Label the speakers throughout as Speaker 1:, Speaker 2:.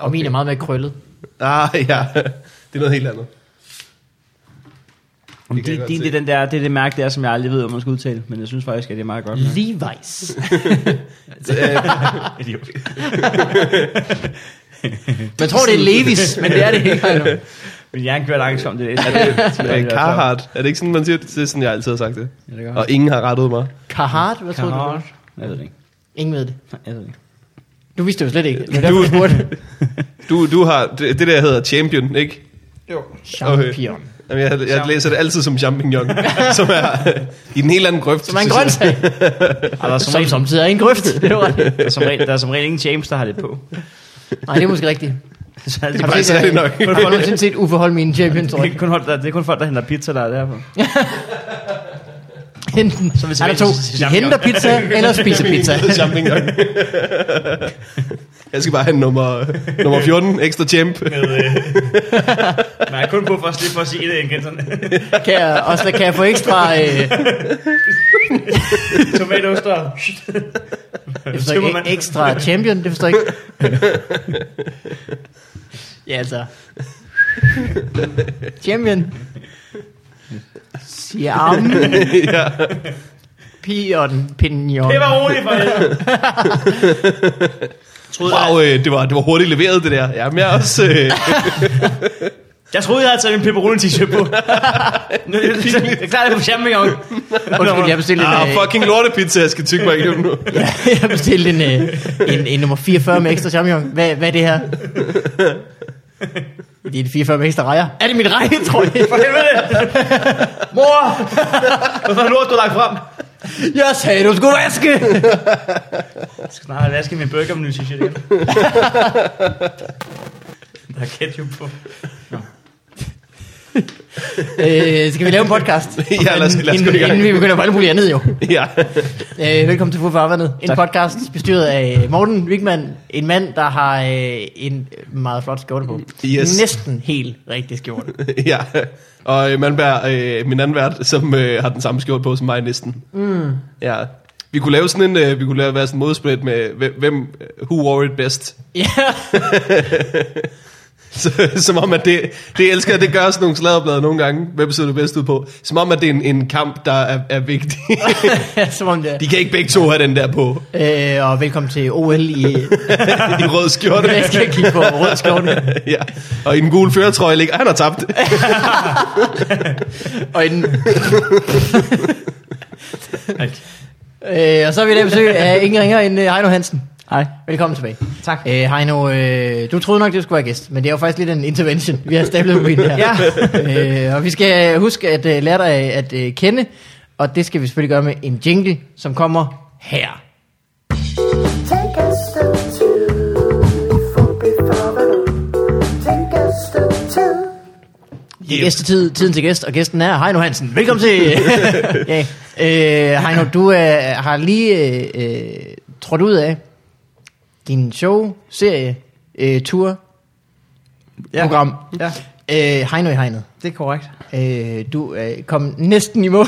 Speaker 1: og min er meget mere krøllet.
Speaker 2: Ah, ja. Det er noget helt andet.
Speaker 3: Det,
Speaker 2: kan jeg
Speaker 3: det,
Speaker 2: godt
Speaker 3: det,
Speaker 2: se.
Speaker 3: det, er den der, det er det mærke der, som jeg aldrig ved, om man skal udtale. Men jeg synes faktisk, at det er meget godt. mærke.
Speaker 1: Levi's.
Speaker 2: Øh,
Speaker 3: Idiot.
Speaker 1: Man tror, det er Levi's, men det er det ikke. altså.
Speaker 3: Min hjerne kører langsomt i dag. så
Speaker 2: Er det
Speaker 3: det
Speaker 2: Carhartt? Er det ikke sådan, man siger det? Det er sådan, jeg altid har sagt det.
Speaker 3: Ja, det gør
Speaker 2: Og ingen har rettet mig.
Speaker 1: Carhartt, hvad tror du? det var?
Speaker 3: Carhartt. Jeg ved det ikke.
Speaker 1: Ingen ved det.
Speaker 3: Nej, Jeg ved det ikke.
Speaker 1: Du vidste det jo slet ikke. Det var derfor, jeg spurgte.
Speaker 2: Du, du har det, det der hedder champion, ikke?
Speaker 1: Champion.
Speaker 2: Jamen, jeg, jeg læser det altid som champignon, som er øh, i den helt anden grøft.
Speaker 1: Som er en grøntsag.
Speaker 3: Ej, der, er som
Speaker 1: Som
Speaker 3: regel,
Speaker 1: samtidig er en grøft. Det var det.
Speaker 3: der, er som regel, der er som regel ingen James, der har det på.
Speaker 1: Nej, det er måske rigtigt.
Speaker 3: Så er det,
Speaker 2: Det er
Speaker 3: bare-
Speaker 2: faktisk rigtigt nok.
Speaker 1: Har du nogensinde set Uffe Holm i en champion, tror
Speaker 3: det,
Speaker 1: jeg?
Speaker 3: er kun, folk, der, det er kun folk, der henter pizza, der er derfor.
Speaker 1: Enten. Så
Speaker 3: vi
Speaker 1: er der
Speaker 3: tilbage
Speaker 1: to.
Speaker 3: til
Speaker 1: De
Speaker 3: champignon.
Speaker 1: henter pizza, eller spiser pizza.
Speaker 2: champignon. Jeg skal bare have nummer, nummer 14, ekstra champ.
Speaker 3: Men jeg er øh, kun på for at slippe for at sige det igen. Sådan.
Speaker 1: Kan jeg, og så kan jeg få ekstra... Øh,
Speaker 3: Tomatoster.
Speaker 1: Jeg forstår ikke,
Speaker 3: Tømmermand.
Speaker 1: ek- ekstra champion, det forstår jeg ikke. ja, altså. Champion. Siam.
Speaker 2: ja.
Speaker 1: Pion. Pignon.
Speaker 3: Det var roligt for helvede. Troede, wow.
Speaker 2: Wow, øh, det, var, det var hurtigt leveret, det der. Jamen, jeg er også... Øh,
Speaker 3: Jeg troede, jeg havde taget min pepperoni t-shirt på. Nu er det sådan, jeg klarer det på champignon.
Speaker 1: Undskyld, jeg bestilte en,
Speaker 2: ah,
Speaker 1: øh,
Speaker 2: fucking lortepizza, jeg skal tykke mig igennem nu.
Speaker 1: jeg bestilte en, øh, en, en nummer 44 med ekstra champion. Hvad, hvad er det her? Det er en 44 med ekstra rejer. Er det mit rejer, tror jeg?
Speaker 3: For helvede. Mor! Hvorfor har lort, du har lagt frem?
Speaker 1: Jeg sagde, du skulle vaske.
Speaker 3: Jeg skal snart have vasket min burger med ny t-shirt igen. Der er ketchup på.
Speaker 1: øh, skal vi lave en podcast?
Speaker 2: Ja, lad os- lad os gå i
Speaker 1: inden,
Speaker 2: gang.
Speaker 1: inden vi begynder på alt muligt andet, jo.
Speaker 2: ja.
Speaker 1: Øh, velkommen til Fodfarvandet, en tak. podcast bestyret af øh, Morten Wigman, en mand, der har øh, en meget flot skjorte på.
Speaker 2: Yes.
Speaker 1: Næsten helt rigtig skjorte.
Speaker 2: ja. Og øh, man bærer øh, min anden vært, som øh, har den samme skjort på som mig næsten. Mm. Ja. Vi kunne lave sådan en, øh, vi kunne lave være sådan en modsplit med, hvem- hvem, øh, who wore it best.
Speaker 1: ja,
Speaker 2: Så, som om, at det, det elsker, jeg, det gør sådan nogle sladderblade nogle gange. Hvem ser du bedst ud på? Som om, at det er en, en kamp, der er, er vigtig.
Speaker 1: som om det
Speaker 2: De kan ikke begge to have den der på.
Speaker 1: er. øh, Og velkommen til OL i...
Speaker 2: I rød skjorte.
Speaker 1: Jeg skal kigge på rød skjorte.
Speaker 2: ja. Og i den gule føretrøje ligger, han har tabt.
Speaker 1: Og, en, øh, og så er vi i dag besøg af ingen ringer end øh, Heino Hansen.
Speaker 3: Hej.
Speaker 1: Velkommen tilbage.
Speaker 3: Tak.
Speaker 1: Øh, Heino, øh, du troede nok, det skulle være gæst, men det er jo faktisk lidt en intervention, vi har stablet på en her. ja. øh, og vi skal huske at øh, lære dig at øh, kende, og det skal vi selvfølgelig gøre med en jingle, som kommer her.
Speaker 4: Take a step two for before Take a step two.
Speaker 1: Yep. Gæstetid, tiden til gæst, og gæsten er Heino Hansen. Velkommen til! ja. øh, Heino, du øh, har lige øh, øh, trådt ud af din show, serie, øh, tur, ja. program.
Speaker 3: Ja,
Speaker 1: Øh, Heino i hegnet.
Speaker 3: det er korrekt.
Speaker 1: Øh, du øh, kom næsten i mål.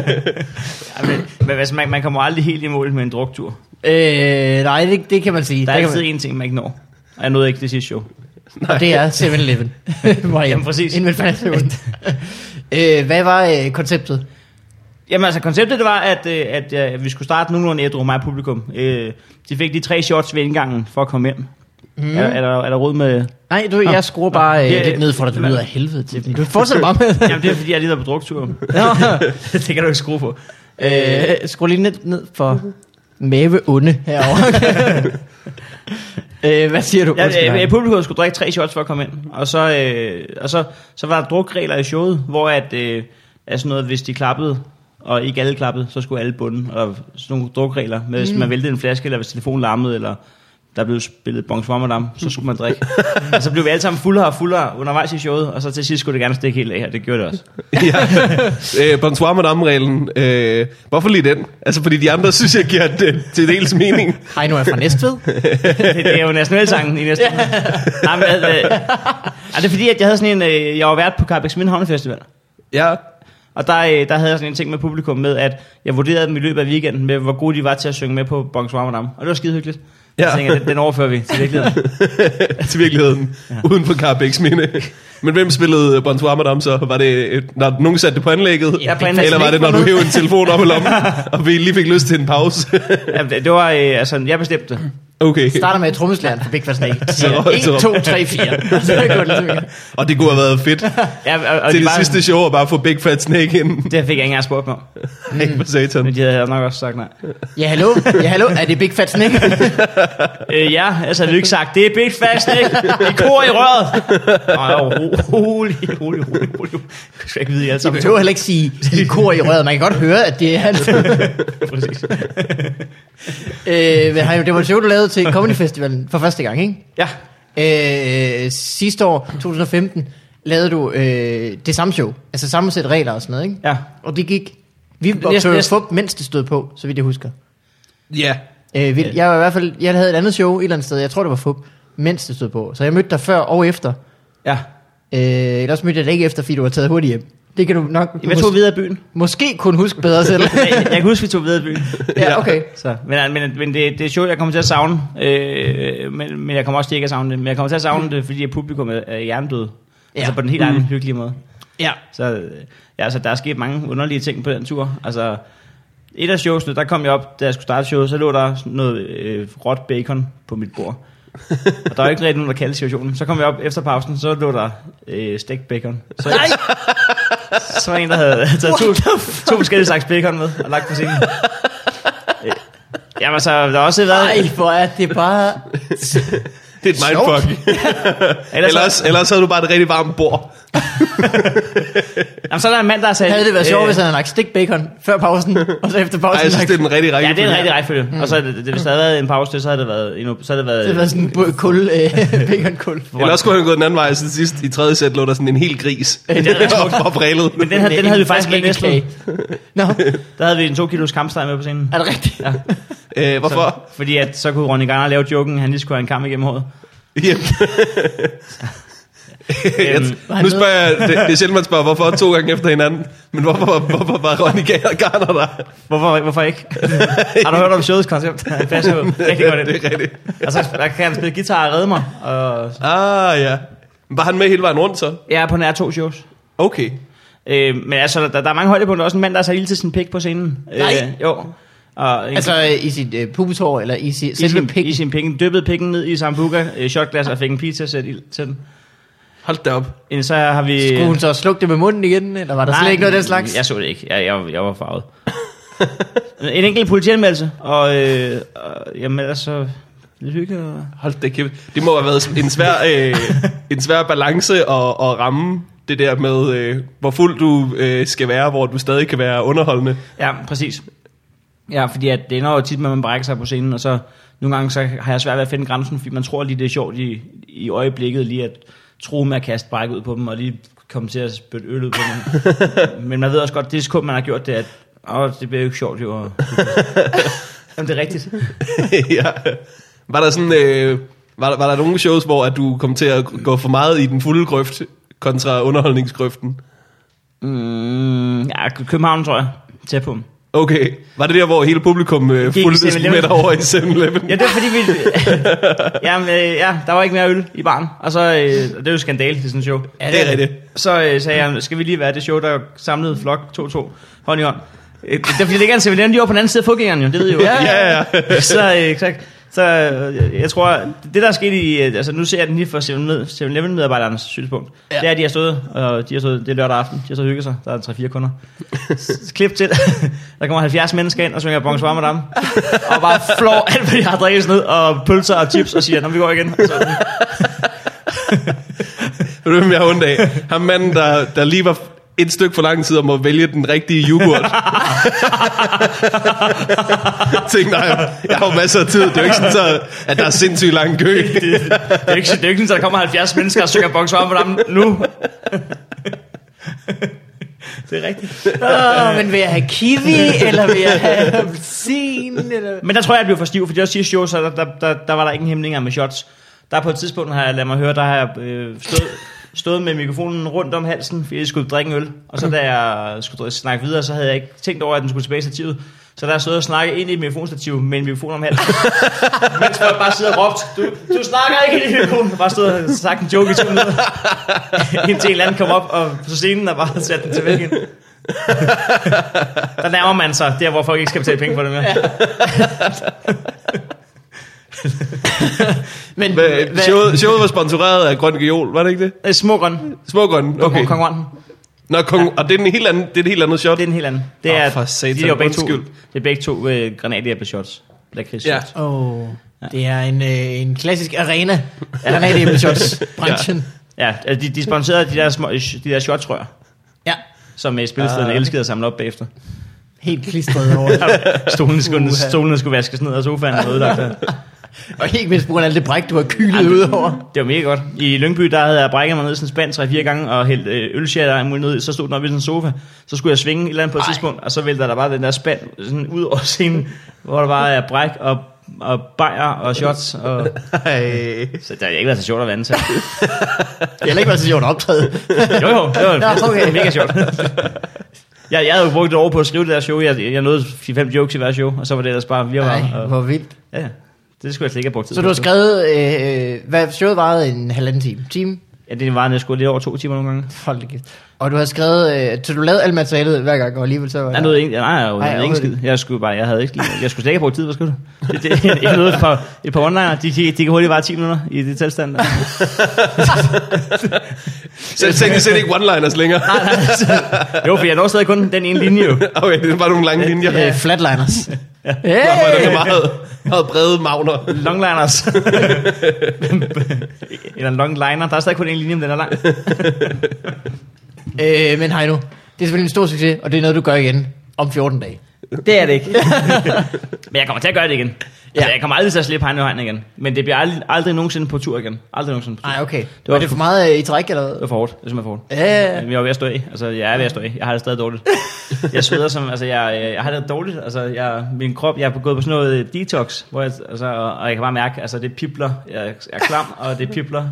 Speaker 3: Men, altså, man, man kommer aldrig helt i mål med en druktur.
Speaker 1: Øh, nej, det, det kan man sige.
Speaker 3: Der er
Speaker 1: Det kan
Speaker 3: altid én ting, man ikke når. Og jeg nåede ikke det sidste show.
Speaker 1: man, og det er 7-Eleven. Hvor jeg-
Speaker 3: Jamen, præcis.
Speaker 1: Inden man fandt 7-Eleven. øh, hvad var øh, konceptet?
Speaker 3: Jamen altså, konceptet det var, at, øh, at, øh, at vi skulle starte nogenlunde ædru, mig og publikum. Øh, de fik de tre shots ved indgangen for at komme ind. Mm. Er, er, der, er der råd med...
Speaker 1: Nej, du, jeg skruer bare øh,
Speaker 3: det er-
Speaker 1: lidt ned for dig. Det lyder af helvede til. Du fortsætter bare med.
Speaker 3: Jamen det er fordi, jeg lige er på druktur. det kan du ikke skrue på.
Speaker 1: øh, skru lige lidt ned for maveonde herovre. øh, hvad siger du? Undskyld,
Speaker 3: Ja, øh,
Speaker 1: Heino.
Speaker 3: publikum skulle drikke tre shots for at komme ind. Og så, øh, og så, så var der drukregler i showet, hvor at, øh, at sådan noget, hvis de klappede, og ikke alle klappede, så skulle alle bunden. Og sådan nogle drukregler. Med,
Speaker 1: Mm.
Speaker 3: hvis man væltede en flaske, eller hvis telefonen larmede, eller der blev spillet Bongs Mamadam, så skulle man drikke. og så blev vi alle sammen fuldere og fuldere undervejs i showet, og så til sidst skulle det gerne stikke helt af her. Det gjorde det også.
Speaker 2: ja. øh, Bonsoir Madame-reglen. Øh, hvorfor lige den? Altså, fordi de andre synes, jeg giver det, til dels mening.
Speaker 1: Heino er fra Næstved.
Speaker 3: det, det er jo nationalsangen i næste uge. Nej, men, øh, er det er fordi, at jeg havde sådan en... Øh, jeg var vært på Carbex Minde Havnefestival.
Speaker 2: Ja.
Speaker 3: Og der, øh, der havde jeg sådan en ting med publikum med, at jeg vurderede dem i løbet af weekenden med, hvor gode de var til at synge med på Bongs Warmadam. Og det var skide hyggeligt. Ja.
Speaker 2: Ja.
Speaker 3: Jeg tænker, den, den overfører vi til virkeligheden.
Speaker 2: til virkeligheden, ja. uden for Carbex mine. Men hvem spillede Bonsoir Madame så? Var det, et- når nogen satte det på anlægget?
Speaker 3: Ja, på anlægget.
Speaker 2: eller var det, når du hævde en telefon op i lommen, og vi lige fik lyst til en pause?
Speaker 3: Jamen, det, det var, øh, altså, jeg bestemte det.
Speaker 2: Okay.
Speaker 1: Starter med trommeslæren for Big Fat Snake.
Speaker 2: Så-
Speaker 1: 1,
Speaker 2: så-
Speaker 1: 2, 3, 4. Så går det ligesom igen.
Speaker 2: Og det kunne have været fedt
Speaker 3: Ja, og, og
Speaker 2: til det
Speaker 3: de var-
Speaker 2: sidste show at bare få Big Fat Snake ind.
Speaker 3: Det fik jeg ikke engang spurgt mig om.
Speaker 2: Mm. satan.
Speaker 3: Men de havde nok også sagt nej.
Speaker 1: Ja, hallo? Ja, hallo? Er det Big Fat Snake?
Speaker 3: Øh, ja, altså havde du ikke sagt, det er big fast, ikke? Det er kor i røret. Nej, rolig, rolig, rolig, rolig, rolig. Jeg skal ikke vide, at I alle
Speaker 1: De
Speaker 3: sammen
Speaker 1: behøver heller ikke sige i kor i røret. Man kan godt høre, at det er alt.
Speaker 3: tog- Præcis.
Speaker 1: øh, men Heino, det var et show, du lavede til Comedy Festivalen for første gang, ikke?
Speaker 3: Ja,
Speaker 1: Øh, sidste år, 2015, lavede du øh, det samme show. Altså samme sæt regler og sådan noget, ikke?
Speaker 3: ja.
Speaker 1: Og det gik... Vi
Speaker 3: Næsten-
Speaker 1: optog fup, mens det stod på, så vidt jeg husker.
Speaker 2: Ja.
Speaker 1: Øh, vildt. Jeg var i hvert fald... Jeg havde et andet show et eller andet sted. Jeg tror, det var fup, mens det stod på. Så jeg mødte dig før og efter.
Speaker 3: Ja.
Speaker 1: Øh, ellers mødte jeg dig ikke efter, fordi du var taget hurtigt hjem. Det kan du nok...
Speaker 3: Jeg tog videre af byen.
Speaker 1: Måske kunne huske bedre selv.
Speaker 3: Jeg, jeg kan huske, vi tog videre af byen.
Speaker 1: ja, okay.
Speaker 3: Så, men men, men det, det er sjovt, jeg kommer til at savne. Øh, men, men jeg kommer også til ikke at savne det. Men jeg kommer til at savne det, fordi at publikum er, er hjernedød. Mm. Ja. Altså
Speaker 1: Ja.
Speaker 3: på den helt egen hyggelige måde.
Speaker 1: Ja.
Speaker 3: Så øh, ja, altså, der er sket mange underlige ting på den tur. Altså, et af showsene, der kom jeg op, da jeg skulle starte showet, så lå der sådan noget øh, råt bacon på mit bord. Og der var ikke rigtig nogen, der kaldte situationen. Så kom jeg op efter pausen, så lå der øh, stegt bacon. Så, Nej! Så var der en, der havde taget to, to forskellige slags bacon med og lagt på scenen. Øh, Jamen så der har også været...
Speaker 1: Ej, hvor er det bare...
Speaker 2: Det er et mindfuck.
Speaker 3: Ellers,
Speaker 2: Ellers, ellers havde du bare et rigtig varmt bord.
Speaker 3: jamen, så er der en mand, der sagde...
Speaker 1: Havde det været sjovt,
Speaker 3: øh,
Speaker 1: hvis han havde lagt stik bacon før pausen, og så efter pausen
Speaker 2: Ej, jeg synes, det er den rigtige række.
Speaker 3: Ja, det er en rigtig rækkefølge. Mm. Og så er det, det, hvis der havde været en pause til, så havde det været... endnu- Så havde det været,
Speaker 1: det var sådan en bu- kul, øh, baconkul.
Speaker 2: Ellers skulle han gå den anden vej, så sidst i tredje sæt lå der sådan en hel gris.
Speaker 3: det er rigtig
Speaker 2: og og prælet.
Speaker 3: Men den, her, den havde vi faktisk med i næste
Speaker 1: kage. Nå,
Speaker 3: Der havde vi en 2 kilos kampsteg med på scenen.
Speaker 1: er det rigtigt? Ja.
Speaker 2: Øh, hvorfor?
Speaker 3: Fordi at så kunne Ronny Garner lave joken, han lige skulle have en kamp igennem håret.
Speaker 2: Jamen. Jeg t- nu spørger jeg, det, det er sjældent, man spørger, hvorfor to gange efter hinanden, men hvorfor, hvorfor var Ronny Gar- Garner der?
Speaker 3: Hvorfor, hvorfor ikke? Har du hørt om showets koncept? Det passer jo rigtig godt
Speaker 2: det
Speaker 3: ind.
Speaker 2: er rigtigt.
Speaker 3: Og så der kan han spille guitar og redde mig. Og
Speaker 2: Ah, ja. Men Var han med hele vejen rundt så?
Speaker 3: jeg er på nær to shows.
Speaker 2: Okay.
Speaker 3: Øh, men altså, der, der er mange højdepunkter. Også en mand, der så hele til sin pik på scenen.
Speaker 1: Nej.
Speaker 3: Øh, jo. Og en
Speaker 1: Altså øh, i sit øh, pubeshår, eller i sit
Speaker 3: i sin,
Speaker 1: selve pik.
Speaker 3: pik. Ligesom i sin pikken, dyppede pikken ned i sambuca, øh, shotglas og fik en pizza sæt ild til den.
Speaker 2: Hold da op.
Speaker 3: Øh, Så har vi...
Speaker 1: Skulle hun så slukke det med munden igen, eller var der slet ikke noget af den slags?
Speaker 3: Jeg så det ikke. Jeg, jeg, jeg var farvet. en enkelt politianmeldelse, og, øh, og jamen, ellers så lidt hygge. Og...
Speaker 2: Hold da kæft. Det må have været en svær, øh, en svær balance at, at ramme det der med, øh, hvor fuld du øh, skal være, hvor du stadig kan være underholdende.
Speaker 3: Ja, præcis. Ja, fordi at det ender jo tit med, at man brækker sig på scenen, og så nogle gange så har jeg svært ved at finde grænsen, fordi man tror lige, det er sjovt i, i øjeblikket lige at tro med at kaste bræk ud på dem, og lige komme til at spytte øl ud på dem. Men man ved også godt, det skub, man har gjort, det er, at åh, det bliver jo ikke sjovt, jo. og- Jamen, det er rigtigt.
Speaker 2: ja. Var der sådan, øh, var, der, var der nogle shows, hvor at du kom til at gå for meget i den fulde grøft kontra underholdningsgrøften?
Speaker 3: Mm, ja, København, tror jeg. Tæt på.
Speaker 2: Okay, var det der, hvor hele publikum øh,
Speaker 3: Gik i
Speaker 2: fulgtes
Speaker 3: 7-Eleven?
Speaker 2: med dig over i 7-Eleven?
Speaker 3: Ja, det var fordi vi... Jamen, øh, ja, der var ikke mere øl i baren. Og så... Øh, og det er jo skandale til sådan en show.
Speaker 2: Ja, det er rigtigt.
Speaker 3: Så øh, sagde jeg, skal vi lige være det show, der samlede flok 2-2 hånd i hånd. Øh, det er fordi, det gerne ser, de var på den anden side af fodgængeren jo, det ved jeg jo.
Speaker 2: Ja, ja.
Speaker 3: så, øh, så, så øh, jeg tror, det der er sket i, øh, altså nu ser jeg den lige fra 7-Eleven medarbejdernes synspunkt, ja. det er, at de har stået, og de har stået, det er lørdag aften, de har stået og hygget sig, der er 3-4 kunder. S- Klip til, der kommer 70 mennesker ind og synger bonsoir madame, og bare flår alt, hvad de har drikket ned, og pølser og chips, og siger, når vi går igen. Altså, Og Så,
Speaker 2: Ved du, hvem jeg har ondt af? Ham manden, der, der lige var et stykke for lang tid om at vælge den rigtige yoghurt. Tænk, nej, jeg har jo masser af tid. Det er jo ikke sådan, så, at der er sindssygt lang kø.
Speaker 3: det er jo ikke, det er jo ikke sådan, at der kommer 70 mennesker og synger bonsoir madame nu. det er rigtigt.
Speaker 1: Åh, men vil jeg have kiwi, eller vil jeg have appelsin, eller...
Speaker 3: Men der tror jeg, jeg blev for stiv, for det var sidste show, så der, der, der, der var der ingen hæmninger med shots. Der på et tidspunkt har jeg, lad mig høre, der har jeg øh, stået, stået med mikrofonen rundt om halsen, fordi jeg skulle drikke en øl. Og så da jeg skulle dri- snakke videre, så havde jeg ikke tænkt over, at den skulle tilbage til tivet. Så der er stået og snakket ind i et mikrofonstativ med en mikrofon om halsen. Mens folk bare sidder og råbt, du, du snakker ikke ind i mikrofonen. Og bare stået og sagt en joke i to minutter. Indtil en eller anden kom op og på scenen og bare satte den til væggen. der nærmer man sig der, hvor folk ikke skal betale penge for det mere.
Speaker 1: Men,
Speaker 2: Hvad, showet, showet var sponsoreret af Grøn Geol, var det ikke det?
Speaker 3: Øh, Små grøn.
Speaker 2: Smågrøn, okay.
Speaker 3: Okay. Konkurrenten.
Speaker 2: Nå, kong, og det er en helt anden, det er en helt anden shot.
Speaker 3: Det er en helt anden. Det
Speaker 2: Åh,
Speaker 3: er,
Speaker 2: for satan.
Speaker 3: de er jo begge to,
Speaker 2: Undskyld.
Speaker 3: det er begge to øh, granatæbleshots. Lakrids
Speaker 2: Ja.
Speaker 3: ja.
Speaker 1: Oh, det er en, øh, en klassisk arena. Granatæbleshots-branchen.
Speaker 3: ja, altså de, de sponserede de der, små, øh, de der shotrør,
Speaker 1: Ja.
Speaker 3: som øh, spillestederne
Speaker 2: Ah.
Speaker 3: elskede at samle op bagefter.
Speaker 1: Helt klistret over.
Speaker 3: Stolen skulle,
Speaker 1: Uha.
Speaker 3: stolene skulle vaskes ned, og sofaen var ødelagt.
Speaker 1: Og ikke mindst på grund af alt det bræk, du har kylet
Speaker 3: Ej,
Speaker 1: ud
Speaker 3: det-
Speaker 1: over.
Speaker 3: Det var mega godt. I Lyngby, der havde jeg brækket mig ned i sådan en spand 3-4 gange, og hældt øh, ølsjæt og alt muligt ned, i. så stod den oppe i sådan en sofa. Så skulle jeg svinge et eller andet på et
Speaker 1: Ej.
Speaker 3: tidspunkt, og så vælter der bare den der spand sådan ud over scenen, hvor der bare er bræk og, og bajer og shots. Og,
Speaker 2: Ej.
Speaker 3: så der har ikke været så sjovt at vande til.
Speaker 1: Det har heller ikke været så sjovt at optræde.
Speaker 3: Jo jo, det var
Speaker 1: Nå, okay.
Speaker 3: okay. mega sjovt. Jeg, jeg havde jo brugt et år på at skrive det der show. Jeg, jeg nåede 4-5 jokes i hver show, og så var det ellers bare virvar.
Speaker 1: Nej,
Speaker 3: og-
Speaker 1: hvor vildt.
Speaker 3: Ja, ja. det skulle jeg slet ikke have brugt tid
Speaker 1: Så
Speaker 3: på.
Speaker 1: du har skrevet, øh, øh, hvad showet varede en halvanden time. Time?
Speaker 3: Ja, det var, jeg skulle lidt over to timer nogle gange.
Speaker 1: Hold da kæft. Og du har skrevet, øh, så du lavede alt materialet hver gang, og alligevel så var
Speaker 3: Jeg nåede ikke, nej, jeg nåede
Speaker 1: Ej,
Speaker 3: ikke en
Speaker 1: overhovedet
Speaker 3: skid. Jeg skulle bare, jeg havde ikke, jeg skulle slet ikke have brugt tid, hvad skulle du? Det, det, jeg nåede et par, et par onliner, de, de, de kan hurtigt bare 10 minutter i det tilstand. der.
Speaker 2: Så så det set ikke one-liners længere.
Speaker 3: Jo, for jeg nåede stadig kun den ene linje jo.
Speaker 2: Okay, det er bare nogle lange linjer.
Speaker 1: Øh, flatliners.
Speaker 2: Hvor der er
Speaker 1: hey!
Speaker 2: meget, meget brede magner.
Speaker 3: Longliners. Eller en longliner, der er stadig kun en linje, men den er lang.
Speaker 1: øh, men Heino, det er selvfølgelig en stor succes, og det er noget, du gør igen om 14 dage.
Speaker 3: Det er det ikke. men jeg kommer til at gøre det igen. Altså, jeg kommer aldrig til at slippe Heino Hein igen. Men det bliver aldrig, aldrig nogensinde på tur igen. Aldrig nogensinde på tur.
Speaker 1: Nej, okay. Det
Speaker 3: var
Speaker 1: var, var det
Speaker 3: sgu-
Speaker 1: for meget øh, i træk, eller
Speaker 3: Det
Speaker 1: hvad?
Speaker 3: var for hårdt. Det er simpelthen for hårdt.
Speaker 1: Ja,
Speaker 3: Vi er jo ved at stå af. Altså, jeg er ved at stå af. Jeg har det stadig dårligt. Jeg sveder som, altså, jeg, jeg har det dårligt. Altså, jeg, min krop, jeg er gået på sådan noget øh, detox, hvor jeg, altså, og, og jeg kan bare mærke, altså, det pipler. Jeg er klam, og det pipler.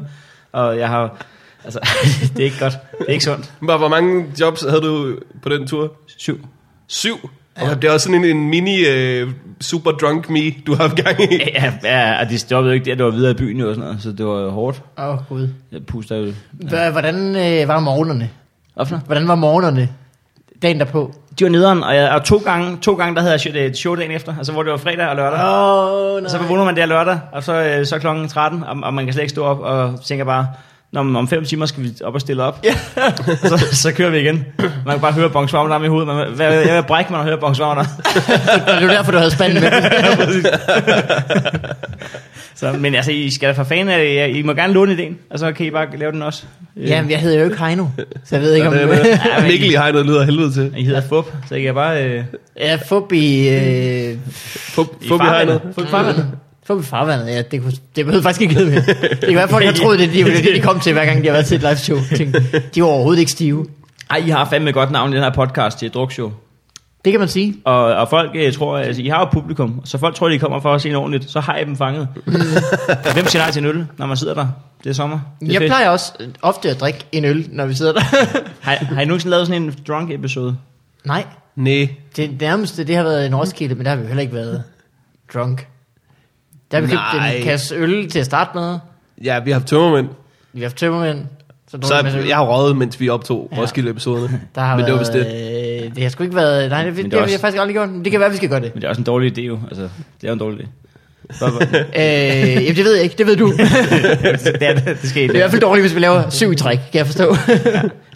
Speaker 3: Og jeg har, altså, det er ikke godt. Det er ikke sundt.
Speaker 2: Hvor hvor mange jobs havde du på den tur?
Speaker 3: Syv.
Speaker 2: Syv. Og det er også sådan en, en mini uh, super drunk me, du har haft gang i.
Speaker 3: Ja, ja, og de stoppede jo ikke der, det var videre i byen jo og sådan noget, så det var jo hårdt.
Speaker 1: Åh, oh, gud.
Speaker 3: Jeg puster jo.
Speaker 1: Hva- Hvordan øh, var morgenerne?
Speaker 3: Hvad for noget?
Speaker 1: Hvordan var morgenerne dagen derpå?
Speaker 3: De var nederen, og, jeg, og to, gange, to gange, der havde jeg show- et show dagen efter, altså hvor det var fredag og lørdag.
Speaker 1: Åh, oh,
Speaker 3: Og så vågner man der lørdag, og så, øh, så er klokken 13, og, og man kan slet ikke stå op, og tænker bare, Nå, men om fem timer skal vi op og stille op. Ja. så, så kører vi igen. Man kan bare høre Bong Svagner i hovedet. Man, hvad, jeg vil brække mig, når jeg hører Bong Svagner.
Speaker 1: Og det var derfor, du havde spanden med.
Speaker 3: så, men altså, I skal da for fanden af det. I må gerne låne ideen, og så kan I bare lave den også. Øh,
Speaker 1: Jamen, jeg hedder jo ikke Heino, så jeg ved ikke, om...
Speaker 2: Det er
Speaker 3: Ja,
Speaker 2: det.
Speaker 3: men-
Speaker 2: Mikkel i hegnet lyder af helvede til.
Speaker 3: I hedder FUP, så I kan bare... Øh,
Speaker 1: Jeg er fup i... Øh,
Speaker 2: Fup,
Speaker 3: I
Speaker 2: fup i hegnet.
Speaker 3: farvandet. Fup i farvandet.
Speaker 1: fup i farvandet, ja. Det, kunne, det behøvede faktisk ikke hedde mere. Det kan være, folk har troet, det, det, var det, de kom til, hver gang de har været til et live show. Tænkte, de var overhovedet ikke stive.
Speaker 3: Ej, I har fandme et godt navn i den her podcast til Drukshow.
Speaker 1: Det kan man sige.
Speaker 3: Og, og folk øh, tror, altså, I har jo publikum, så folk tror, de kommer for at se en ordentligt, så har I dem fanget. Hvem siger nej til en øl, når man sidder der? Det er sommer. Det er
Speaker 1: Jeg
Speaker 3: fedt.
Speaker 1: plejer også øh, ofte at drikke en øl, når vi sidder der.
Speaker 3: Har, har I nogensinde lavet sådan en drunk episode?
Speaker 1: Nej,
Speaker 2: Nej.
Speaker 1: det nærmeste, det har været en Roskilde, men der har vi jo heller ikke været drunk. Der har vi købt
Speaker 2: Nej.
Speaker 1: en kasse øl til at starte med.
Speaker 2: Ja, vi har haft tømmermænd.
Speaker 1: Vi har haft tømmermænd. Så, drog
Speaker 2: Så
Speaker 1: vi en masse øl.
Speaker 2: jeg har røget, mens vi optog ja. Roskilde-episoderne.
Speaker 1: Der har været,
Speaker 2: Men det var vist det.
Speaker 1: det. Øh, det har sgu ikke været... Nej, det, det,
Speaker 3: er
Speaker 1: det, det har
Speaker 3: også-
Speaker 1: jeg faktisk aldrig gjort. Men det kan være, vi skal gøre det.
Speaker 3: Men det er også en dårlig idé jo. Altså, det er jo en dårlig idé.
Speaker 1: Øh, jamen, det ved jeg ikke. Det ved du. Det
Speaker 3: det, er, det det skal I
Speaker 1: er i hvert fald dårligt, hvis vi laver syv i træk, kan jeg forstå.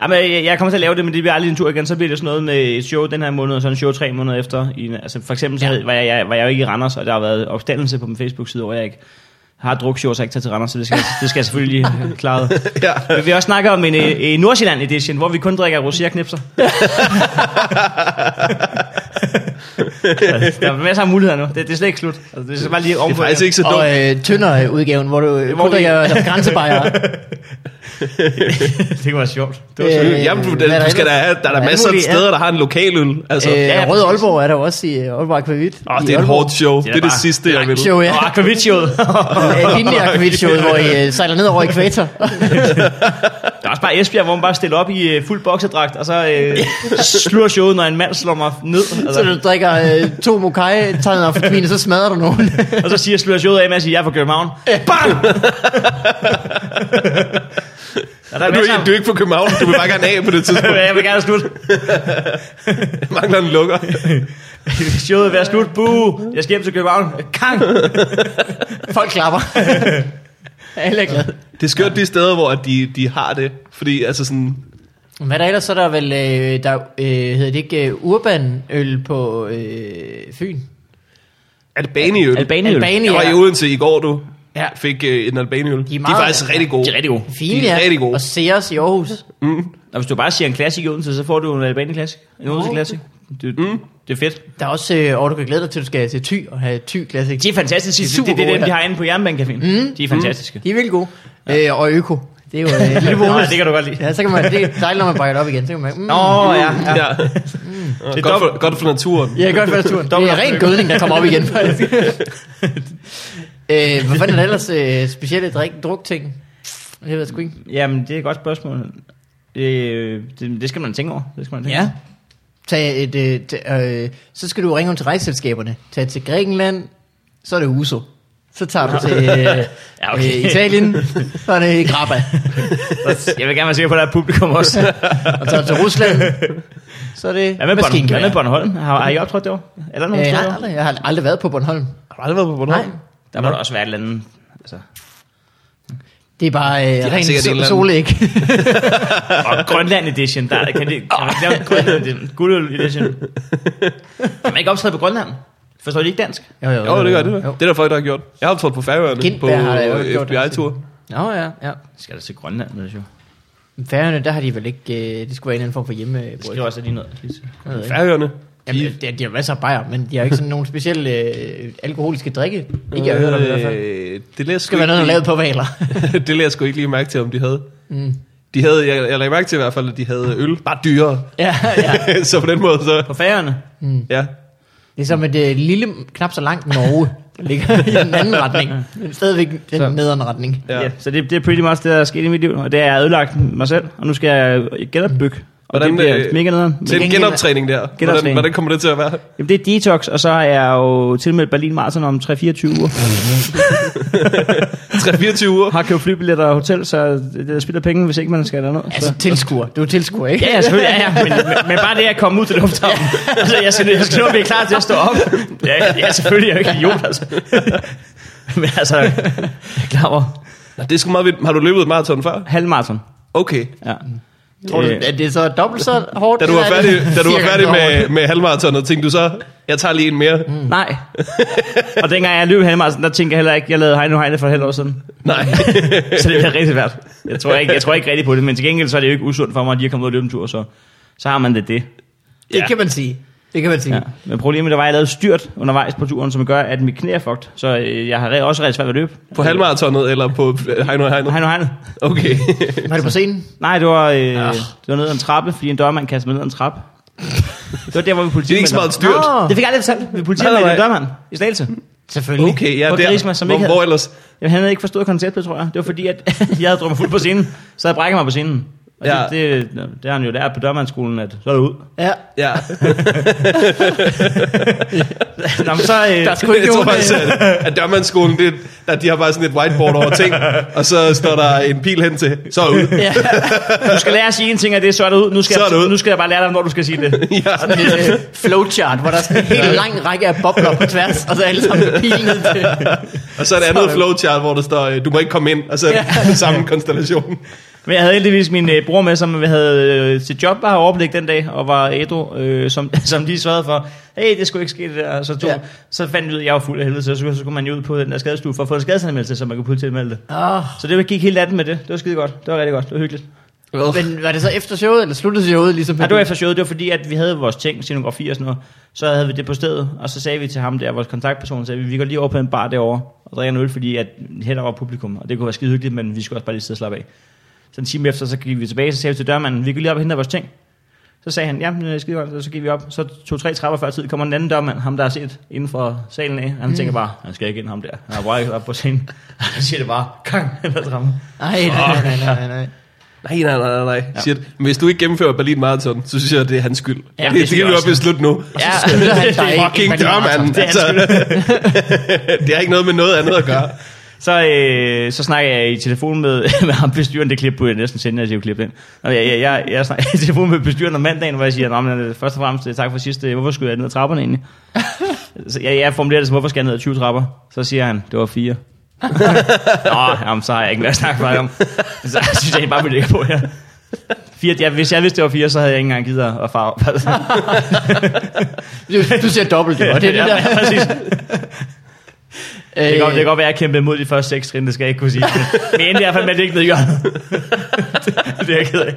Speaker 3: Jamen, jeg, jeg kommer til at lave det, men det bliver aldrig en tur igen. Så bliver det sådan noget med et show den her måned, og så en show tre måneder efter. I, en- altså, for eksempel så havde- var, jeg, jeg, var jeg jo ikke i Randers, og der har været opstandelse på min Facebook-side, hvor jeg ikke har drukket show, så jeg ikke tager til Randers, så det skal, det skal jeg selvfølgelig lige have klaret.
Speaker 2: Ja.
Speaker 3: Men vi har også snakket om en, øh, øh, Nordsjælland edition, hvor vi kun drikker rosé og knipser. Altså, der er masser af muligheder nu. Det, det er slet ikke slut. Altså, det er bare lige
Speaker 2: Det er
Speaker 3: ovenpå.
Speaker 2: faktisk ikke så
Speaker 1: Og
Speaker 2: dumt.
Speaker 1: øh, tyndere udgaven, hvor du hvor
Speaker 3: Hvor
Speaker 1: kun
Speaker 3: vi-
Speaker 1: drikker altså, grænsebajere.
Speaker 3: det kunne være sjovt. Det var
Speaker 1: Øh,
Speaker 3: sjovt.
Speaker 2: Øh, Jamen, du,
Speaker 1: hvad er
Speaker 2: der,
Speaker 1: der
Speaker 2: du skal da
Speaker 1: ellers?
Speaker 2: have, der er der
Speaker 1: Alt
Speaker 2: masser af
Speaker 1: muligt, ja.
Speaker 2: steder, der har en lokal øl. Altså,
Speaker 1: Øh,
Speaker 2: øh,
Speaker 3: ja,
Speaker 1: Røde
Speaker 3: præcis.
Speaker 1: Aalborg er der også i øh, Aalborg Aquavit.
Speaker 2: åh,
Speaker 1: I
Speaker 2: Ah, det er et
Speaker 1: Aalborg.
Speaker 2: hårdt show. Det er det,
Speaker 3: bare-
Speaker 2: sidste, jeg vil.
Speaker 1: show, ja.
Speaker 3: Og akvavitshowet.
Speaker 1: Øh, Pindig Aquavit-showet, hvor I øh, sejler ned over ekvator.
Speaker 3: Der Der er også bare Esbjerg, hvor man bare stiller op i øh, fuld boksedragt, og så øh, slår showet, når en mand slår mig ned.
Speaker 1: Så du
Speaker 3: Altså,
Speaker 1: drikker øh, to mokai, tager noget amfetamin, og så smadrer du nogen.
Speaker 3: og så siger slår showet af med at sige, jeg er fra København. Bam! Og der er
Speaker 2: Du, er
Speaker 3: masser
Speaker 2: ikke-
Speaker 3: af-
Speaker 2: du er ikke fra København, du vil bare gerne af på det tidspunkt.
Speaker 3: jeg vil gerne slutte.
Speaker 2: Jeg mangler en lukker.
Speaker 3: Showet er ved at slutte. Boo! Jeg skal hjem til København. Kang!
Speaker 1: Folk klapper. Alle er glade.
Speaker 2: Det er skørt de steder, hvor de, de har det. Fordi altså sådan,
Speaker 1: Hvad er der ellers? Så er der vel, øh, der øh, hedder det ikke uh, urban øl på øh, Fyn?
Speaker 2: Albaniøl.
Speaker 3: Albaniøl.
Speaker 2: Jeg var i Odense i går, du.
Speaker 1: Ja.
Speaker 2: Fik øh, en Albaniøl.
Speaker 1: De
Speaker 2: De,
Speaker 1: er
Speaker 2: de er
Speaker 1: meget-
Speaker 2: faktisk rigtig gode.
Speaker 3: De er rigtig gode.
Speaker 1: Fine,
Speaker 2: De er
Speaker 1: ja.
Speaker 2: rigtig gode.
Speaker 1: Og Sears i Aarhus.
Speaker 3: Og hvis du bare siger en klassik i Odense, så får du en albanisk klassik. En Odense klassik. Det, mm. det er fedt.
Speaker 1: Der er også, øh, og du kan glæde dig til, at du skal til Thy og have Thy Classic.
Speaker 3: De er fantastiske. Det, det, det er
Speaker 1: supergode,
Speaker 3: dem, de
Speaker 1: ja.
Speaker 3: har inde på Jernbanecaféen. Mm. De er fantastiske.
Speaker 1: De er virkelig gode. Ja. Øh, og Øko. Det er jo øh, en lille
Speaker 3: Mm. Nå,
Speaker 1: bonus.
Speaker 3: det kan du godt lide.
Speaker 1: Ja, så kan man, det er dejligt, når man brækker det op igen. Så kan man, mm,
Speaker 3: Nå, ja.
Speaker 2: Ja. ja. Det er godt, for, godt for naturen.
Speaker 1: Ja, godt første turen. Det er ren gødning, der kommer op igen, faktisk. øh, hvad fanden er der ellers øh, specielle drik, drukting? Det ved jeg sgu ikke.
Speaker 3: Jamen, det er et godt spørgsmål. Øh, det, det skal man tænke over. Det skal man tænke
Speaker 1: Ja.
Speaker 3: over.
Speaker 1: Tag et, øh, t- øh, så skal du ringe om til rejseselskaberne. Tag til Grækenland, så er det Uso. Så tager du til øh,
Speaker 3: Ja,
Speaker 1: ja,
Speaker 3: okay.
Speaker 1: okay. øh, Italien, så er det Grappa.
Speaker 3: Jeg vil gerne være sikker på, at der er publikum også.
Speaker 1: Og så til Rusland, så er det
Speaker 3: Hvad med Bornholm?
Speaker 1: Maskingevær.
Speaker 3: Hvad med Bornholm? Har, har I optrådt derovre? Er der nogen
Speaker 1: Øh,
Speaker 3: øh,
Speaker 1: jeg,
Speaker 3: steder?
Speaker 1: har aldrig, jeg har aldrig været på Bornholm.
Speaker 2: Har du aldrig været på
Speaker 1: Nej,
Speaker 2: Bornholm?
Speaker 3: Der må der også være et eller andet. Altså.
Speaker 1: det er bare øh,
Speaker 2: har sikkert en
Speaker 1: ren
Speaker 2: eller
Speaker 1: sol-
Speaker 2: anden-
Speaker 1: solæg.
Speaker 3: Og Grønland Edition. Der, kan, det, kan man ikke lave en Grønland Edition? Guldøl Edition. Kan man ikke optræde på Grønland? Forstår de ikke dansk?
Speaker 1: jo, jo,
Speaker 2: Jo, det gør det.
Speaker 1: Jo.
Speaker 2: Der. Det er der folk, der har gjort. Jeg har optrådt på Færøerne på øh,
Speaker 1: Gintberg har da jo gjort det.
Speaker 2: FBI-tur.
Speaker 1: Nå ja, ja.
Speaker 3: Skal der til Grønland, det er jo.
Speaker 1: Færøerne, der har de vel ikke... Øh, det skulle være en eller anden form for hjemme... øh,
Speaker 3: Det skal også lige noget. lige til.
Speaker 1: Jeg ved ikke.
Speaker 2: Færøerne.
Speaker 1: Jamen, de, de, de har masser af bajer, men de har ikke sådan nogle specielle øh, alkoholiske drikke. Ikke jeg har hørt om i hvert fald. Det
Speaker 2: Øh, det læser
Speaker 1: skal være noget, der er lavet på valer.
Speaker 2: det lagde jeg sgu ikke lige mærke til, om de havde. Mm. De havde, jeg, jeg lagde mærke til i hvert fald, at de havde øl, bare dyrere.
Speaker 1: ja, ja. Mm.
Speaker 2: Ja. så på den måde,
Speaker 3: På
Speaker 2: så,
Speaker 3: færgerne.
Speaker 2: ja.
Speaker 1: Det er som et øh, lille, knap så langt Norge, der ligger i den anden retning. Men stadigvæk den
Speaker 3: Så.
Speaker 1: nederen retning.
Speaker 2: ja.
Speaker 3: Ja.
Speaker 2: ja.
Speaker 3: ja. så det, det er pretty much det, der er sket i mit liv. Og det er, jeg har ødelagt mig selv, og nu skal jeg genopbygge. Og
Speaker 2: Hvordan,
Speaker 3: det bliver
Speaker 2: øh,
Speaker 3: mega nederen.
Speaker 2: Til en
Speaker 1: gengæld-
Speaker 2: genoptræning der. Hvordan,
Speaker 3: Genoptræning.
Speaker 2: hvordan kommer det til at være?
Speaker 3: Jamen, det er detox, og så er jeg jo tilmeldt Berlin Marathon om 3-24 uger.
Speaker 2: 3-24 uger.
Speaker 3: Har købt flybilletter og hotel, så det det er spild af penge, hvis ikke man skal derned.
Speaker 1: Altså tilskuer. Du er tilskuer, ikke?
Speaker 3: Ja, ja, selvfølgelig. Ja, ja. Men, men- men, bare det at komme ud til lufthavnen. altså, jeg skal, jeg skal nu blive klar til at stå op. Ja, ja selvfølgelig. Jeg er jo ikke idiot, altså. men altså, jeg er klar over
Speaker 2: Nå, Det er sgu meget vildt. Har du løbet et maraton før?
Speaker 3: halvmarathon.
Speaker 2: Okay.
Speaker 3: Ja.
Speaker 1: Tror du,
Speaker 3: Øh,
Speaker 1: at det er så dobbelt så hårdt?
Speaker 2: Da du var
Speaker 1: eller er
Speaker 2: færdig,
Speaker 1: det
Speaker 2: da du var
Speaker 1: fire
Speaker 2: færdig
Speaker 1: gange så
Speaker 2: med,
Speaker 1: hårdt?
Speaker 2: med halvmaratonet, tænkte du så, jeg tager lige en mere. Mm.
Speaker 3: Nej. og dengang jeg løb halvmarathon, der tænkte jeg heller ikke, jeg lavede Heino Heine for et halvt år siden.
Speaker 2: Nej.
Speaker 3: Så det bliver rigtig svært. Jeg tror ikke, jeg tror ikke rigtig på det, men til gengæld så er det jo ikke usundt for mig, at de har kommet ud og løbet en tur, så, så har man det det.
Speaker 1: Det kan man sige. Det kan man sige.
Speaker 3: Ja. Men problemet det var, at jeg lavede styrt undervejs på turen, som gør, at mit knæ er fucked. Så øh, jeg har re- også rigtig svært ved at løbe. Øh,
Speaker 2: På halvmaratonet eller på Heino og Heino?
Speaker 3: Heino Heine.
Speaker 2: Okay. Ah.
Speaker 1: Var det på scenen?
Speaker 3: Nej, det var, øh, det var ned ad en trappe, fordi en dørmand kastede mig ned ad en trappe. Det var der, hvor vi
Speaker 2: Det er ikke så
Speaker 3: politiet
Speaker 2: meget Mm. styrt.
Speaker 1: Nå,
Speaker 3: Det fik jeg aldrig fortalt. Vi
Speaker 2: Nej,
Speaker 3: politianmeldte
Speaker 2: nej,
Speaker 3: en dørmand i Slagelse.
Speaker 1: selvfølgelig.
Speaker 2: Okay, ja,
Speaker 3: Hvor
Speaker 2: det
Speaker 3: Griezmann, som ikke
Speaker 2: hvor,
Speaker 3: havde-
Speaker 2: hvor ellers?
Speaker 3: Jamen, han havde ikke forstået konceptet, tror jeg. Det var fordi, at jeg havde drømt mig fuld på scenen, så jeg brækket mig på scenen. Og
Speaker 2: Ja.
Speaker 3: ja. det, det, det, har han jo lært på dørmandsskolen, at så er det ud.
Speaker 1: Ja.
Speaker 2: Ja.
Speaker 3: Nå, men så, øh,
Speaker 1: Der er sgu ikke
Speaker 2: Jeg tror
Speaker 1: nogen...
Speaker 2: faktisk, at, at dørmandsskolen, det, der, de har bare sådan et whiteboard over ting, og så står der en pil hen til, så ud.
Speaker 1: Ja.
Speaker 3: du skal lære at sige en ting af det, så er det ud. Nu skal,
Speaker 2: Så er
Speaker 3: jeg,
Speaker 2: det ud.
Speaker 3: nu skal jeg bare lære dig, når du skal sige det.
Speaker 2: Ja.
Speaker 1: sådan et øh, flowchart, hvor der er sådan en helt lang række af bobler på tværs, og så alle sammen med pil ned til.
Speaker 2: Og så er der andet flowchart, hvor der står, øh, du må ikke komme ind, og så er det den samme konstellation.
Speaker 3: Men jeg havde heldigvis min øh, bror med, som havde øh, sit job var overblik den dag, og var ædru, øh, som, som lige sørgede for, hey, det skulle ikke ske det der. Og Så, tog,
Speaker 1: Ja.
Speaker 3: ja. så fandt vi ud af, at jeg var fuld af helvede, så, så, så kunne man jo ud på den der skadestue for at få en skadesanmeldelse, så man kunne politianmelde det.
Speaker 1: Oh,
Speaker 3: Så det gik helt natten med det. Det var skide godt. Det var rigtig godt. Det var hyggeligt.
Speaker 1: men var det så efter showet, eller sluttede showet ligesom?
Speaker 3: Nej, det var efter showet. Det var fordi, at vi havde vores ting, scenografi og sådan noget. Så havde vi det på stedet, og så sagde vi til ham der, vores kontaktperson, sagde, vi, vi går lige over på en bar derovre og drikker en øl, fordi at heller var publikum, og det kunne være skide hyggeligt, men vi skulle også bare lige sidde og slappe af. Så en time efter, så gik vi tilbage, så sagde vi til dørmanden, vi går lige op og henter vores ting. Så sagde han, ja, men det er skide godt, og så gik vi op. Så tog tre trapper før tid, kommer en anden dørmand, ham der har set inden for salen af. Han mm. tænker bare, han skal ikke ind ham der. Han har brækket op på scenen. Han siger det bare, kang, eller trappen.
Speaker 1: Nej, nej, nej, nej, nej.
Speaker 2: Nej, nej, nej, nej, nej. Ja. Shit. Men hvis du ikke gennemfører Berlin Marathon, så synes jeg, det er hans skyld.
Speaker 1: Ja,
Speaker 2: Ja,
Speaker 1: det
Speaker 2: det, det,
Speaker 3: synes
Speaker 2: kan du
Speaker 3: jeg
Speaker 2: godt
Speaker 3: også.
Speaker 2: beslutte nu.
Speaker 1: Ja, skylder han dig ikke
Speaker 2: Fucking
Speaker 1: Berlin Marathon.
Speaker 2: dørmand.
Speaker 3: Det er hans
Speaker 2: Altså, det har ikke noget med noget andet at gøre.
Speaker 3: Så, øh, så snakker jeg i telefon med, med ham bestyren, det klip burde jeg næsten sende, jeg siger klip ind. Og jeg, jeg, jeg, jeg snakker i telefon med bestyren om mandagen, hvor jeg siger, "Nå, men, øh, først og fremmest, øh, tak for sidst, øh, hvorfor skulle jeg ned ad trapperne egentlig? så jeg, jeg formulerer det som, hvorfor skal jeg ned ad 20 trapper? Så siger han, det var fire. Nå, jamen, så har jeg ikke mere at snakke med om. Så synes jeg, jeg bare, vi ligger på her. Fire, ja, hvis jeg vidste, det var fire, så havde jeg ikke engang givet at farve.
Speaker 1: Du, du ser dobbelt, jo, og det er det der.
Speaker 3: Ja, præcis.
Speaker 1: Øh,
Speaker 3: Det kan, godt, det kan godt være, at jeg kæmpede imod de første seks trin, det skal jeg ikke kunne sige. Men jeg endte i hvert fald med, at det ikke ned i hjørnet. det er jeg ked af.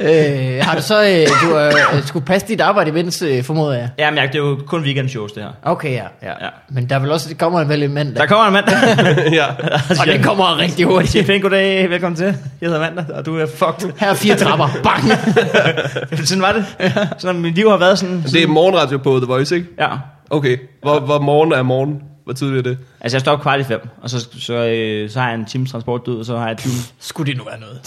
Speaker 1: Øh, har du så, øh, du øh, skulle passe dit arbejde imens, øh, formoder jeg?
Speaker 3: Ja, men jeg, det er jo kun weekendshows, det her.
Speaker 1: Okay, ja.
Speaker 3: Ja.
Speaker 1: Men der er vel også, det kommer vel en mandag.
Speaker 3: Der kommer en mand.
Speaker 2: ja.
Speaker 1: og den kommer rigtig hurtigt.
Speaker 3: Siger pænt goddag, velkommen til. Jeg hedder Mandag, og du er fucked.
Speaker 1: Her er fire trapper. Bang!
Speaker 3: Sådan var det. Sådan har mit liv har været sådan.
Speaker 2: Det er morgenradio på The Voice, ikke?
Speaker 3: Ja.
Speaker 2: Okay. Hvor, hvor morgen er morgen? Hvor tidligt er det?
Speaker 3: Altså, jeg står op kvart i fem, og så, så, øh, så har jeg en times transport død, og så har jeg 20.
Speaker 1: Skulle det nu være noget?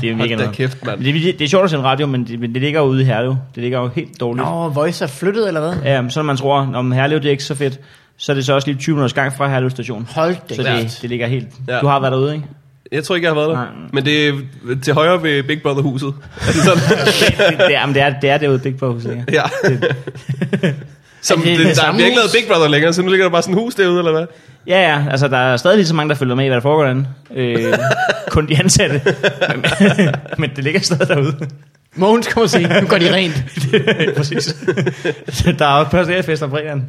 Speaker 3: det er mega
Speaker 2: Hold da
Speaker 3: noget.
Speaker 2: kæft,
Speaker 3: Men
Speaker 2: mand.
Speaker 3: Det, det, er sjovt at sende radio, men det, men det ligger jo ude i Herlev. Det ligger jo helt dårligt.
Speaker 1: Nå, Voice er flyttet, eller hvad?
Speaker 3: Ja, men Øhm, så når man tror, om Herlev det er ikke så fedt, så er det så også lige 20 minutters gang fra Herlev station.
Speaker 1: Hold da
Speaker 3: Så det,
Speaker 1: kæft.
Speaker 3: det ligger helt...
Speaker 2: Ja.
Speaker 3: Ja. Du har været derude, ikke?
Speaker 2: Jeg tror ikke, jeg har været der.
Speaker 3: Nej.
Speaker 2: Men det er til højre ved Big Brother-huset. Er det sådan?
Speaker 3: Det, det, er, men det, er, det er derude Big Brother, ikke?
Speaker 2: ja. Som,
Speaker 1: Er det
Speaker 2: det,
Speaker 1: det
Speaker 2: det, der
Speaker 1: samme
Speaker 2: bliver ikke lavet
Speaker 1: hus?
Speaker 2: Big Brother længere, så nu ligger der bare sådan et hus derude, eller hvad?
Speaker 3: Ja, ja, altså der er stadig lige så mange, der følger med i, hvad der foregår derinde. Øh, kun de ansatte. Men, men det ligger stadig derude.
Speaker 1: Mogens kommer og siger, nu går de rent.
Speaker 3: Præcis. der er også personalfest om fredagen.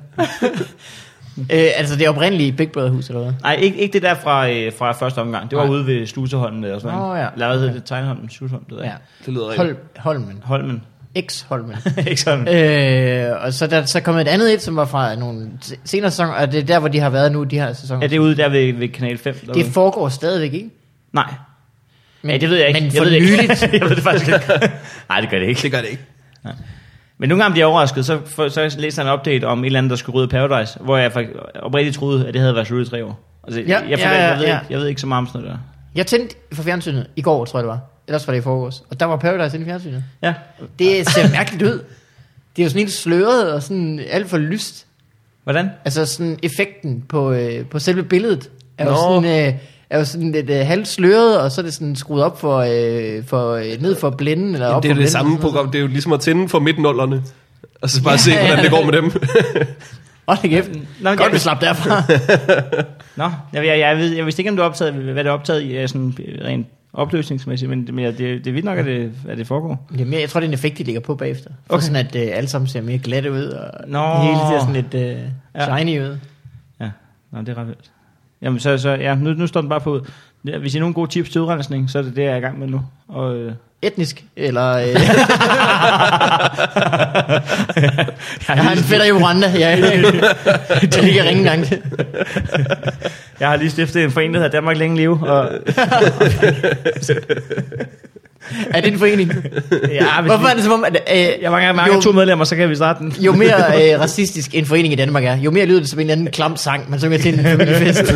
Speaker 1: øh, altså, det er oprindelige Big Brother-hus, eller hvad?
Speaker 3: Nej, ikke, ikke det der fra, øh, fra første omgang. Det var
Speaker 1: Nej.
Speaker 3: ude ved Sluseholmen eller sådan
Speaker 1: Nå, ja.
Speaker 3: Eller hvad hedder det? Tegnholmen? Sluseholmen, det ved jeg.
Speaker 1: Ja.
Speaker 3: ikke.
Speaker 2: Det lyder rigtigt.
Speaker 1: Hol Holmen.
Speaker 3: Holmen.
Speaker 1: Ex-Holmen.
Speaker 3: ikke sådan.
Speaker 1: øh, og så, der, så kom et andet et, som var fra nogle se- senere sæsoner, og det er der, hvor de har været nu, de her sæsoner.
Speaker 3: Ja, det er ude der ved, ved Kanal 5. Derude.
Speaker 1: det foregår stadigvæk, ikke?
Speaker 3: Nej. Men, ja, det ved jeg ikke.
Speaker 1: Men
Speaker 3: jeg
Speaker 1: for
Speaker 3: ved det
Speaker 1: nyligt.
Speaker 3: Ikke. jeg ved det faktisk ikke. Nej, det gør det ikke.
Speaker 2: Det gør det ikke.
Speaker 3: Men nogle gange bliver jeg overrasket, så, for, så læser jeg en update om et eller andet, der skulle rydde Paradise, hvor jeg faktisk oprigtigt troede, at det havde været slut i tre år. Altså,
Speaker 1: Ja,
Speaker 3: jeg, jeg,
Speaker 1: ja,
Speaker 3: ja,
Speaker 1: ja,
Speaker 3: jeg, ved
Speaker 1: ja.
Speaker 3: Ikke, jeg ved ikke så meget om sådan noget der.
Speaker 1: Jeg tændte for fjernsynet i går, tror jeg det var. Ellers var det i forgårs. Og der var Paradise inde i fjernsynet.
Speaker 3: Ja.
Speaker 1: Det ser mærkeligt ud. Det er jo sådan helt sløret og sådan alt for lyst.
Speaker 3: Hvordan?
Speaker 1: Altså sådan effekten på, øh, på selve billedet er jo,
Speaker 2: Nå.
Speaker 1: sådan, øh, er jo sådan lidt øh, halvt sløret, og så er det sådan skruet op for, øh, for øh, ned for blinden. Eller op for
Speaker 2: Jamen, det er jo det
Speaker 1: blinden,
Speaker 2: samme
Speaker 1: sådan noget.
Speaker 2: program. Det er jo ligesom at tænde for midtnullerne. Og så bare se,
Speaker 1: Ja.
Speaker 2: hvordan det går med dem.
Speaker 1: Hold da kæft.
Speaker 3: Nå, men
Speaker 1: Godt,
Speaker 3: jeg-
Speaker 1: vi slap derfra.
Speaker 3: Nå, jeg, jeg, jeg, ved, jeg vidste ikke, om du optaget, hvad det er optaget i, øh, sådan øh, rent opløsningsmæssigt, men, men det, det er vildt nok, at det, at det foregår.
Speaker 1: Jamen, jeg tror, det er en effekt, de ligger på bagefter. For okay.
Speaker 3: Okay.
Speaker 1: sådan, at øh, alle sammen ser mere glatte ud, og
Speaker 3: Nå.
Speaker 1: det hele ser sådan lidt øh,
Speaker 3: Ja.
Speaker 1: shiny ud.
Speaker 3: Ja, Nå, det er ret vildt. Jamen, så, så ja, nu, nu står den bare på ud. Ja, Hvis I har nogle gode tips til udrensning, så er det det, jeg er i gang med nu. Og, øh,
Speaker 1: Etnisk, eller... Øh, jeg har en fætter i Rwanda. Ja, det ligger ringen langt.
Speaker 3: Jeg har lige stiftet en forening, der hedder Danmark Længe Leve. Og,
Speaker 1: Er det en forening?
Speaker 3: ja,
Speaker 1: Hvorfor er det som om, at øh,
Speaker 3: Jeg mangler, mangler
Speaker 1: Jo.
Speaker 3: to medlemmer, så kan vi starte den.
Speaker 1: jo mere øh, racistisk en forening i Danmark er, jo mere lyder det som en eller anden klam sang, man synger til en familiefest.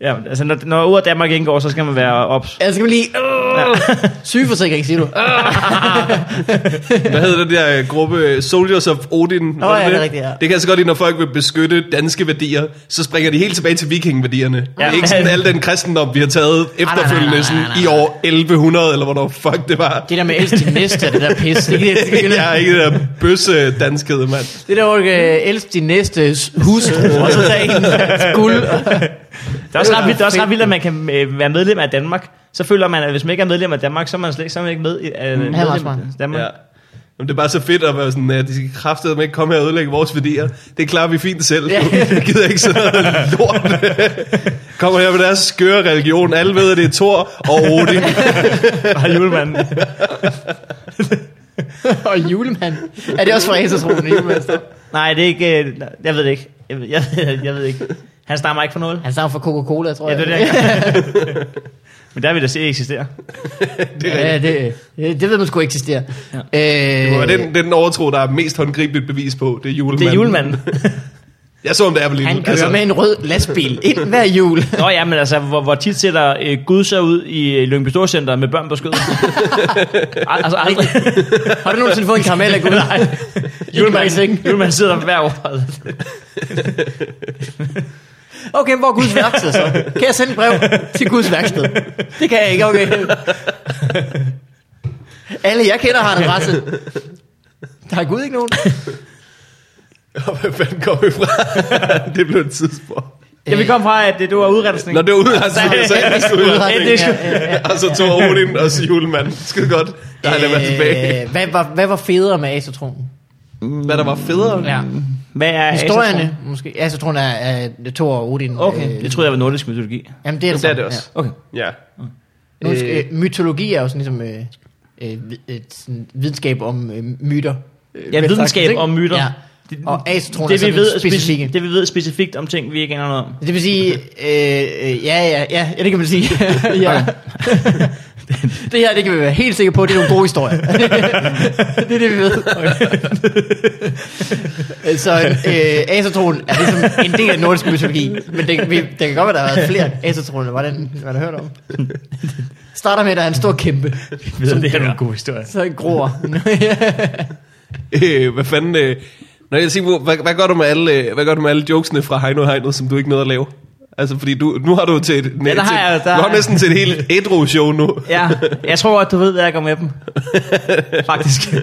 Speaker 3: Ja, altså, når, når ordet Danmark indgår, så skal man være ops.
Speaker 1: Jeg skal man lige... Øh, sygeforsikring, siger du.
Speaker 2: Hvad hedder den der øh, gruppe? øh, Soldiers of Odin? Var
Speaker 1: ja, det er rigtigt, ja.
Speaker 2: Det kan jeg så godt lide, når folk vil beskytte danske værdier, så springer de helt tilbage til vikingværdierne.
Speaker 3: Ja.
Speaker 2: Ja. Ikke sådan al den kristendom, vi har taget efterfølgende
Speaker 1: nej, nej,
Speaker 2: sådan
Speaker 1: nej,
Speaker 2: i år 1100, eller hvornår fuck det var.
Speaker 1: Det der med ældst din næste, og det der pis. Det, det, det, det,
Speaker 2: Jeg er ikke det der bøsse danskhed, mand.
Speaker 1: det der, hvor du kan elske din næste hustru, og så tage hendes guld.
Speaker 3: Det er også ret vildt, det er også ret vildt at man kan øh, være medlem af Danmark. Så føler man, at hvis man ikke er medlem af Danmark, så er man slet så er man ikke med i øh, medlem
Speaker 1: han er smart.
Speaker 3: af Danmark.
Speaker 2: Ja. Jamen, det er bare så fedt at være sådan, at de skal kraftedeme ikke komme her og ødelægge vores værdier. Det klarer vi fint selv.
Speaker 1: Ja.
Speaker 2: Ja. Vi gider ikke sådan noget lort. Kommer her med deres skøre religion. Alle ved, at det er Thor og Odin.
Speaker 3: Bare julemanden.
Speaker 1: og julemand. Er det også fra Asersroen, julemester?
Speaker 3: Nej, det er ikke... Øh, jeg ved det ikke. Jeg, ved- jeg, ved- jeg ved ikke. Han stammer ikke for noget.
Speaker 1: Han stammer fra Coca-Cola, tror
Speaker 3: Ja,
Speaker 1: jeg.
Speaker 3: det er det, jeg- Men der vil der se, at det eksisterer.
Speaker 2: Det er
Speaker 1: ja, det, det, det ved man sgu eksistere. Ja. Øh,
Speaker 2: Det er den, den overtro, der er mest håndgribeligt bevis på, det er
Speaker 3: Det
Speaker 2: julemanden.
Speaker 3: er julemanden.
Speaker 2: Jeg så om det er på lige
Speaker 1: Han kører altså. med en rød lastbil ind hver jul.
Speaker 3: Nå ja, men altså, hvor, hvor tit ser der øh, Gud så ud i øh, Lyngby Storcenter med børn på skødet? Al- altså aldrig.
Speaker 1: Har du nogensinde fået en karamel af Gud? Nej.
Speaker 3: Julemanden, julemanden sidder der hver år.
Speaker 1: Okay, hvor er Guds værksted så? Kan jeg sende et brev til Guds værksted? Det kan jeg ikke, okay. Alle jeg kender har en adresse. Der er Gud ikke nogen.
Speaker 2: Og hvad fanden kom vi fra? det blev et tidsspår.
Speaker 3: Ja, vi kom fra, at øh, det, det var udrensning.
Speaker 2: Når det var udrensning, så er det sgu
Speaker 1: Udrensning,
Speaker 2: udrensning.
Speaker 1: ja, ja, ja.
Speaker 2: Og så tog Odin ind og så julemanden. Skide godt. Der har det været tilbage.
Speaker 1: Øh, hvad, var, hvad var federe med asetronen?
Speaker 2: Øh, Hvad der var federe?
Speaker 1: Ja.
Speaker 3: Hvad er
Speaker 1: Historierne, Øh, måske. Asetronen er, er Thor og Odin.
Speaker 3: Okay, det troede jeg var nordisk mytologi.
Speaker 1: Jamen, det er det,
Speaker 2: Det er det også.
Speaker 3: Okay.
Speaker 2: Ja.
Speaker 1: Ja. Nordisk, øh, mytologi er jo sådan ligesom øh, øh, vi- et sådan videnskab om øh, myter.
Speaker 3: Ja,
Speaker 1: Vel sagt,
Speaker 3: videnskab
Speaker 1: ikke?
Speaker 3: om myter.
Speaker 1: Ja.
Speaker 3: Det-
Speaker 1: Og asetroner er
Speaker 3: det, vi
Speaker 1: sådan
Speaker 3: ved,
Speaker 1: ved,
Speaker 3: specifikke.
Speaker 1: specifikke.
Speaker 3: det vi ved specifikt om ting, vi ikke aner noget om.
Speaker 1: Det vil sige, øh, øh, ja, ja, ja, ja, det kan man sige. ja. det her, det kan vi være helt sikre på, det er nogle gode historier. det er det, vi ved. Så øh, Asatron er ligesom en del af nordisk mytologi, men det, vi, det kan godt være, der har været flere Asatroner, var den, man har hørt om. Starter med, at der er en stor kæmpe,
Speaker 3: Vi ved, det er en god historie.
Speaker 1: så gror.
Speaker 2: Øh, hvad fanden... Øh, når jeg siger, hvad, hvad, gør du med alle, øh, hvad gør du med alle jokesene fra Heino Heino, som du ikke nåede at lave? Altså, fordi du, nu har du til et, ja,
Speaker 3: der
Speaker 2: til,
Speaker 3: har jeg- der
Speaker 2: du har
Speaker 3: er-
Speaker 2: næsten til et helt ædru-show nu.
Speaker 3: Ja, jeg tror godt, du ved, hvad jeg gør med dem. Faktisk.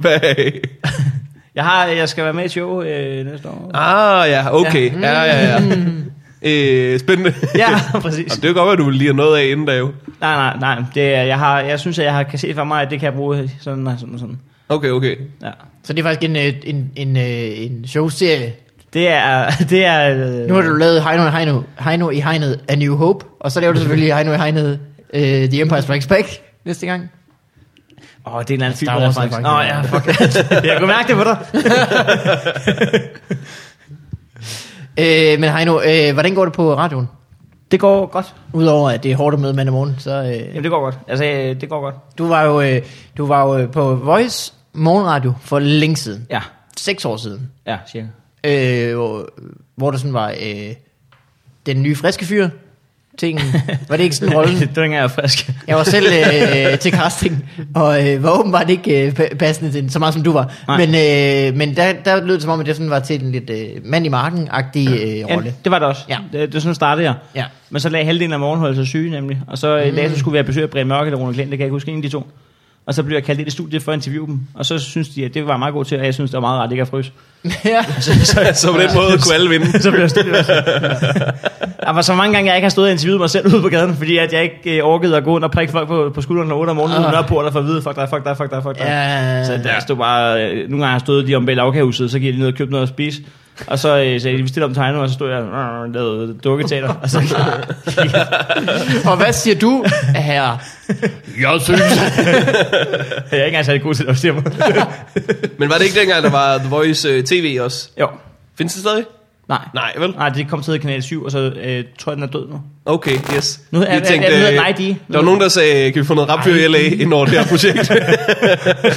Speaker 2: Hvad?
Speaker 3: Jeg, har, jeg skal være med i et show øh, næste år.
Speaker 2: ah, ja, okay. Ja, ja, ja. Øh, spændende.
Speaker 3: Ja, præcis.
Speaker 2: Jamen, det er jo godt, at du vil lige have noget af inden da jo.
Speaker 3: Nej, nej, nej. Det, er- jeg, har, jeg synes, at jeg har, kan se for mig, at det kan jeg bruge sådan og sådan og sådan.
Speaker 2: Okay, okay.
Speaker 3: Ja.
Speaker 1: Så det er faktisk en, øh, en, en, øh, en showserie.
Speaker 3: Det er... Det er øh,
Speaker 1: Nu har du lavet Heino, i Heino, Heino i hegnet A New Hope, og så laver du selvfølgelig Heino i hegnet uh, The Empire Strikes Back næste gang.
Speaker 3: Åh, oh, det er en eller anden film,
Speaker 1: Star Wars
Speaker 3: der er faktisk.
Speaker 1: reference.
Speaker 3: Nå, ja, fuck. jeg kunne mærke det på dig.
Speaker 1: Øh, men Heino, øh, hvordan går det på radioen?
Speaker 3: Det går godt.
Speaker 1: Udover at det er hårdt at møde mand i morgen, så øh,
Speaker 3: Jamen, det går godt. Altså, øh, det går godt.
Speaker 1: du var jo øh, du var jo øh, på Voice morgenradio for længe siden,
Speaker 3: Ja,
Speaker 1: seks år siden,
Speaker 3: ja, cirka.
Speaker 1: øh, hvor, hvor der sådan var øh, den nye friske fyr ting. Var det ikke sådan rollen?
Speaker 3: det var ikke engang, jeg er frisk.
Speaker 1: Jeg var selv øh, til casting, og øh, var åbenbart ikke øh, pa- passende til den, så meget som du var.
Speaker 3: Nej.
Speaker 1: Men, øh, men der, der lød det som om, at det sådan var til en lidt øh, mand i marken-agtig øh, rolle.
Speaker 3: Ja, det var det også.
Speaker 1: Ja.
Speaker 3: Det, det var sådan, startede jeg.
Speaker 1: Ja.
Speaker 3: Men så lagde halvdelen af morgenholdet sig syge nemlig. Og så mm. dagen, så skulle vi have besøg af Brian Mørk eller Rune Klint, det kan jeg ikke huske, en af de to. Og så blev jeg kaldt ind i studiet for at interviewe dem. Og så synes de, at det var jeg meget godt til, og jeg synes, det var meget rart ikke at fryse.
Speaker 1: ja.
Speaker 2: Så på den måde kunne alle vinde.
Speaker 3: så blev jeg studiet også. Der var så mange gange, jeg ikke har stået og interviewet mig selv ude på gaden, fordi at jeg ikke øh, orkede at gå rundt og prikke folk på, på skulderen og 8 om morgenen,
Speaker 1: Ah.
Speaker 3: uh. når på, der for at vide, fuck dig, fuck dig, fuck dig, fuck dig.
Speaker 1: ja.
Speaker 3: Så der stod bare, øh, nogle gange har jeg stået lige om bag lavkagehuset, så gik jeg lige ned og købte noget at spise. Og så øh, sagde de, vi stiller om tegnet, og så stod jeg øh, og lavede dukketeater. Og så gik jeg,
Speaker 1: Og hvad siger du, herre? Jeg synes...
Speaker 3: jeg er ikke engang særlig god til at lave stemmer.
Speaker 2: Men var det ikke dengang, der var The Voice øh, TV også?
Speaker 3: jo,
Speaker 2: Findes det stadig?
Speaker 3: nej.
Speaker 2: Nej, vel?
Speaker 3: Nej, det kom til kanal 7, og så øh, tror jeg, den er død nu.
Speaker 2: Okay, yes.
Speaker 3: Nu er-
Speaker 2: Vi
Speaker 3: er- er det
Speaker 2: øh,
Speaker 3: noget med ID?
Speaker 2: Der var nogen, der sagde, kan vi få noget rapfyr i LA ind over det her projekt?
Speaker 3: det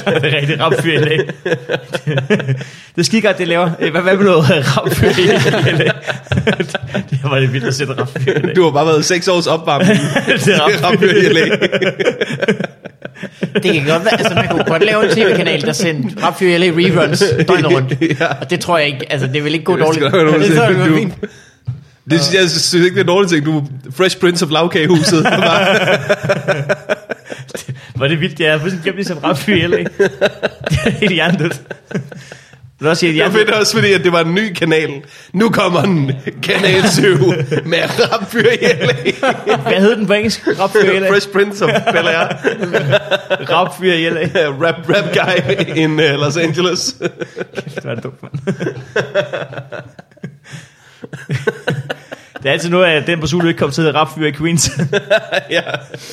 Speaker 3: er rigtig rapfyr i dag. det er skide godt, det laver. Øh, Hvad, hvad med noget rapfyr i dag? det var det vildt at sætte rapfyr i dag.
Speaker 2: du har bare været seks års opvarmning
Speaker 3: det er
Speaker 2: til
Speaker 3: rapfyr.
Speaker 2: rapfyr i LA.
Speaker 1: Det kan godt være, altså man kunne godt lave en tv-kanal, der sendte Rap LA reruns døgnet rundt.
Speaker 2: Ja.
Speaker 1: Og det tror jeg ikke, altså det vil ikke gå
Speaker 2: Det skal
Speaker 1: dårligt.
Speaker 2: der være nogen,
Speaker 1: det
Speaker 2: der siger
Speaker 1: tror jeg, det
Speaker 2: på
Speaker 1: var fint.
Speaker 2: Det synes jeg, jeg synes ikke, det er en dårlig ting. Du er Fresh Prince of Lavkagehuset. Bare-
Speaker 3: Var det vildt, det er. Jeg har fuldstændig glemt, at jeg satte rapfyr i dag. det er helt hjernedødt. Vil du også sige, at
Speaker 2: det var
Speaker 3: hjernedødt?
Speaker 2: fedt også, fordi at det var en ny kanal. Nu kommer den. Kanal 7 med rapfyr i LA.
Speaker 3: Hvad hed den på engelsk? Rap Fyr i LA.
Speaker 2: Fresh Prince of Bel Air.
Speaker 3: Rap Fyr i LA.
Speaker 2: Rap, rap guy in uh, Los Angeles.
Speaker 3: Det var dumt, mand. Det er altid noget, at den på Zulu ikke kom til at rap fyr i Queens.
Speaker 2: ja.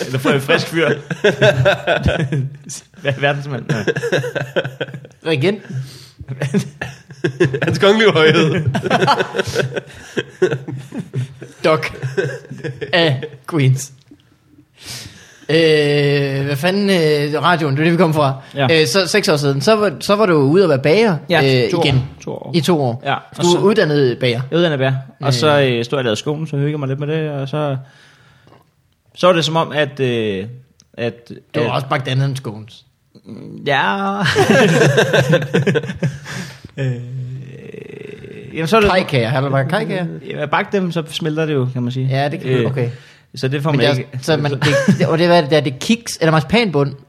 Speaker 3: Eller fra en frisk fyr. Hvad er verdensmand? Nej.
Speaker 1: Regent.
Speaker 2: Hans kongelige højhed. Mm.
Speaker 1: Doc af Queens. Øh, hvad fanden, øh, radioen, det er det, vi kom fra.
Speaker 3: Ja.
Speaker 1: Ja. Øh, så seks år siden, så var, så var du ude og være bager øh,
Speaker 3: to
Speaker 1: igen.
Speaker 3: År, to år.
Speaker 1: I to år.
Speaker 3: Ja, og
Speaker 1: Du er
Speaker 3: så-
Speaker 1: uddannet bager.
Speaker 3: Jeg er uddannet bær. Og så øh, stod jeg og lavede skolen, så hyggede jeg mig lidt med det, og så... Så var det som om, at... Øh, at
Speaker 1: Du har
Speaker 3: at-
Speaker 1: også bagt andet end scones.
Speaker 3: Ja. øh, jamen, så er det...
Speaker 1: Kajkager, har du bagt kajkager?
Speaker 3: Jeg bagte dem, så smelter det jo, kan man sige.
Speaker 1: Ja, det kan okay.
Speaker 3: Så det får man
Speaker 1: Men det
Speaker 3: Øh, ikke...
Speaker 1: er, altså- så man, det, det, og det, hvad er det, der, det er kiks, eller marcipanbund.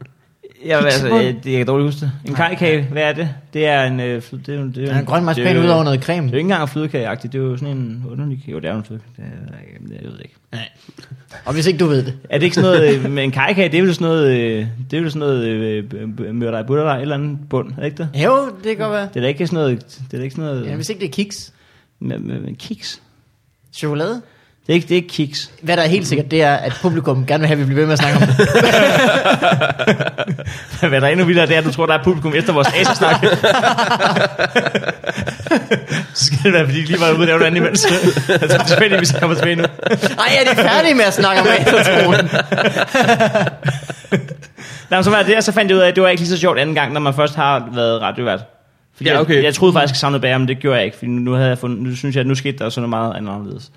Speaker 3: Jeg, altså,
Speaker 1: Kiksebund?
Speaker 3: jeg, det, jeg kan dårligt huske det. En kajkage, hvad er det? Det er en... øh, fly- Det er, jo- det er, jo
Speaker 1: Der er en grøn marcipan
Speaker 3: det er jo-
Speaker 1: ud over noget creme.
Speaker 3: Det er jo ikke engang flødekageagtigt, det er jo sådan en underlig... Jo, det er jo en flødekage. Det er- jamen, det- Jeg ved ikke.
Speaker 1: Nej. Og hvis ikke du ved det.
Speaker 3: Er det ikke sådan noget... øh, Med en kajkage, det er vel sådan noget... øh, Det er vel sådan noget... øh, b- b- Mørdej, butterdej, et eller andet bund, er det ikke det?
Speaker 1: Jo, det kan godt være.
Speaker 3: Det er da ikke sådan noget... Det er da ikke sådan noget...
Speaker 1: Ja, hvis ikke det er kiks.
Speaker 3: med, med, med kiks.
Speaker 1: Chokolade.
Speaker 3: Det er ikke, det er ikke kiks.
Speaker 1: Hvad der er helt sikkert, det er, at publikum gerne vil have, at vi bliver ved med at snakke om det.
Speaker 3: Hvad der er endnu vildere, det er, at du tror, der er publikum efter vores asesnak. Så skal det være, fordi de lige var ude og lave noget andet imens. Altså, tilfældigvis kommer tilbage nu.
Speaker 1: Ej, er de færdige med at snakke om asertroen?
Speaker 3: Nej, men så var det, og så fandt jeg ud af, at det var ikke lige så sjovt anden gang, når man først har været radiovært. Fordi
Speaker 2: Ja, okay.
Speaker 3: jeg, jeg, troede faktisk, at jeg savnede bager, men det gjorde jeg ikke, fordi nu, havde jeg fundet, nu synes jeg, at nu skete der sådan noget meget anderledes.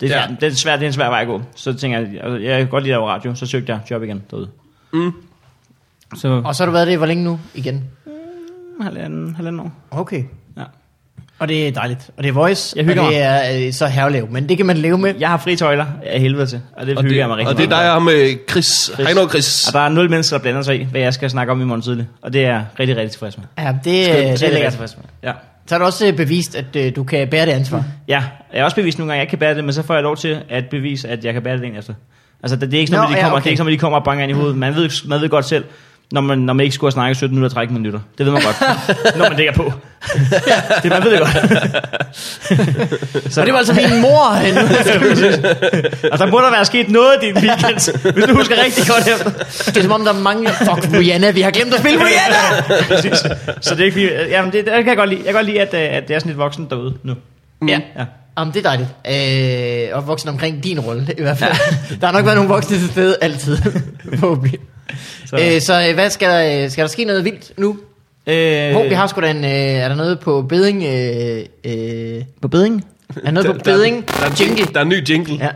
Speaker 3: Det er,
Speaker 2: Ja.
Speaker 3: ja. det, er svær, det er en svær vej at gå. Så tænker jeg, altså, jeg kan godt lide at lave radio, så søgte jeg job igen derude. Mm. Så
Speaker 1: Og så har du været det i hvor længe nu? Igen.
Speaker 3: halvanden, halvanden år.
Speaker 1: Okay.
Speaker 3: Ja.
Speaker 1: Og det er dejligt. Og det er voice,
Speaker 3: Jeg
Speaker 1: og det
Speaker 3: hygger
Speaker 1: er øh, så herlev. Men det kan man leve med.
Speaker 3: Jeg har fri tøjler af helvede til, og det
Speaker 2: Og
Speaker 3: hygger
Speaker 2: det,
Speaker 3: jeg mig rigtig
Speaker 2: og det er
Speaker 3: meget
Speaker 2: dig og ham, øh, Chris.
Speaker 3: med.
Speaker 2: Hej nu, Chris.
Speaker 3: Og der er nul mennesker, der blander sig i, hvad jeg skal snakke om i morgen tidlig. Og det er jeg rigtig, rigtig tilfreds med.
Speaker 1: Ja, det, øh, det er
Speaker 3: rigtig
Speaker 1: lækkert.
Speaker 3: tilfreds med. Ja.
Speaker 1: Så har du også øh, bevist, at øh, du kan bære det ansvar.
Speaker 3: ja, jeg er også bevist nogle gange, at jeg ikke kan bære det, men så får jeg lov til at bevise, at jeg kan bære det dagen efter. Altså, det det er ikke sådan,
Speaker 1: Nå,
Speaker 3: at de
Speaker 1: ja,
Speaker 3: kommer,
Speaker 1: okay.
Speaker 3: det er ikke sådan, at de kommer og banker ind i hovedet. Man ved, man ved godt selv, når man, når man ikke skulle have snakket 17 minutter og 13 minutter. Det ved man godt, når man ligger på. det, man ved det godt.
Speaker 1: Så og det var altså min mor. øh,
Speaker 3: Ja, præcis. og Altså, der må der være sket noget i din weekend, hvis du husker rigtig godt efter.
Speaker 1: det er som om, der mangler... Fuck, Rihanna, vi har glemt at spille Rihanna!
Speaker 3: Præcis. Så det er ikke fordi, jamen det, det kan jeg godt lide. Jeg kan godt lide, at, øh, at det er sådan lidt voksen derude nu.
Speaker 1: Ja.
Speaker 3: Ja.
Speaker 1: Jamen, det er dejligt. Øh, og voksen omkring din rolle, i hvert fald. Ja. Der har nok været nogle voksne til stede altid, forhåbentlig. Så,
Speaker 3: Så.
Speaker 1: øh, så øh, hvad skal der, øh, skal der ske noget vildt nu?
Speaker 3: Øh,
Speaker 1: Hvor vi har sgu da en, øh, er der noget på beding? Øh, øh, på beding? Er der noget
Speaker 2: Der-
Speaker 1: på beding?
Speaker 2: Der, der, er en
Speaker 1: Jingle.
Speaker 2: jingle. der er en ny jingle.
Speaker 1: Ja.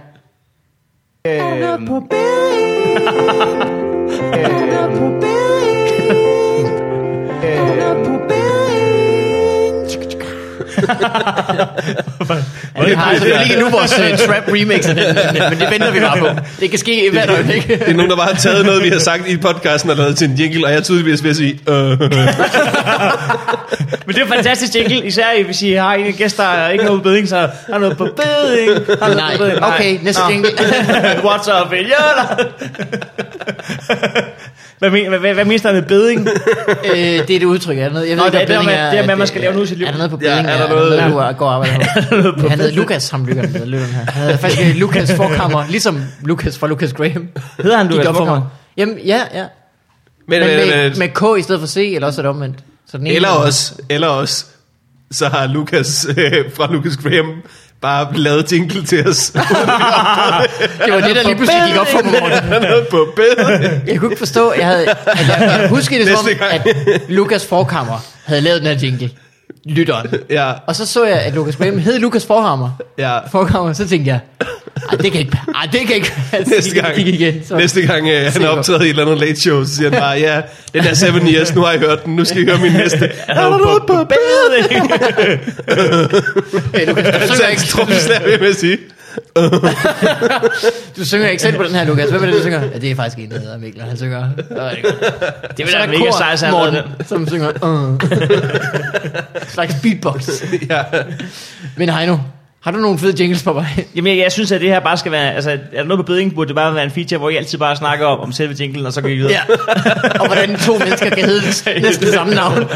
Speaker 1: Ja, vi har altså selvfølgelig ikke nu vores øh, trap remix af den, men, men det venter vi bare på. Det kan ske i hvert øjeblik.
Speaker 2: Det er nogen, der bare har taget noget, vi har sagt i podcasten og lavet til en jingle, og jeg er tydeligvis ved at sige, øh,
Speaker 3: Men det er en fantastisk jingle, især hvis I har en gæst, der er ikke noget på beding, så har noget på beding. Har noget
Speaker 1: Nej, Ah.
Speaker 3: på beding.
Speaker 1: okay, næste
Speaker 3: Nå.
Speaker 1: jingle.
Speaker 3: What's up, idioter? hvad, men, hvad, hvad, hvad mister med beding?
Speaker 1: øh, det er det udtryk, er der noget? Jeg
Speaker 3: Nå,
Speaker 1: ved ikke,
Speaker 3: det er
Speaker 1: hvad
Speaker 3: det
Speaker 1: beding
Speaker 3: med- det er med, at man
Speaker 1: det-
Speaker 3: skal lave noget i sit liv.
Speaker 1: Er der noget på
Speaker 2: Ja,
Speaker 1: beding?
Speaker 2: er der
Speaker 1: Er
Speaker 2: noget-
Speaker 1: der noget, du går og arbejder på? Han hedder Lukas, ham lykker med lytteren her. Han hedder faktisk øh, Lukas Forkammer, ligesom Lukas fra Lukas Graham.
Speaker 3: Hedder han
Speaker 1: De
Speaker 3: Lukas
Speaker 1: gør for mig.
Speaker 3: Forkammer?
Speaker 1: Jamen, ja, ja.
Speaker 2: men,
Speaker 1: Men
Speaker 2: men, men,
Speaker 1: med, med K i stedet for C, eller også er det omvendt. Så den ene-
Speaker 2: eller også, eller også, så har Lukas øh, fra Lucas Graham bare lavet jingle til os.
Speaker 1: Det var det, der lige pludselig gik op for mig. Morten.
Speaker 2: Han er noget på bedre.
Speaker 1: Jeg kunne ikke forstå, jeg havde, at jeg, jeg husker det som,
Speaker 2: Næste gang.
Speaker 1: at Lukas Forkammer havde lavet den her jingle. Lytteren.
Speaker 2: Ja,
Speaker 1: Og så så jeg, at Lukas Graham hed Lukas Forhammer.
Speaker 2: ja.
Speaker 1: Forkammer, så tænkte jeg, ej, det kan ikke pa- Ej, det kan ikke passe.
Speaker 2: Næste
Speaker 1: Det
Speaker 2: gang,
Speaker 1: gik igen. Så.
Speaker 2: næste gang øh, han
Speaker 1: Sikker.
Speaker 2: optræder i et eller andet late show, så siger han bare, ja, den der 7 years, nu har I hørt den, nu skal I høre min næste. Er der noget på
Speaker 3: beding?
Speaker 1: Okay, Lukas, du, synger ikke,
Speaker 2: bedre? Tromslærer, vil jeg sige.
Speaker 1: du synger ikke selv på den her, Lukas. Hvem er det, du synger? Ja, det er faktisk en, der hedder Mikkel, og han synger. Det var det godt.
Speaker 3: Det
Speaker 1: Så
Speaker 3: vil
Speaker 1: er
Speaker 3: da
Speaker 1: der
Speaker 3: mega
Speaker 1: kor,
Speaker 3: sejt, at han
Speaker 1: Morten,
Speaker 3: lavede den.
Speaker 1: som synger. Uh. Slags beatbox.
Speaker 2: Ja.
Speaker 1: Men Heino, har du nogle fede jingles på vej?
Speaker 3: Jamen, jeg, jeg synes, at det her bare skal være... Altså, er der noget på beding, burde det bare være en feature, hvor I altid bare snakker om, om selve jinglen, og så kan I videre.
Speaker 1: Ja. Og hvordan to mennesker kan hedde næsten samme navn.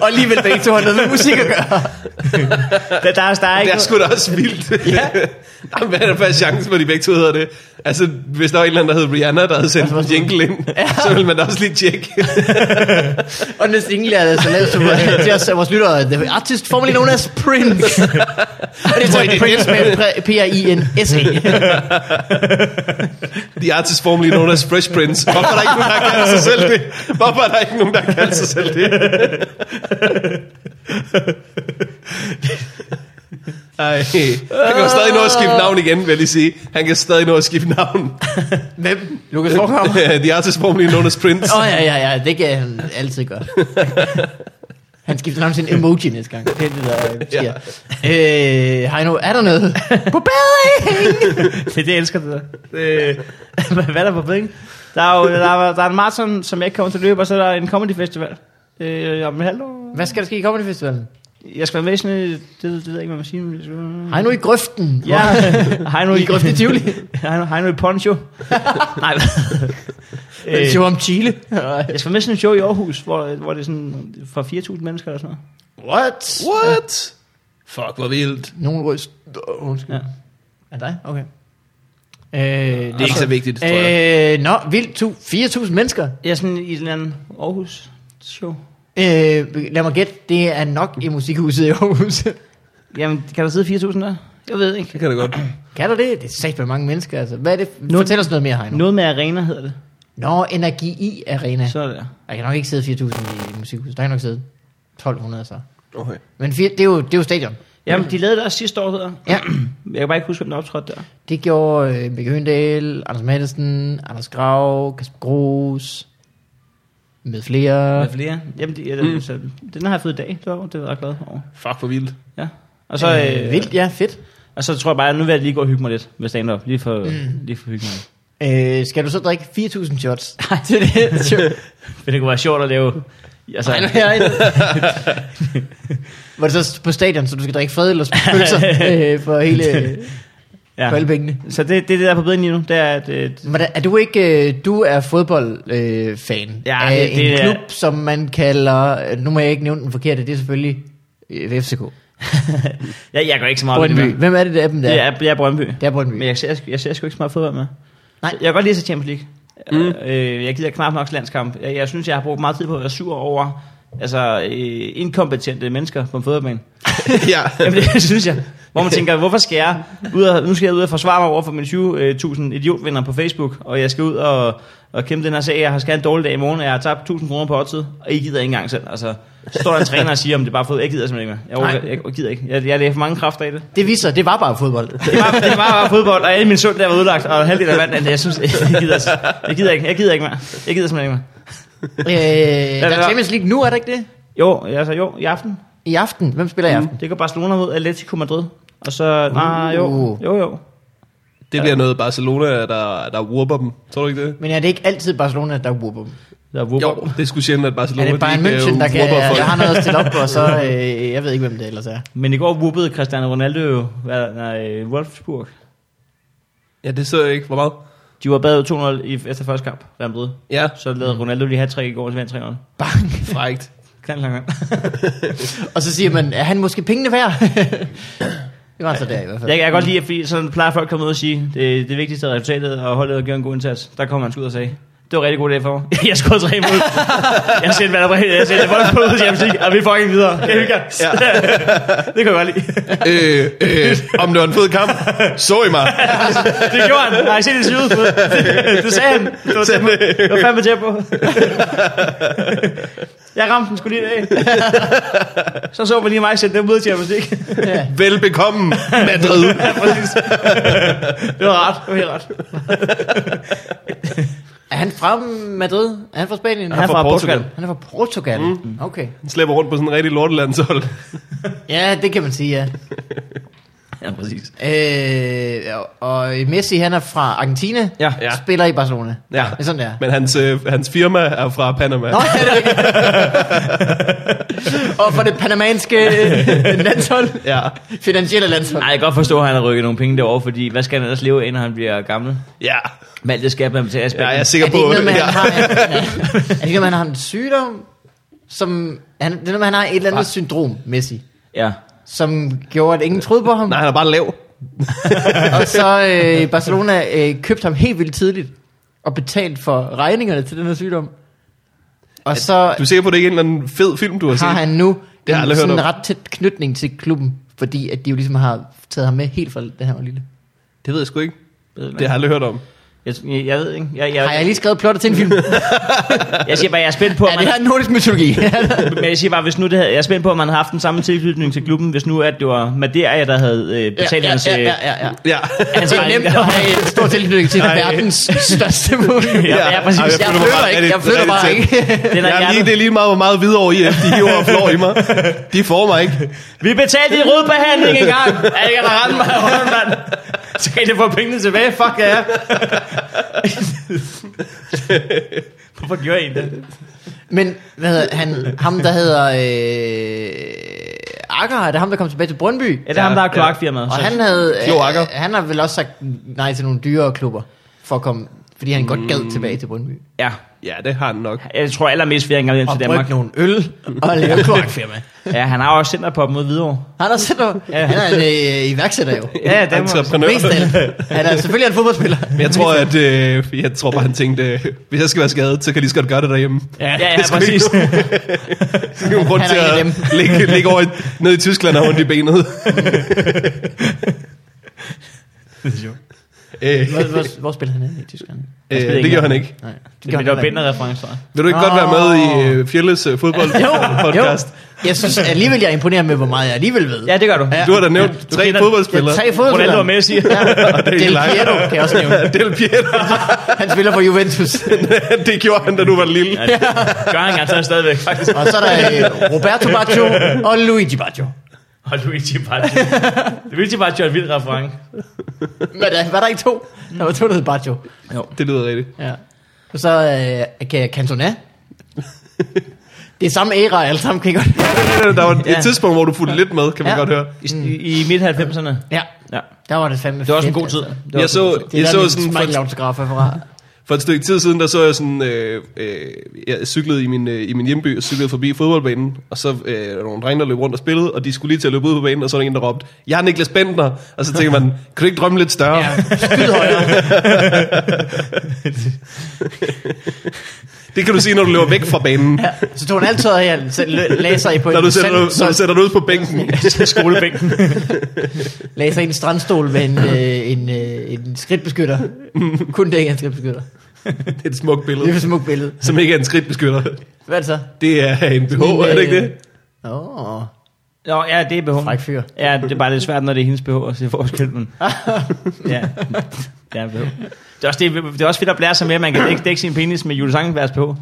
Speaker 1: Og alligevel begge to har noget med musik at gøre.
Speaker 3: Der, der, er- der er
Speaker 2: Det
Speaker 3: ikke
Speaker 2: er sgu da også vildt.
Speaker 3: Ja.
Speaker 2: Jamen, hvad er der for en chance for, at de begge to hedder det? Altså, hvis der var en eller anden, der hed Rihanna, der havde sendt en jingle ind, så ville man da også lige tjekke.
Speaker 1: Og den single er så lavet som til os af vores lyttere. The artist formerly known as Prince. Og det tror jeg, det er Prince med P-R-I-N-S-E.
Speaker 2: The artist formerly known as Fresh Prince. Hvorfor er der ikke nogen, der kalder sig selv det? Hvorfor er der ikke nogen, der kalder sig selv det? Ej, han kan jo stadig nå at skifte navn igen, vil jeg lige sige. Han kan stadig nå at skifte navn.
Speaker 1: Hvem? Lukas Forkhavn?
Speaker 2: The artist formerly known as Prince.
Speaker 1: Åh, oh, ja, ja, ja, det kan han altid gøre. Han skifter navn til en emoji næste gang. Det er det, der sker. Ja. Øh, Heino, er der noget? på bedring!
Speaker 3: Det er det, jeg elsker det der. Det, hvad er der på penge? Der er jo der er, der er en maraton, som jeg ikke kommer til at løbe, og så er der en comedy festival. Øh, om en halv år.
Speaker 1: Hvad skal der ske i Comedy Festivalen?
Speaker 3: Jeg skal være med i sådan et, det, det ved jeg ikke, hvad man siger. Men det skal...
Speaker 1: Heino i grøften.
Speaker 3: Ja, hej nu
Speaker 1: I grøften i Tivoli.
Speaker 3: Hej nu i poncho. Nej, hvad?
Speaker 1: Øh. Det er jo om Chile.
Speaker 3: Jeg skal være med i sådan en show i Aarhus, hvor, hvor det er sådan for 4.000 mennesker eller sådan noget.
Speaker 1: What?
Speaker 2: What? Fuck, hvor vildt.
Speaker 1: Nogen ryst. Åh, Undskyld.
Speaker 3: Ja.
Speaker 1: Er det dig? Okay. Øh, det
Speaker 2: Det er ikke så vigtigt, tror jeg.
Speaker 1: Øh, nå, vildt. Tu- 4.000 mennesker.
Speaker 3: Jeg er sådan i et eller andet Aarhus show.
Speaker 1: Øh, lad mig gætte, det er nok i musikhuset i Aarhus.
Speaker 3: Jamen, kan der sidde 4.000 der? Jeg ved ikke.
Speaker 2: Det kan det godt.
Speaker 1: kan du det? Det er sagt med mange mennesker, altså. Hvad er det? Nu Fortæl os noget mere, Heino.
Speaker 3: Noget med arena hedder det.
Speaker 1: Nå, Energi I Arena.
Speaker 3: Så er det der.
Speaker 1: Jeg kan nok ikke sidde 4.000 i, i musikhuset. Der kan nok sidde 1.200 så.
Speaker 2: Okay.
Speaker 1: Men fire, det, er jo, det er jo stadion.
Speaker 3: Jamen, de lavede det også sidste år, hedder.
Speaker 1: Ja.
Speaker 3: Jeg kan bare ikke huske, hvem der optrådte der.
Speaker 1: Det gjorde øh, Mikke Høndal, Anders Maddelsen, Anders Grav, Kasper Gros, med flere.
Speaker 3: Med flere. Jamen, de, mm. så, den har jeg fået i dag. Det var, det var jeg ret glad over.
Speaker 2: Fuck, hvor vildt.
Speaker 3: Ja. Og så, øh,
Speaker 1: vildt, ja, fedt.
Speaker 3: og så tror jeg bare, at nu vil jeg lige gå og hygge mig lidt med stand-up. Lige for, mm. lige for hygge mig.
Speaker 1: Øh, skal du så drikke 4.000 shots? Nej, det er det.
Speaker 3: Men det kunne være sjovt at lave... Altså,
Speaker 1: Nej, nej, nej. Var det så på stadion, så du skal drikke fadøl og spise pølser øh, for hele
Speaker 3: ja.
Speaker 1: for alle pengene?
Speaker 3: Så det, det, det der er på bedre lige nu, det er, at øh,
Speaker 1: Men er du ikke, øh, du er fodboldfan øh, fan
Speaker 3: Ja,
Speaker 1: af
Speaker 3: det- det
Speaker 1: en
Speaker 3: er-
Speaker 1: klub, som man kalder, øh, nu må jeg ikke nævne den forkerte, det er selvfølgelig øh, FCK.
Speaker 3: jeg, jeg går ikke så meget op i det
Speaker 1: Brøndby.
Speaker 3: der.
Speaker 1: Hvem er det af dem der?
Speaker 3: Det er, jeg er Brøndby.
Speaker 1: det er Brøndby.
Speaker 3: Men jeg ser, jeg, jeg ser sgu ikke så meget fodbold med.
Speaker 1: Nej.
Speaker 3: Jeg kan godt lide at se Champions League. Mm. Øh, jeg gider knap nok landskamp. Jeg, jeg synes, jeg har brugt meget tid på at være sur over altså, øh, inkompetente mennesker på en fodboldbane.
Speaker 2: ja.
Speaker 3: Jamen, det synes jeg. Hvor man tænker, hvorfor skal jeg ud og, nu skal jeg ud og forsvare mig over for mine 20.000 idiotvinder på Facebook, og jeg skal ud og, og kæmpe den her sag, jeg har skal have en dårlig dag i morgen, og jeg har tabt 1.000 kroner på oddset, og I gider ikke engang selv. Altså, så står der en træner og siger, om det er bare fod, jeg gider simpelthen ikke mere. Jeg,
Speaker 1: Nej.
Speaker 3: jeg, jeg gider ikke. Jeg, jeg lægger for mange kræfter i det.
Speaker 1: Det viser, det var bare fodbold. Øh,
Speaker 3: Det var, det var bare fodbold, og alle mine sult der var udlagt, og halvdelen af vandet, jeg synes, jeg gider, jeg gider ikke, jeg gider ikke mere. Jeg gider simpelthen ikke mere.
Speaker 1: øh, der
Speaker 3: det
Speaker 1: er
Speaker 3: var-
Speaker 1: Champions League nu, er der ikke det?
Speaker 3: Jo, altså jo, i aften.
Speaker 1: I aften. Hvem spiller i aften?
Speaker 3: Det går Barcelona mod Atletico Madrid. Og så, nej, jo, jo, jo.
Speaker 2: Det bliver noget Barcelona, der, der whooper dem. Tror du ikke det?
Speaker 1: Men er det ikke altid Barcelona, der whooper dem?
Speaker 3: Der er Wupper.
Speaker 2: Jo, det skulle sjældent, at
Speaker 1: Er
Speaker 2: Barcelona
Speaker 1: det Bayern
Speaker 2: de ikke, øh,
Speaker 1: München, der, kan,
Speaker 2: whooper folk.
Speaker 1: der har noget at stille op, og så, øh, jeg ved ikke, hvem det ellers er.
Speaker 3: Men i går wubbede Cristiano Ronaldo jo, hvad, nej, Wolfsburg.
Speaker 2: Ja, det så jeg ikke. Hvor meget?
Speaker 3: De var bagud 2-0 i- efter første kamp, Real Madrid.
Speaker 2: Ja,
Speaker 3: Så lavede Ronaldo lige hat i går, og så vandt 3-0.
Speaker 1: Bang.
Speaker 2: frækt.
Speaker 3: Knald langt.
Speaker 1: Og så siger man, er han måske pengene værd? det var så der i hvert fald.
Speaker 3: Jeg, jeg kan godt lide, at fordi sådan plejer folk at komme ud og sige, det, det vigtigste er resultatet, og holdet og gøre en god indsats. Der kommer han sgu ud og sagde, det var en rigtig god dag for mig. jeg skød tre mål. jeg sendte valg på jeg sendte folk på ud til Champions og vi får ikke videre. Det hygger. Ja. det kan jeg godt lide.
Speaker 2: øh, øh, om det var en fed kamp, så I mig.
Speaker 3: Det gjorde han. Nej, se det ser ud. Det, det sagde han. Det var, tæt på. det var fandme tæt på. Jeg ramte den sgu lige af. Så så man lige mig sætte dem ud til Champions League.
Speaker 2: Velbekomme, Madrid.
Speaker 3: Ja, præcis. Det var ret. Det var helt ret.
Speaker 1: Er han fra Madrid? Er han fra Spanien?
Speaker 3: Han er fra Portugal.
Speaker 1: Han er fra Portugal. Mm. Okay.
Speaker 2: Han slæber rundt på sådan en rigtig lortelandshold.
Speaker 1: Ja, det kan man sige, ja.
Speaker 3: Ja, præcis.
Speaker 1: Øh, og- og Messi, han er fra Argentina.
Speaker 3: Ja.
Speaker 2: Ja.
Speaker 1: Spiller i Barcelona.
Speaker 2: Ja.
Speaker 1: Det er sådan, det er.
Speaker 2: Men hans, øh, hans firma er fra Panama.
Speaker 1: Nå, ja, det er rigtigt. og for det panamanske øh, landshold.
Speaker 2: Ja.
Speaker 1: Finansielle landshold.
Speaker 3: Nej, jeg kan godt forstå, at han har rykket nogle penge derover, fordi hvad skal han ellers leve af, når han bliver gammel?
Speaker 2: ja.
Speaker 3: Med alt det skat, man betaler i
Speaker 2: Ja, jeg
Speaker 3: Spanien.
Speaker 2: er
Speaker 1: Er
Speaker 2: sikker
Speaker 1: det
Speaker 2: på.
Speaker 1: ikke noget med, at
Speaker 2: ja.
Speaker 1: han har, ja. er det ikke noget med, at han har en sygdom? Som, han, det er noget med, at han har et eller andet syndrom, Messi.
Speaker 3: Ja.
Speaker 1: Som gjorde, at ingen troede på ham.
Speaker 2: Nej, han er bare lav.
Speaker 1: og så øh, Barcelona øh, købte ham helt vildt tidligt og betalte for regningerne til den her sygdom. Og så
Speaker 2: Du er sikker på, at det ikke er en eller anden fed film, du har, set?
Speaker 1: har han nu
Speaker 2: jeg
Speaker 1: en
Speaker 2: aldrig hørt
Speaker 1: sådan
Speaker 2: om.
Speaker 1: ret tæt knytning til klubben, fordi at de jo ligesom har taget ham med helt fra da han var lille.
Speaker 2: Det ved jeg sgu ikke.
Speaker 3: Ved du
Speaker 2: Det har jeg aldrig hørt om.
Speaker 3: Jeg, jeg, jeg ved ikke. Jeg, jeg,
Speaker 1: Har jeg lige skrevet plottet til en film? er
Speaker 3: jeg siger bare, jeg er spændt på, om
Speaker 1: det
Speaker 3: man,
Speaker 1: her nordisk mytologi?
Speaker 3: men jeg siger bare, hvis nu det havde, jeg er spændt på, om man havde haft den samme tilknytning til klubben, hvis nu at det var Madeira, der havde øh, betalt hans...
Speaker 1: ja,
Speaker 3: øh,
Speaker 1: ja, ja, ja.
Speaker 2: Ja.
Speaker 1: Det er nemt at have en stor tilknytning til
Speaker 3: Nej.
Speaker 1: verdens største movie.
Speaker 3: Ja, ja, præcis.
Speaker 2: Ej,
Speaker 1: Jeg flytter
Speaker 2: bare
Speaker 1: ikke,
Speaker 2: rigtig-
Speaker 1: jeg flytter
Speaker 2: rigtig
Speaker 1: bare
Speaker 2: tæt.
Speaker 1: ikke.
Speaker 3: Den er
Speaker 2: Jeg er lige,
Speaker 3: hjertet.
Speaker 2: det er lige meget, hvor meget hvide over i, at de hiver og flår i mig. De får mig ikke.
Speaker 3: Vi betalte i rødbehandling engang. Er det kan da ramme mig i hånden, mand? Så kan jeg få pengene tilbage. Fuck ja. Hvorfor gjorde I det?
Speaker 1: Men hvad hedder han, ham der hedder øh, Akker, er det ham der kom tilbage til Brøndby?
Speaker 3: Ja, det er ham, der har kloakfirmaet.
Speaker 1: Og
Speaker 3: så-
Speaker 1: han havde øh,
Speaker 2: Flo Akker.
Speaker 1: han har vel også sagt nej til nogle dyrere klubber for at komme, fordi han godt gad tilbage til Brøndby.
Speaker 3: Ja.
Speaker 2: Ja, det har han nok.
Speaker 3: Jeg tror allermest, vi har engang hjem til Danmark.
Speaker 1: nogle øl og lave kloakfirma.
Speaker 3: Ja, han har også center på mod Hvidovre.
Speaker 1: Han er, selv, han er en øh, iværksætter jo.
Speaker 3: Ja, det må man sige.
Speaker 2: Entreprenør.
Speaker 1: Mest af alt. Han er selvfølgelig en fodboldspiller.
Speaker 2: Men jeg tror, at, øh, jeg tror bare, han tænkte, øh, hvis jeg skal være skadet, så kan de så godt gøre det derhjemme.
Speaker 3: Ja, ja,
Speaker 2: Det skal
Speaker 3: præcis.
Speaker 2: vi Så kan man rundt
Speaker 1: Han er
Speaker 2: til
Speaker 1: en af
Speaker 2: at
Speaker 1: dem.
Speaker 2: ligge, ligge over i, ned i Tyskland og have ondt i benet. øh,
Speaker 1: Hvor, hvor, hvor spiller han henne i Tyskland?
Speaker 2: øh,
Speaker 3: spiller
Speaker 2: det
Speaker 3: ikke
Speaker 2: gjorde han ikke.
Speaker 1: Nej,
Speaker 3: Det, det, det var binderreferencer.
Speaker 2: Vil du ikke godt være med i øh, Fjelles øh, fodboldpodcast?
Speaker 1: Jeg synes alligevel, jeg er imponeret med, hvor meget jeg alligevel ved.
Speaker 3: Ja, det gør du.
Speaker 1: Ja.
Speaker 2: Du har da nævnt
Speaker 3: Du
Speaker 2: tre
Speaker 3: kender-
Speaker 2: fodboldspillere.
Speaker 1: Tre
Speaker 3: Ronaldo
Speaker 1: fodboldspillere.
Speaker 3: og Messi.
Speaker 2: Og det er
Speaker 1: Del
Speaker 2: Del
Speaker 1: Piero kan jeg også nævne.
Speaker 2: Del Piero.
Speaker 1: Han spiller for Juventus.
Speaker 2: det gjorde han, da du var lille.
Speaker 3: Ja, det gør han garanteret stadigvæk, faktisk.
Speaker 1: Og så er der øh, Roberto Baggio og Luigi Baggio.
Speaker 3: Og Luigi Baccio. Luigi Baccio er en vild referent.
Speaker 1: Men der, var der ikke to? Der var to, der hed Baggio.
Speaker 2: Det lyder rigtigt.
Speaker 1: Ja. Og så øh, kan jeg Cantona. Det er samme æra, alle sammen, kan I godt?
Speaker 2: Der var et
Speaker 3: Ja.
Speaker 2: tidspunkt, hvor du fulgte lidt med, kan man
Speaker 1: Ja.
Speaker 2: godt høre.
Speaker 3: I, i midt-90'erne.
Speaker 1: Ja,
Speaker 3: Ja.
Speaker 1: der var det fandme
Speaker 3: Det var også en
Speaker 1: fedt,
Speaker 3: god tid.
Speaker 1: altså.
Speaker 3: Det var
Speaker 2: Jeg
Speaker 3: også en god
Speaker 2: så,
Speaker 1: Det er
Speaker 2: jeg
Speaker 1: der,
Speaker 2: så
Speaker 1: min
Speaker 2: sådan for, et-
Speaker 1: Smeichel-autograf er fra.
Speaker 2: for et stykke tid siden, der så jeg sådan, øh, øh, jeg cyklede i min, øh, i min hjemby, og cyklede forbi fodboldbanen, og så øh, nogle drenge, der løb rundt og spillede, og de skulle lige til at løbe ud på banen, og så var der en, der råbte, jeg er Niklas Bentner, og så tænker man, kan du ikke drømme lidt større? Ja.
Speaker 1: Skyd højere.
Speaker 2: Det kan du sige, når du løber væk fra banen, ja.
Speaker 1: Så tog han altid af her, så la- lagde sig i på
Speaker 2: når, du
Speaker 1: en, sand,
Speaker 2: sætter, dig- når du sætter dig ud på bænken.
Speaker 3: tid. Skolebænken.
Speaker 1: lagde sig i en strandstol med en, øh, en, øh, en skridtbeskytter. Kun det ikke er en skridtbeskytter.
Speaker 2: Det er et smukt
Speaker 1: Det er
Speaker 2: billede,
Speaker 1: et smukt billede.
Speaker 2: som ikke er en skridtbeskytter.
Speaker 1: Hvad er det så?
Speaker 2: Det er en BH, er det ikke det?
Speaker 1: Åh, oh,
Speaker 3: Nå, ja, det er behov.
Speaker 1: fræk fyr.
Speaker 3: Ja, det er bare lidt svært, når det er hendes behov at se forskel. Men... ja, det er behov. Det er, også, det, det er også fedt at blære sig med, at man kan dække, dække sin penis med Jule Sangenbergs behov.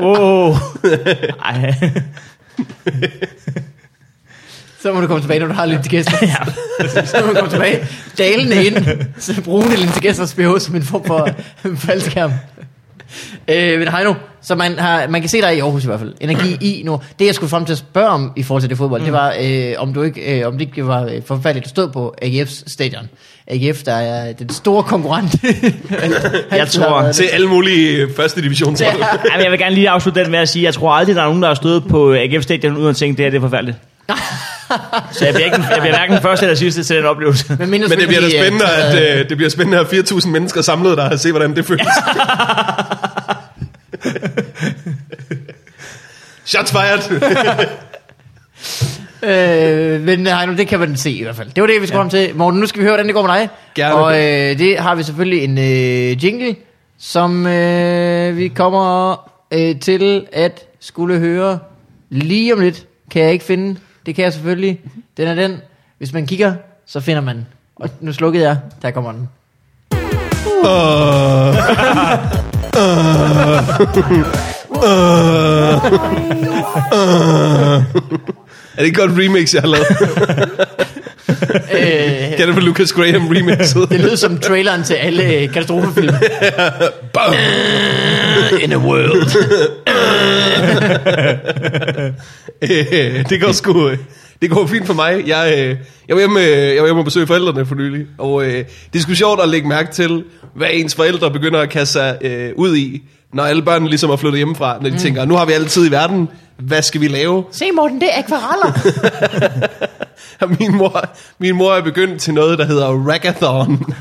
Speaker 3: Wow. Ej.
Speaker 1: Så må du komme tilbage, når du har lidt til gæster. ja. Så må du komme tilbage, dalende ind, så brune lidt til gæsters BH som en form for faldskærm. Øh, men Heino, så man, har, man kan se dig i Aarhus i hvert fald. Energi i nu. Det jeg skulle frem til at spørge om i forhold til det fodbold, mm. det var, øh, om, du ikke, øh, om det ikke var øh, forfærdeligt at stå på AGF's stadion. AGF, der er den store konkurrent.
Speaker 3: Jeg tror-
Speaker 2: Til alle mulige øh, første divisionshold. Ja.
Speaker 3: Ej, men jeg vil gerne lige afslutte den med at sige, at jeg tror aldrig, der er nogen, der har stået på AGF Stadion uden at tænke, det her det er forfærdeligt. Så jeg bliver, ikke, jeg bliver hverken første eller sidste til den oplevelse.
Speaker 1: Men, mindre
Speaker 2: Men det bliver da
Speaker 1: selvfølgelig,
Speaker 2: spændende,
Speaker 1: øh,
Speaker 2: at, øh, det bliver spændende at have 4.000 mennesker samlet der og se, hvordan det føles. Shots fired!
Speaker 1: Øh, men Heino, det kan man se i hvert fald. Det var det, vi skulle ja. til. Morten, nu skal vi høre, hvordan det går med dig.
Speaker 2: Gerne.
Speaker 1: Og øh, det har vi selvfølgelig en øh, jingle, som øh, vi kommer øh, til at skulle høre lige om lidt. Kan jeg ikke finde. Det kan jeg selvfølgelig. Den er den. Hvis man kigger, så finder man. den. Og nu slukkede jeg. Der kommer den.
Speaker 2: Er det ikke godt remix, jeg har lavet?
Speaker 1: Øh,
Speaker 2: Kan det være Lucas Graham remixet?
Speaker 1: det lød som traileren til alle øh, katastrofefilm.
Speaker 2: Bam!
Speaker 1: In a world.
Speaker 2: Øh, det går sgu... øh, Det går fint for mig. Jeg, øh, jeg, var hjemme, øh, jeg var hjemme og besøge forældrene for nylig, og øh, det er sgu sjovt at lægge mærke til, hvad ens forældre begynder at kaste sig øh, ud i, når alle børnene ligesom er flyttet hjemmefra, når de mm. tænker, nu har vi alle tid i verden, hvad skal vi lave?
Speaker 1: Se Morten, det er akvareller.
Speaker 2: Og Min mor, min mor er begyndt til noget, der hedder ragathon.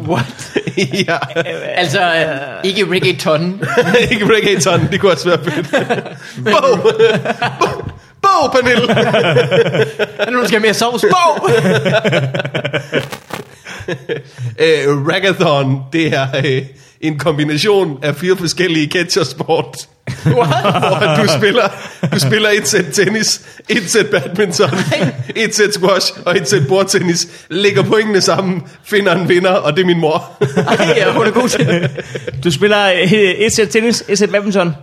Speaker 2: What? ja,
Speaker 1: altså, øh, ikke reggaeton.
Speaker 2: ikke reggaeton, det kunne også være fedt. Bog! Bog! Bog, Pernille!
Speaker 1: Nu skal jeg mere sovs. Bog!
Speaker 2: Øh, ragathon, det er øh, en kombination af fire forskellige catchersport. Hvor du spiller, du spiller et sæt tennis, et sæt badminton, et sæt squash og et sæt bordtennis, lægger pointene sammen, finder en vinder, og det er min mor.
Speaker 1: Ej, ja, hun er god til det.
Speaker 3: Du spiller øh, et sæt tennis, et sæt badminton,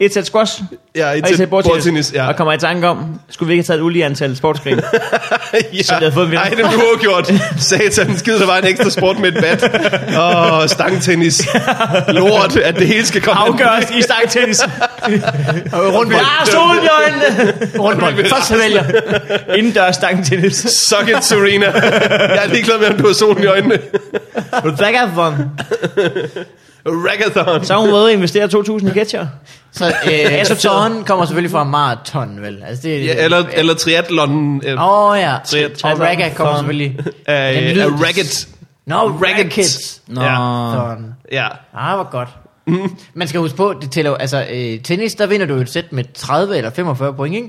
Speaker 3: et sæt squash,
Speaker 2: Ja, et
Speaker 3: og et
Speaker 2: sæt
Speaker 3: sæt bordtennis,
Speaker 2: bordtennis, ja.
Speaker 3: og kommer i tanke om, skulle vi ikke have taget et ulige antal sportsgrene?
Speaker 2: ja.
Speaker 3: vi havde fået en vinder.
Speaker 2: Nej, det blev uafgjort. Satan, skid, der var en ekstra sport med et bat. Og stangtennis. Lort, at det hele skal komme.
Speaker 3: Afgøres i stangtennis.
Speaker 1: Rundt på.
Speaker 3: Ah, solen i øjnene!
Speaker 1: Rundt på. Først vælger.
Speaker 3: Indendørs stangtennis.
Speaker 2: Suck it, Serena. Jeg er ligeglad med, om du har solen i øjnene.
Speaker 3: Ragathon.
Speaker 2: Ragathon.
Speaker 3: Så har hun været at investere 2.000 i ketcher.
Speaker 1: Så øh, Aston kommer selvfølgelig fra maraton, vel? Altså, det,
Speaker 2: Ja, eller, eller triathlon. Øh,
Speaker 1: Åh oh, ja,
Speaker 2: Triathlon.
Speaker 1: og ragga kommer selvfølgelig.
Speaker 2: af, af racket.
Speaker 1: Nå, racket.
Speaker 3: Nå.
Speaker 2: Ja. Mhm.
Speaker 1: Ja.
Speaker 2: Ja.
Speaker 1: Ah, hvor godt. Mm. Man skal huske på, det tæller jo- altså øh, tennis, der vinder du jo et sæt med 30 eller 45 point, ikke?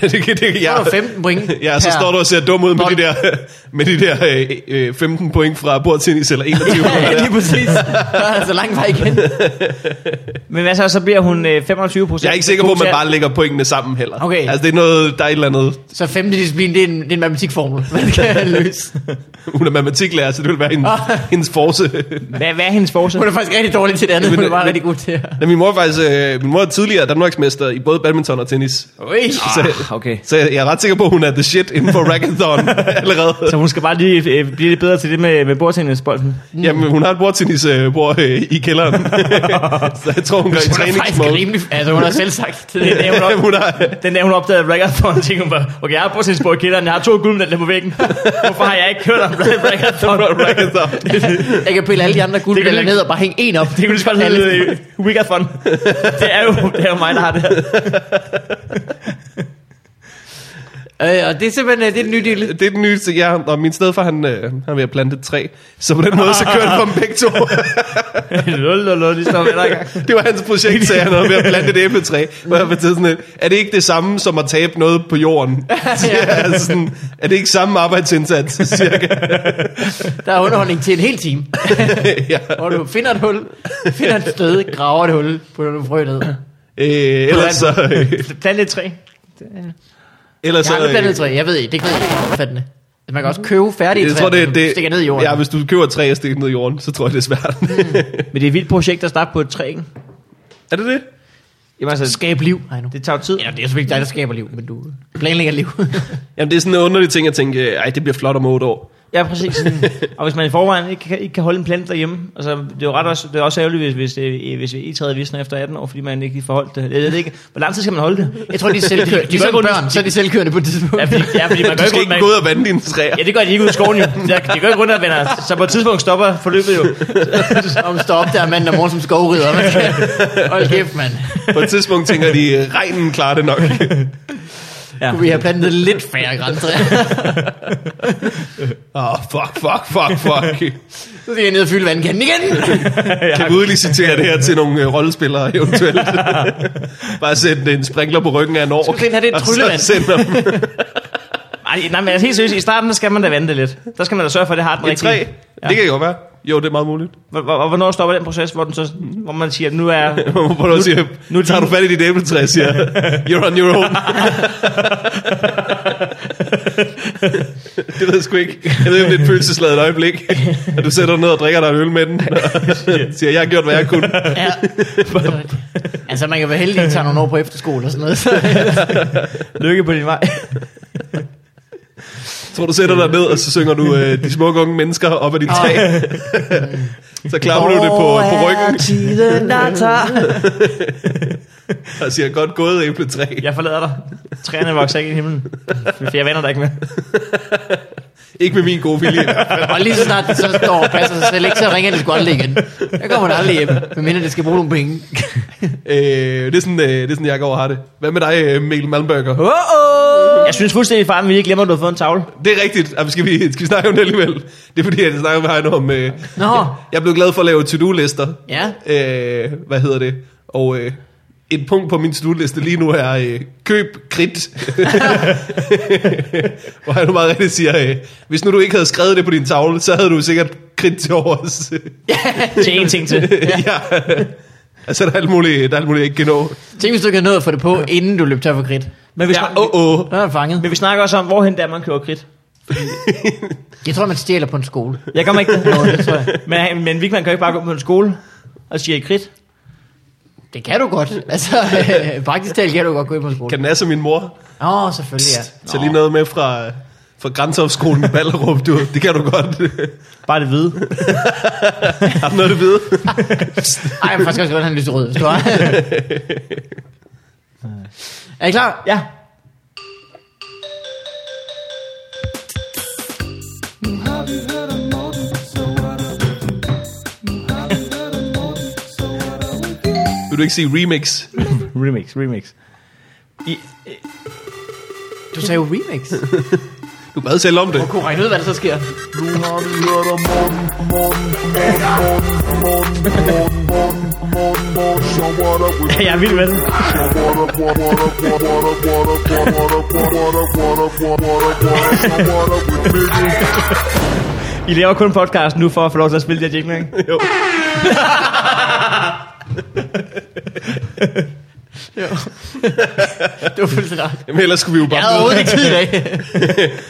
Speaker 2: det, kan- det,
Speaker 1: Så
Speaker 2: ja.
Speaker 1: er du 15 point.
Speaker 2: Ja, så
Speaker 1: per-
Speaker 2: står du og ser dum ud med
Speaker 1: Bold.
Speaker 2: de der, med de der øh, øh, 15 point fra bordtennis eller 21.
Speaker 1: Ja,
Speaker 2: ja,
Speaker 1: lige præcis. Der er altså lang vej igen.
Speaker 3: Men hvad så, så bliver hun øh, 25 procent.
Speaker 2: jeg er ikke sikker på, at man bare lægger pointene sammen heller.
Speaker 1: Okay.
Speaker 2: Altså, det er noget, der er et eller andet
Speaker 1: Så femte disciplin, det er en, det er en matematikformel. Man kan løse.
Speaker 2: Hun er matematiklærer, så det vil være hendes,
Speaker 1: Ah.
Speaker 2: hendes force.
Speaker 3: Hvad, hvad er hendes forse?
Speaker 1: Hun er faktisk rigtig dårlig til det andet,
Speaker 2: Men-
Speaker 1: hun er bare
Speaker 2: men-
Speaker 1: rigtig god til at...
Speaker 2: Ja, min mor er faktisk, øh, min mor er tidligere Danmarksmester i både badminton og tennis.
Speaker 1: Ui.
Speaker 2: Så,
Speaker 3: okay.
Speaker 2: så jeg er ret sikker på, at hun er the shit inden for rackathon allerede.
Speaker 3: Så hun skal bare lige øh, blive lidt bedre til det med, med bordtennisbolden.
Speaker 2: Jamen, hun har et bordtennisbord øh, bord, øh, i kælderen. så jeg tror, hun
Speaker 1: Hun er
Speaker 2: går i
Speaker 1: faktisk
Speaker 2: træningsmål.
Speaker 1: rimelig... Altså, hun har selv sagt til det.
Speaker 3: Den dag, hun,
Speaker 2: Hun har,
Speaker 3: op, den dag, hun opdagede ragathon, tænkte hun bare, okay, jeg har bordtennisbord i kælderen, jeg har to guldmedaljer på væggen. Hvorfor har jeg ikke kørt om ragathon?
Speaker 2: rackathon.
Speaker 1: Jeg kan pille alle de andre guldmedaljer
Speaker 3: ikke-
Speaker 1: ned og bare hænge en op.
Speaker 3: Det kunne lige så godt hedde øh, Wigathon. Det er jo, det er jo mig, der har det her.
Speaker 1: Øh, og det er simpelthen øh, det er den nye del.
Speaker 2: Det er den nye ting, ja. Og min stedfar, han, øh, han er ved at plante et træ. Så på den måde, så kørte han dem begge to.
Speaker 3: Lul, lul, lul, de står med dig i gang.
Speaker 2: det var hans projekt, sagde han, og ved at plante et æbletræ. Hvor jeg var til sådan et, er det ikke det samme som at tabe noget på jorden? Så jeg er sådan, er det ikke samme arbejdsindsats, cirka?
Speaker 1: Der er underholdning til en hel time.
Speaker 2: ja.
Speaker 1: Hvor du finder et hul, finder et sted, graver et hul, putter nogle frø ned.
Speaker 2: øh, ellers så... Øh,
Speaker 3: Plant lidt træ.
Speaker 2: ellers
Speaker 1: Jeg har
Speaker 2: så
Speaker 1: aldrig
Speaker 2: øh,
Speaker 1: plantet et træ, jeg ved ikke, det kan jeg ikke fattende. Man kan også købe færdige
Speaker 2: jeg
Speaker 1: træer,
Speaker 2: tror,
Speaker 1: som
Speaker 2: det,
Speaker 1: du
Speaker 2: det,
Speaker 1: stikker ned i jorden. Mm.
Speaker 2: Ja, hvis du køber et træ og stikker det ned i jorden, så tror jeg, det er svært.
Speaker 3: Men det er et vildt projekt at starte på et træ, ikke?
Speaker 2: er det det?
Speaker 3: Jamen altså,
Speaker 1: Skabe liv. Ej, nu.
Speaker 3: det tager jo tid.
Speaker 1: Ja, det er selvfølgelig ikke dig, der skaber liv, men du planlægger liv.
Speaker 2: Jamen, det er sådan en underlig ting at tænke, ej, det bliver flot om otte år.
Speaker 3: Ja, præcis. og hvis man i forvejen ikke, kan- ikke kan holde en plante derhjemme, altså, det er jo ret også, det er også ærgerligt, hvis, hvis, øh, hvis E-træet visner efter 18 år, fordi man ikke lige får holdt det. Jeg ved det ikke, hvor lang tid skal man holde det?
Speaker 1: Jeg tror, de er selvkørende. De,
Speaker 3: De
Speaker 1: er sådan
Speaker 3: går rundt-
Speaker 1: børn, så er de selvkørende på et tidspunkt.
Speaker 3: Ja, fordi, ja, fordi man
Speaker 2: Du skal
Speaker 3: gør ikke,
Speaker 2: ikke
Speaker 3: man,
Speaker 2: gå ud og vande dine træer.
Speaker 3: Ja, det gør de ikke ude i skoven jo. Det gør ikke rundt og vender. Så på et tidspunkt stopper forløbet jo.
Speaker 1: Om man står op der mandag morgen som skovrider. Man skal... Hold kæft, mand.
Speaker 2: På et tidspunkt tænker de, regnen klarer det nok.
Speaker 3: Ja.
Speaker 1: Kunne vi have plantet lidt færre græntræer?
Speaker 2: Åh, oh, fuck, fuck, fuck, fuck.
Speaker 1: Så skal jeg ned og fylde vandkanden igen.
Speaker 2: Kan vi udlicitere det her til nogle øh, rollespillere eventuelt? Bare sætte en sprinkler på ryggen af en ork.
Speaker 1: Skal vi se, have det
Speaker 2: og så
Speaker 1: tryllevand?
Speaker 2: sende dem
Speaker 3: Ej, nej, men altså, helt seriøst, i starten der skal man da vente lidt. Der skal man da sørge for, at det har den
Speaker 2: et træ.
Speaker 3: rigtige.
Speaker 2: Det kan jo være. Jo, det er meget muligt.
Speaker 3: Hvor- hvor- Og hvornår stopper den proces, hvor, den så, hvor man siger, nu er...
Speaker 2: Hvor du siger, nu
Speaker 3: nu-
Speaker 2: tager du fat i dit æbletræ og siger, you're on your own. det ved jeg sgu ikke. Jeg ved ikke, om det er et følelsesladet øjeblik. At du sætter dig ned og drikker dig en øl med den. Og siger, jeg har gjort, hvad jeg kunne.
Speaker 1: Ja. altså, man kan være heldig, at tage nogle år på efterskole og sådan noget. Så
Speaker 3: Lykke på din vej.
Speaker 2: Så du sætter dig ned, og så synger du øh, de smukke unge mennesker op ad dit træ. så klapper du det på, på ryggen.
Speaker 1: tiden, der tager.
Speaker 2: og siger, godt gået, æbletræ. Ja.
Speaker 3: Jeg forlader dig. Træerne vokser ikke i himlen. For jeg vender dig ikke med.
Speaker 2: Ikke med min gode vilje.
Speaker 1: Og lige så snart den så står og passer sig selv ikke, så ringer det sgu aldrig igen. Der kommer det aldrig hjem, medmindre det skal bruge nogle penge.
Speaker 2: øh, det, er sådan, øh, det er sådan, jeg går og har det. Hvad med dig, øh, Mikkel Malmberger?
Speaker 3: Jeg synes fuldstændig, far, at vi ikke glemmer, at du har fået en tavle.
Speaker 2: Det er rigtigt. Jamen, skal, vi, skal vi snakke om det alligevel? Det er fordi, jeg snakker med Heino om... Øh,
Speaker 1: Nå.
Speaker 2: Jeg, jeg blev glad for at lave to-do-lister.
Speaker 1: Ja.
Speaker 2: Øh, hvad hedder det? Og øh, et punkt på min to-do-liste lige nu er øh, køb kridt. Hvor Heino meget rigtigt siger, øh, hvis nu du ikke havde skrevet det på din tavle, så havde du sikkert kridt til overs.
Speaker 3: Til en ting til.
Speaker 2: ja. altså, der er alt muligt, der er alt muligt jeg ikke kan nå.
Speaker 1: Tænk, hvis du ikke havde nået at få det på, inden du løb tør for kridt.
Speaker 3: Men vi,
Speaker 2: Ja,
Speaker 3: snak-
Speaker 2: åh, åh.
Speaker 1: Der er du fanget.
Speaker 3: men vi snakker også om, hvorhen der man køber kridt.
Speaker 1: Jeg tror, man stjæler på en skole.
Speaker 3: Jeg kommer ikke
Speaker 1: Nå, det tror jeg.
Speaker 3: Men, men Vigman kan jo ikke bare gå på en skole og sige kridt.
Speaker 1: Det kan du godt. Altså, øh, praktisk talt kan du godt gå ind på en skole.
Speaker 2: Kan nasse min mor?
Speaker 1: Åh, oh, selvfølgelig, ja.
Speaker 2: Tag lige noget med fra, fra Grænseopskolen i Ballerup, du. Det kan du godt.
Speaker 3: Bare det hvide.
Speaker 2: Har du noget at vide?
Speaker 1: Ej, jeg vil faktisk også godt have en lyserød, hvis du har. er I klar?
Speaker 3: Ja.
Speaker 2: Vil du ikke sige remix?
Speaker 3: Remix, remix. I,
Speaker 1: Du sagde jo remix.
Speaker 2: Du bad selv om det.
Speaker 1: Kunne regne ud, hvad der så sker.
Speaker 3: jeg er vild med det. I laver kun podcast nu for at få lov til at spille det her jingle, ikke?
Speaker 2: Jo.
Speaker 1: Det var fuldstændig ret.
Speaker 2: Jamen, ellers skulle vi
Speaker 1: Jeg
Speaker 2: jo bare
Speaker 1: havde overhovedet ikke tid i dag.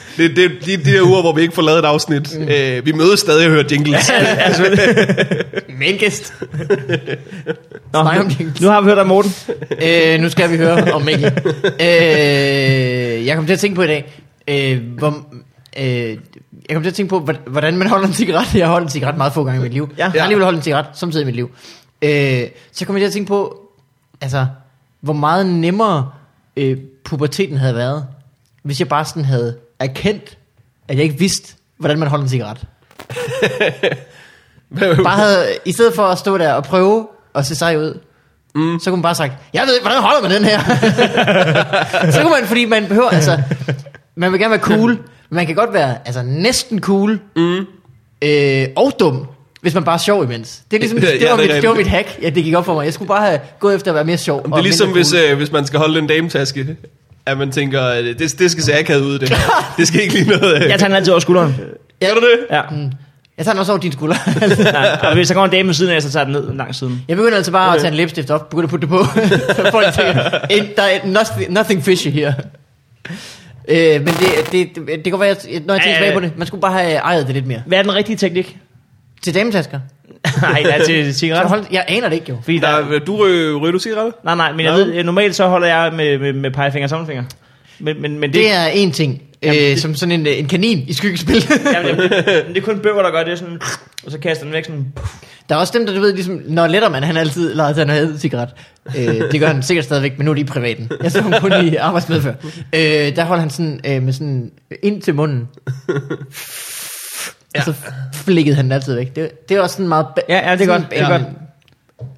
Speaker 2: det, det, de, de der uger, hvor vi ikke får lavet et afsnit. Mm. Øh, vi mødes stadig og hører jingles.
Speaker 1: Men gæst.
Speaker 3: Nå,
Speaker 1: Snak om
Speaker 3: nu,
Speaker 1: jingles.
Speaker 3: nu har vi hørt om Morten.
Speaker 1: øh, nu skal vi høre om Mikkel. øh, jeg kom til at tænke på i dag, øh, hvor, øh, jeg kom til at tænke på, hvor- hvordan man holder en cigaret. Jeg har holdt en cigaret meget få gange i mit liv.
Speaker 3: Ja.
Speaker 1: Jeg har alligevel holdt en cigaret samtidig i mit liv. Øh, så kom jeg til at tænke på, altså, hvor meget nemmere øh, puberteten havde været, hvis jeg bare sådan havde erkendt, at jeg ikke vidste, hvordan man holder en cigaret. Bare havde, i stedet for at stå der og prøve at se sej ud, mm. så kunne man bare have sagt, jeg ved ikke, hvordan holder man den her? så kunne man, fordi man behøver, altså, man vil gerne være cool, men man kan godt være altså, næsten cool, mm. øh, og dum, hvis man bare er sjov imens. Det, er ligesom,
Speaker 2: Ja,
Speaker 1: det,
Speaker 2: ja,
Speaker 1: var
Speaker 2: det er
Speaker 1: mit, det var mit
Speaker 2: rigtigt.
Speaker 1: hack, ja, det gik op for mig. Jeg skulle bare have gået efter at være mere sjov.
Speaker 2: det er ligesom, hvis, øh, hvis man skal holde en dametaske. At man tænker, øh, det, det skal se akavet ud, det her. Det skal ikke lige noget. Øh.
Speaker 3: Jeg tager den altid over skulderen.
Speaker 2: Gør du det?
Speaker 3: Ja.
Speaker 1: Jeg tager den også over din skulder.
Speaker 3: Nej, og hvis der kommer en dame ved siden af, så tager den ned langt siden.
Speaker 1: jeg begynder altså bare at tage en læbstift op, begynder at putte det på. så folk tænker, "Ain't- der er nothing, nothing fishy her. Øh, men det, det, det, det kan være, at jeg- når jeg
Speaker 3: Ja, ja,
Speaker 1: tænker tilbage på
Speaker 3: ja.
Speaker 1: det, man skulle bare have ejet det lidt mere.
Speaker 3: Hvad er den rigtige teknik?
Speaker 1: Til dametasker.
Speaker 3: Nej, det er til
Speaker 1: Så
Speaker 3: cigaret.
Speaker 1: Hold, jeg aner det ikke jo.
Speaker 3: Fordi der,
Speaker 2: Der, du øh, ryger du cigaretter?
Speaker 3: nej, nej, men jeg
Speaker 2: Nå.
Speaker 3: ved, øh, normalt så holder jeg med, med, med pegefinger og tommelfinger. Men, men, men det,
Speaker 1: Det er en ting. Øh,
Speaker 3: Jamen, det-
Speaker 1: som sådan en, øh, en kanin i skyggespil.
Speaker 3: Jamen, jamen, det, det er kun bøger, der gør det sådan, og så kaster den væk sådan.
Speaker 1: der er også dem, der du ved, ligesom, når Letterman, han altid leger til, at han havde cigaret. Øh, det gør han sikkert stadigvæk, men nu er det i privaten. Jeg så ham kun i arbejdsmedfør. Øh, der holder han sådan, øh, med sådan ind til munden. Ja. Og så flikkede han den altid væk. Det, det er også sådan meget... Ba-
Speaker 3: Ja, ja, det er
Speaker 1: sådan
Speaker 3: godt, det er
Speaker 1: en-
Speaker 3: godt.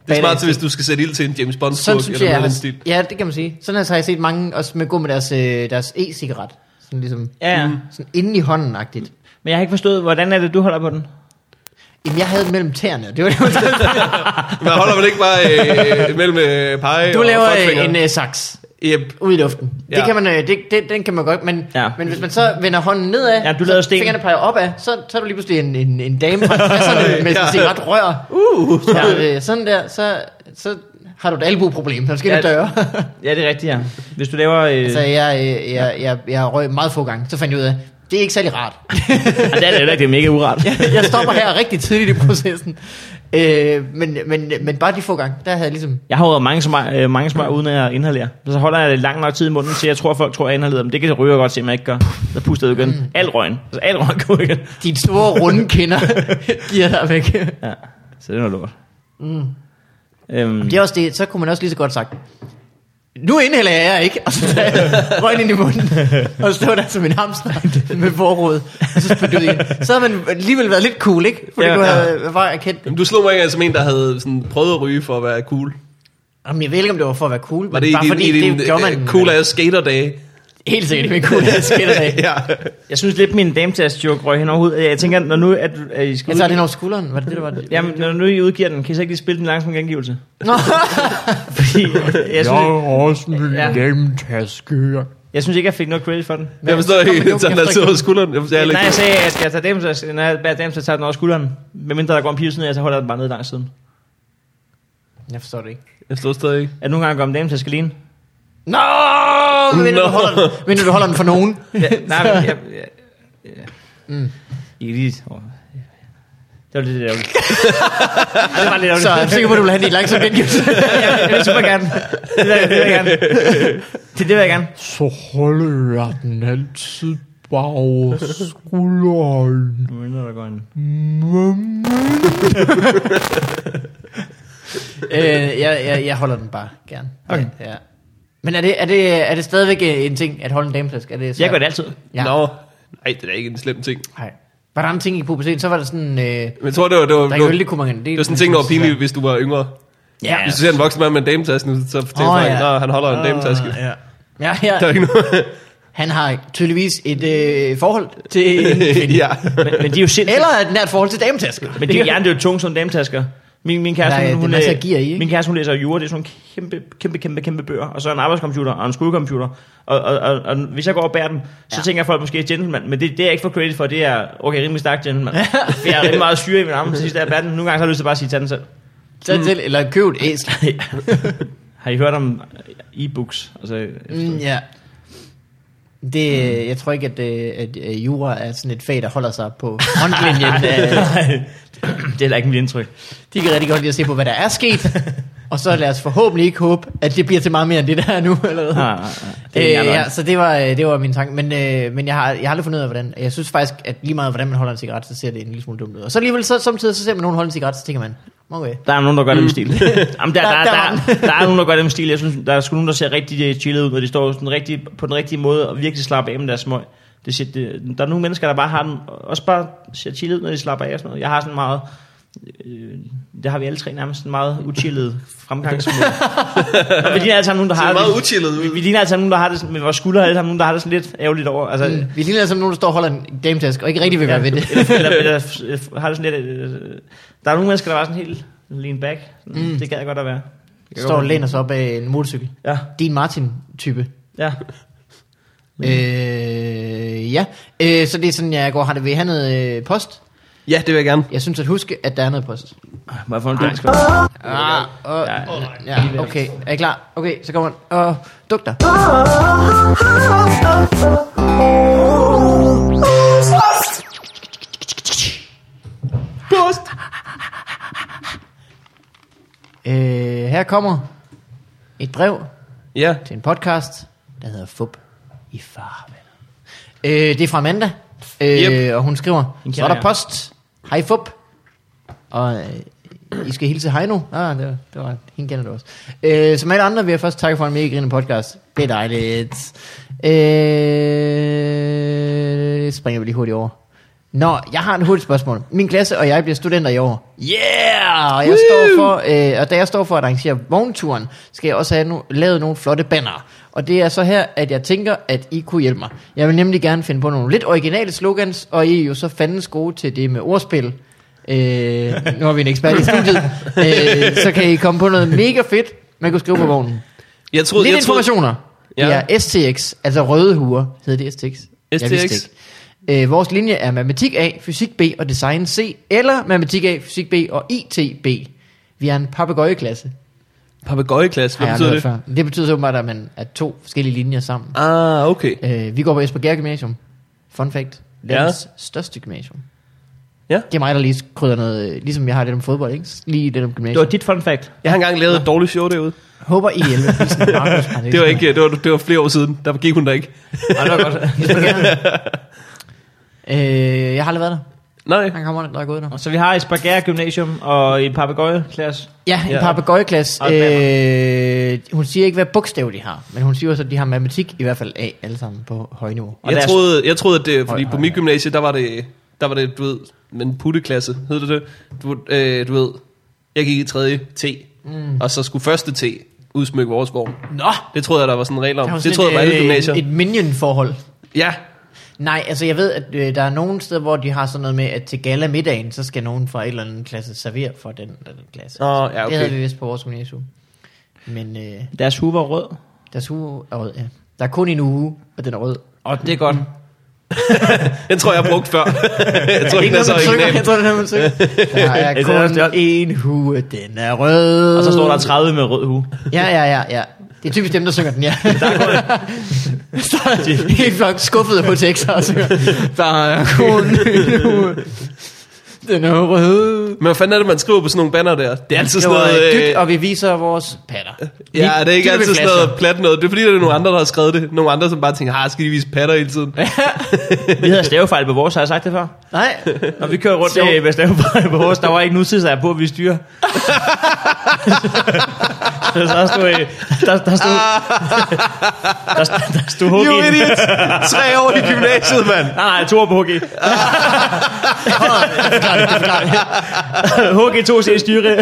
Speaker 2: Det er smart til, hvis du skal sætte ild til en James bond
Speaker 1: Sådan synes jeg,
Speaker 2: eller
Speaker 1: jeg
Speaker 2: noget i den
Speaker 1: har,
Speaker 2: stil.
Speaker 1: Ja, det kan man sige. Sådan altså, har jeg set mange også med gå med deres, øh, deres e-cigaret. Sådan ligesom...
Speaker 3: Ja, ja.
Speaker 1: Sådan inde i hånden-agtigt.
Speaker 3: Men jeg har ikke forstået, hvordan er det, du holder på den?
Speaker 1: Jamen, jeg havde den mellem tæerne. Det var det, var-
Speaker 2: Men holder man ikke bare øh, mellem øh, pege
Speaker 1: du
Speaker 2: og
Speaker 1: laver øh,
Speaker 2: fuckfinger?
Speaker 1: en øh, saks
Speaker 2: Yep.
Speaker 1: ud i luften. Ja.
Speaker 2: Ja.
Speaker 1: Det kan man, øh, det, det, den kan man godt, men,
Speaker 3: Ja.
Speaker 1: ja. men hvis man så vender hånden nedad,
Speaker 3: Ja, du lavede
Speaker 1: så
Speaker 3: sten.
Speaker 1: fingrene peger opad, så, så er du lige pludselig en, en, en dame fra 60'erne med
Speaker 2: Ja.
Speaker 1: sådan ret rør. Uh. Så, øh, sådan der, så, så har du et albuproblem, så skal
Speaker 3: Ja.
Speaker 1: ja. det døre.
Speaker 3: Ja, det er rigtigt, ja. Hvis du laver... Øh,
Speaker 1: så jeg, øh, jeg, jeg, jeg røg meget få gange, så fandt jeg ud af, det er ikke særlig rart.
Speaker 3: ja, det er det heller ikke, det er mega urart.
Speaker 1: jeg stopper her rigtig tidligt i processen. Øh, men, men, men bare de få gange, der havde jeg ligesom...
Speaker 3: Jeg har røget mange smør, øh, mange smør uden at inhalere. Så holder jeg det lang nok tid i munden, til jeg tror, folk tror, jeg inhalerer dem. Det kan ryge godt se, man ikke gør. Så puster jeg ud igen.
Speaker 1: Mm.
Speaker 3: Al røgen. Altså, al røgen går igen.
Speaker 1: Dine store runde kinder giver dig væk.
Speaker 3: Ja, så det er noget lort. Mm. Øhm,
Speaker 1: Det er også det, så kunne man også lige så godt sagt, nu indhælder jeg jer ikke, og så tager jeg røgen ind i munden, og stod der som en hamster med forråd, og så spyttede jeg ind. Så havde man alligevel været lidt cool, ikke? Fordi
Speaker 3: Ja,
Speaker 1: ja, du havde ja. bare erkendt det.
Speaker 2: Jamen, du slog mig ikke af som en, der havde sådan, prøvet at ryge for at være cool.
Speaker 1: Jamen, jeg ved ikke, om det var for at være cool,
Speaker 2: Var
Speaker 1: men
Speaker 2: det i
Speaker 1: bare
Speaker 2: din,
Speaker 1: fordi
Speaker 2: i din
Speaker 1: det gjorde man.
Speaker 2: øh, cool ass skater-dage?
Speaker 1: Helt sikkert, det var cool, at skille af.
Speaker 2: ja.
Speaker 3: Jeg synes lidt, min dametast-joke røg hen overhovedet. Jeg tænker, når nu at, at I skal...
Speaker 1: Jeg tager den over skulderen, var det det, der var det?
Speaker 3: Jamen, når nu I udgiver den, kan I så ikke lige spille den langsomme gengivelse?
Speaker 1: Nå,
Speaker 3: Fordi øh, jeg, synes, ikke-
Speaker 5: også min
Speaker 3: Ja.
Speaker 5: hjemtaske.
Speaker 3: jeg synes ikke, jeg fik noget credit for den.
Speaker 2: Jeg forstår
Speaker 1: så kom
Speaker 2: ikke,
Speaker 1: man jo
Speaker 2: så han
Speaker 1: efter
Speaker 2: altså
Speaker 1: igen.
Speaker 2: over skulderen. Jeg forstår heller
Speaker 3: Nej,
Speaker 2: ikke.
Speaker 3: jeg sagde, at jeg skal tage dem, så, når jeg bærer dem, så tager jeg den over skulderen. Med mindre der går en pige ned, så holder jeg den bare ned langt siden.
Speaker 1: Jeg forstår det ikke.
Speaker 2: Jeg forstår stadig ikke.
Speaker 3: At nogle gange går en dame til skalin.
Speaker 1: Nå, men du
Speaker 2: Nå.
Speaker 1: holder den, men du holder den for nogen.
Speaker 3: Ja, nej, men jeg... jeg, jeg mm. Ikke lige... åh. Det var lidt ærgerligt. Ej, det var lidt ærgerligt.
Speaker 1: Så jeg er sikker på, at du vil have det langsomt gengivelse.
Speaker 3: jeg, jeg vil super gerne. Det vil jeg, det vil jeg gerne. Det, det vil jeg gerne.
Speaker 5: Så holder jeg den altid bare over skulderen.
Speaker 3: Nu mindre, der går en...
Speaker 1: øh, jeg, jeg, jeg holder den bare gerne.
Speaker 3: Okay.
Speaker 1: Ja. Men er det, er, det, er det stadigvæk øh, en ting, at holde en dameflaske? Er det
Speaker 3: Jeg gør det altid.
Speaker 1: Ja.
Speaker 2: Nå, nej, det er da ikke en slem ting.
Speaker 1: Nej. Var der en ting i puberteten, så var der sådan... Øh,
Speaker 2: Men jeg tror, det var, det var,
Speaker 1: der
Speaker 2: det
Speaker 1: er
Speaker 2: var,
Speaker 1: jo det kunne man...
Speaker 2: det var sådan en ting, der var pinligt, hvis du var yngre.
Speaker 1: Ja.
Speaker 2: Hvis du ser en voksen mand med en dametaske, nu, så fortæller
Speaker 1: Åh,
Speaker 2: oh,
Speaker 1: ja.
Speaker 2: ja. han holder en dametaske.
Speaker 1: Ja. Ja, ja.
Speaker 2: Der er ikke noget.
Speaker 1: Han har tydeligvis et øh, forhold til... en kvinde.
Speaker 2: ja.
Speaker 3: Men, men de er jo sindssygt...
Speaker 1: Eller et nært forhold til dametasker.
Speaker 3: Men det, ja, det er jo tungt som dametasker. Min, min kæreste,
Speaker 1: Nej, det er
Speaker 3: hun, hun,
Speaker 1: masser
Speaker 3: øh,
Speaker 1: af gear i, ikke?
Speaker 3: min kæreste, hun læser jura, det er sådan nogle kæmpe, kæmpe, kæmpe, kæmpe bøger, og så en arbejdscomputer og en skolecomputer, og, og, og, og hvis jeg går og bærer dem, så
Speaker 1: Ja.
Speaker 3: ja. tænker folk måske, at gentleman, men det, det er jeg ikke for credit for, det er, okay, rimelig stærk gentleman, for jeg er rimelig meget syre i min arme, så sidst da jeg bærer den, nogle gange så har jeg lyst til bare at sige, tag den selv.
Speaker 1: Tag
Speaker 3: Mm.
Speaker 1: til, eller køb et æsler.
Speaker 3: Har I hørt om e-books? Altså,
Speaker 1: Mm,
Speaker 3: mm.
Speaker 1: ja. Det, øh, jeg tror ikke, at, øh, at øh, jura er sådan et fag, der holder sig på frontlinjen. øh, af-
Speaker 3: det er heller ikke mit indtryk.
Speaker 1: De kan rigtig godt lide at se på, hvad der er sket. Og så lad os forhåbentlig ikke håbe, at det bliver til meget mere end det, der er nu allerede.
Speaker 3: Ah, ah, ah.
Speaker 1: Øh,
Speaker 3: Det er øh,
Speaker 1: ja, så det var, øh, det var min tanke. Men, øh, men jeg, har, jeg har aldrig fundet ud af, hvordan... Jeg synes faktisk, at lige meget, hvordan man holder en cigaret, så ser det en lille smule dumt ud. Og så alligevel, så, samtidig, så ser man nogen holde en cigaret, så tænker man, okay.
Speaker 3: Der er nogen, der gør det med stil. Jamen, der, der,
Speaker 1: Der-
Speaker 3: der,
Speaker 1: der var
Speaker 3: der, der, er nogen, der gør det med stil. Jeg synes, der er sgu nogen, der ser rigtig øh, chillet ud, og de står sådan rigtig, på den rigtige måde og virkelig slapper af med deres smøg. Det siger, det, der er nogle mennesker, der bare har den, og også bare ser chillet ud, når de slapper af og sådan noget. Jeg har sådan meget, øh, det har vi alle tre nærmest, sådan meget uchillet fremgangsmåde. Og vi ligner alle sammen nogen, der
Speaker 2: Det
Speaker 3: har
Speaker 2: er meget
Speaker 3: det.
Speaker 2: uchillet ud.
Speaker 3: Vi, vi ligner alle sammen nogen, der har det sådan- med vores skuldre, alle sammen nogen, der har det sådan lidt ærgerligt over. Altså,
Speaker 1: Mm, vi ligner som nogen, der står og holder en dametask, og ikke rigtig vil være ved det.
Speaker 3: eller, eller, eller, eller har det sådan lidt... Øh, der er nogle mennesker, der var sådan helt lean back. Mm. Det gad jeg godt at være. Jeg kan
Speaker 1: Står og
Speaker 3: godt-
Speaker 1: læner sig op af en motorcykel.
Speaker 3: Ja,
Speaker 1: Din Martin-type.
Speaker 3: ja. Mm.
Speaker 1: Øh, ja, øh, så det er sådan, jeg går, har det ved at have noget øh, post.
Speaker 2: ja, det vil jeg gerne.
Speaker 1: Jeg synes at huske, at der er noget post.
Speaker 3: Må jeg få en dansk?
Speaker 1: Ah, og,
Speaker 3: Ja, ja.
Speaker 1: ja, okay, er I klar? Okay, så kommer den. Og duk dig.
Speaker 4: Oh,
Speaker 2: Post!
Speaker 1: Øh, her kommer et brev
Speaker 2: Ja.
Speaker 1: til en podcast, der hedder FUP i farvandet. Øh, det er fra Amanda, øh,
Speaker 2: Yep.
Speaker 1: og hun skriver,
Speaker 3: Den
Speaker 1: så er
Speaker 3: kender
Speaker 1: der
Speaker 3: jeg."
Speaker 1: post. Hej FUP. Og øh, I skal hilse hej nu. Ah, det, var, det var, hende kender du også. Øh, som alle andre vil jeg først takke for en mega grinende podcast. Det er dejligt. Øh, springer vi lige hurtigt over. Nå, jeg har en hurtigt spørgsmål. Min klasse og jeg bliver studenter i år. Yeah! Og, jeg står for, øh, og da jeg står for at arrangere vognturen, skal jeg også have no- lavet nogle flotte bannere. Og det er så her, at jeg tænker, at I kunne hjælpe mig. Jeg vil nemlig gerne finde på nogle lidt originale slogans, og I er jo så fandens gode til det med ordspil. Øh, nu har vi en ekspert i studiet. Øh, så kan I komme på noget mega fedt, man kunne skrive på vognen.
Speaker 2: Jeg troede,
Speaker 1: Lidt
Speaker 2: jeg troede,
Speaker 1: informationer.
Speaker 2: Ja.
Speaker 1: Ja. ja, STX, altså røde huer, hedder det STX? Jeg
Speaker 2: STX?
Speaker 1: vidste ikke. Øh, vores linje er matematik A, fysik B og design C, eller matematik A, fysik B og IT B. Vi er en papegøjeklasse,
Speaker 2: Papagøjeklasse,
Speaker 1: har
Speaker 2: hvad
Speaker 1: jeg
Speaker 2: betyder
Speaker 1: aldrig
Speaker 2: det?
Speaker 1: hørt før. Det betyder så åbenbart, at man er to forskellige linjer sammen.
Speaker 2: Ah, okay.
Speaker 1: Øh, vi går på Esbjerg Gymnasium. Fun fact. Landets ja. største gymnasium.
Speaker 2: Ja.
Speaker 1: Det er mig, der lige krydder noget, øh, ligesom jeg har det om fodbold, ikke? Lige det om
Speaker 3: Det
Speaker 1: gymnasium.
Speaker 3: var dit fun fact.
Speaker 2: Jeg har engang lavet et dårligt show derude.
Speaker 1: Håber I ligesom hjælper. Pilsen og Markus. Ej,
Speaker 2: Det var, ikke, det var, det var flere år siden. Der gik hun der ikke.
Speaker 3: Ej, det var godt.
Speaker 1: Øh, jeg har aldrig været der.
Speaker 2: Nej.
Speaker 1: Han kommer, der er gået der.
Speaker 3: Så vi har et Spagær Gymnasium og en papegøjeklasse.
Speaker 1: Ja, en
Speaker 2: Ja.
Speaker 1: ja. papegøjeklasse.
Speaker 3: Og et
Speaker 1: Øh, hun siger ikke, hvad bogstav de har, men hun siger også, at de har matematik i hvert fald A alle sammen på højniveau.
Speaker 3: Og
Speaker 2: Jeg
Speaker 3: deres-
Speaker 2: troede, jeg troede, at det, fordi
Speaker 1: Høj,
Speaker 2: på
Speaker 1: høj,
Speaker 2: mit
Speaker 1: ja.
Speaker 2: gymnasie, der var det, der var det, du ved, men putteklasse, hed det det? Du, øh, du ved, jeg gik i 3. T, mm. og så skulle første T udsmykke vores vogn.
Speaker 1: Nå!
Speaker 2: Det troede jeg, der var sådan en regel
Speaker 1: Der
Speaker 2: om.
Speaker 1: var
Speaker 2: Det
Speaker 1: sådan
Speaker 2: troede jeg var alle
Speaker 1: øh,
Speaker 2: gymnasier.
Speaker 1: Et minion-forhold.
Speaker 2: Ja,
Speaker 1: Nej, altså jeg ved, at øh, der er nogle steder, hvor de har sådan noget med, at til gala middagen, så skal nogen fra et eller andet klasse servere for den eller den klasse.
Speaker 2: Nå, ja,
Speaker 1: Det havde vi
Speaker 2: okay.
Speaker 1: vist på vores gymnasium. Men øh,
Speaker 3: Deres hue var rød.
Speaker 1: deres uge er rød, ja. Der er kun en uge, og den er rød. Mm.
Speaker 3: Og det er godt.
Speaker 2: Den tror jeg, jeg brugte før. jeg tror ikke, den er så
Speaker 1: Jeg
Speaker 2: original.
Speaker 1: tror, det er noget, man synger. Der
Speaker 3: Ja, det er også- det
Speaker 1: er
Speaker 3: er
Speaker 1: kun en hue, den er rød.
Speaker 3: Og så står der 30 med rød hue.
Speaker 1: Ja, ja, ja, ja. Det er typisk dem, der synger den, ja. Så er de helt flok skuffede på tekster og synger, der er kun en hue, den er rød.
Speaker 2: Men hvad fanden er det, man skriver på sådan nogle banner der? Det er altid sådan
Speaker 1: Det var,
Speaker 2: noget...
Speaker 1: øh, dybt,
Speaker 2: Øh,
Speaker 1: og vi viser vores patter.
Speaker 2: ja, det er ikke
Speaker 1: dybt
Speaker 2: altid
Speaker 1: med
Speaker 2: sådan noget plat noget. Det er fordi, der er nogle andre, der har skrevet det. Nogle andre, som bare tænker, har skal de vise patter hele tiden?
Speaker 3: Vi havde stavefejl på vores, har jeg sagt det før?
Speaker 1: Nej,
Speaker 3: Når vi kører rundt
Speaker 1: Sjovt.
Speaker 3: øh, med stavefejl på vores, der var ikke nutidsager på, at vi styrer. Så der stod, øh, der, der stod, der, stod- der stod HG.
Speaker 2: You idiots! Tre år i gymnasiet, mand!
Speaker 3: Nej, nej, to år på HG. HG 2C styre.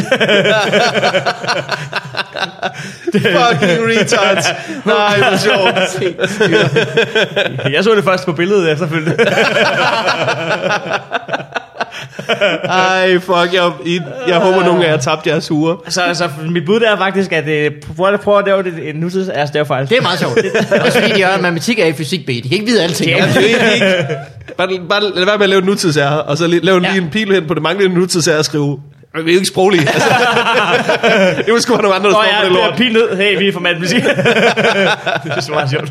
Speaker 2: Fucking retards. Nej, hvor sjovt.
Speaker 3: Jeg så det først på billedet efterfølgende.
Speaker 2: Ej, fuck. Jeg, I, jeg håber, nogen af jer tabte jeres huer.
Speaker 3: Så, så mit bud der er faktisk, at øh, prøv at prøve at lave det en nutids er stavefejl.
Speaker 1: Det er meget sjovt. Også fordi de har matematik A i fysik B. De kan ikke vide alting.
Speaker 2: Jamen, det er egentlig ikke. Bare, bare lad være med at lave en nutidsære, og så li- lave lige
Speaker 1: Ja.
Speaker 2: en pil hen på det manglende nutidsære og skrive. "Men Vi er jo ikke sproglige. Altså, det var sgu være nogle andre, der
Speaker 3: Nå
Speaker 2: står på
Speaker 3: ja,
Speaker 2: det
Speaker 3: det er
Speaker 2: lort.
Speaker 3: pil ned. Hey, vi er fra matematik. det er så meget sjovt.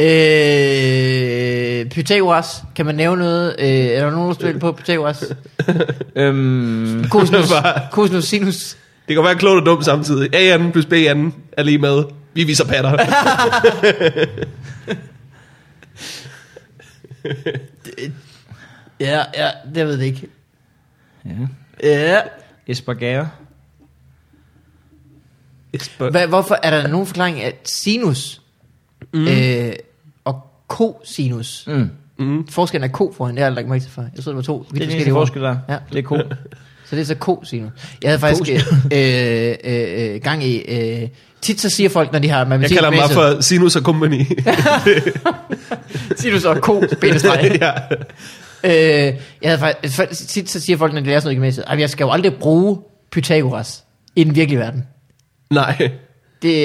Speaker 1: Øh, Pythagoras. Kan man nævne noget? Øh, er der nogen, der spiller på Pythagoras?
Speaker 3: Øhm,
Speaker 1: Cosinus,
Speaker 2: Bare-
Speaker 1: cosinus sinus.
Speaker 2: Det kan være klogt og dumt samtidig. A anden plus B anden er lige med. Vi viser patter.
Speaker 1: Ja, ja, det ved jeg ikke.
Speaker 3: ja.
Speaker 1: Ja.
Speaker 3: Espargare.
Speaker 1: Hva, hvorfor er der nogen forklaring af sinus mm. øh, og cosinus?
Speaker 3: Mm.
Speaker 2: Mm.
Speaker 1: Forskellen er ko foran, det har jeg lagt mærke til før. Jeg troede, det var to
Speaker 3: Det
Speaker 1: vidt
Speaker 3: er den eneste
Speaker 1: forskellige ord.
Speaker 3: forskel der.
Speaker 1: Ja.
Speaker 3: Det er cool.
Speaker 1: Så det er så cosinus. Jeg havde faktisk øh, øh, øh, gang i... Øh, tit så siger folk, når de har
Speaker 2: Jeg
Speaker 1: matematik
Speaker 2: kalder
Speaker 1: i
Speaker 2: mig
Speaker 1: gymnasiet-
Speaker 2: for Sinus og Company.
Speaker 1: Siger du så ko, bindestreg.
Speaker 2: ja.
Speaker 1: øh, jeg havde faktisk, for, tit så siger folk, når de lærer sådan noget i gymnasiet, "Ej, jeg skal jo aldrig bruge Pythagoras i den virkelige verden.
Speaker 2: Nej.
Speaker 1: Det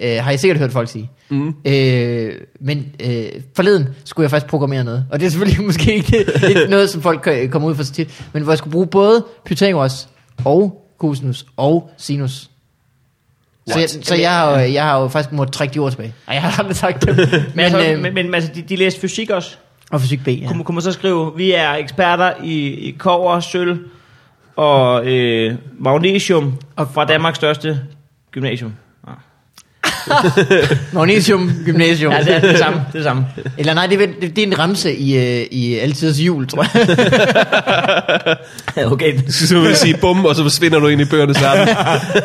Speaker 1: øh, har jeg sikkert hørt folk sige. Mm. Øh, men øh, forleden skulle jeg faktisk programmere noget, og det er selvfølgelig måske ikke, ikke noget, som folk øh, kommer ud for så tit, men hvor jeg skulle bruge både Pythagoras og cosinus og sinus. Så, jeg, så jeg, har, jo- jeg har jo faktisk måttet trække de ord tilbage. Ej, jeg har aldrig sagt dem.
Speaker 3: Men,
Speaker 1: men,
Speaker 3: altså,
Speaker 1: øh,
Speaker 3: men, men altså, de, de læste fysik også.
Speaker 1: og fysik B, ja.
Speaker 3: Kunne, kunne man så skrive, vi er eksperter i, i kover, sølv og øh, magnesium og fra Danmarks største gymnasium.
Speaker 1: Ah. Magnesium Gymnasium.
Speaker 3: Ja, det er det samme. Det er det samme.
Speaker 1: Eller nej, det er, det er en ramse i, øh, i Altidets Jul, tror jeg.
Speaker 3: Okay.
Speaker 2: Så vil jeg sige bum, og så forsvinder du ind i bøgernes verden.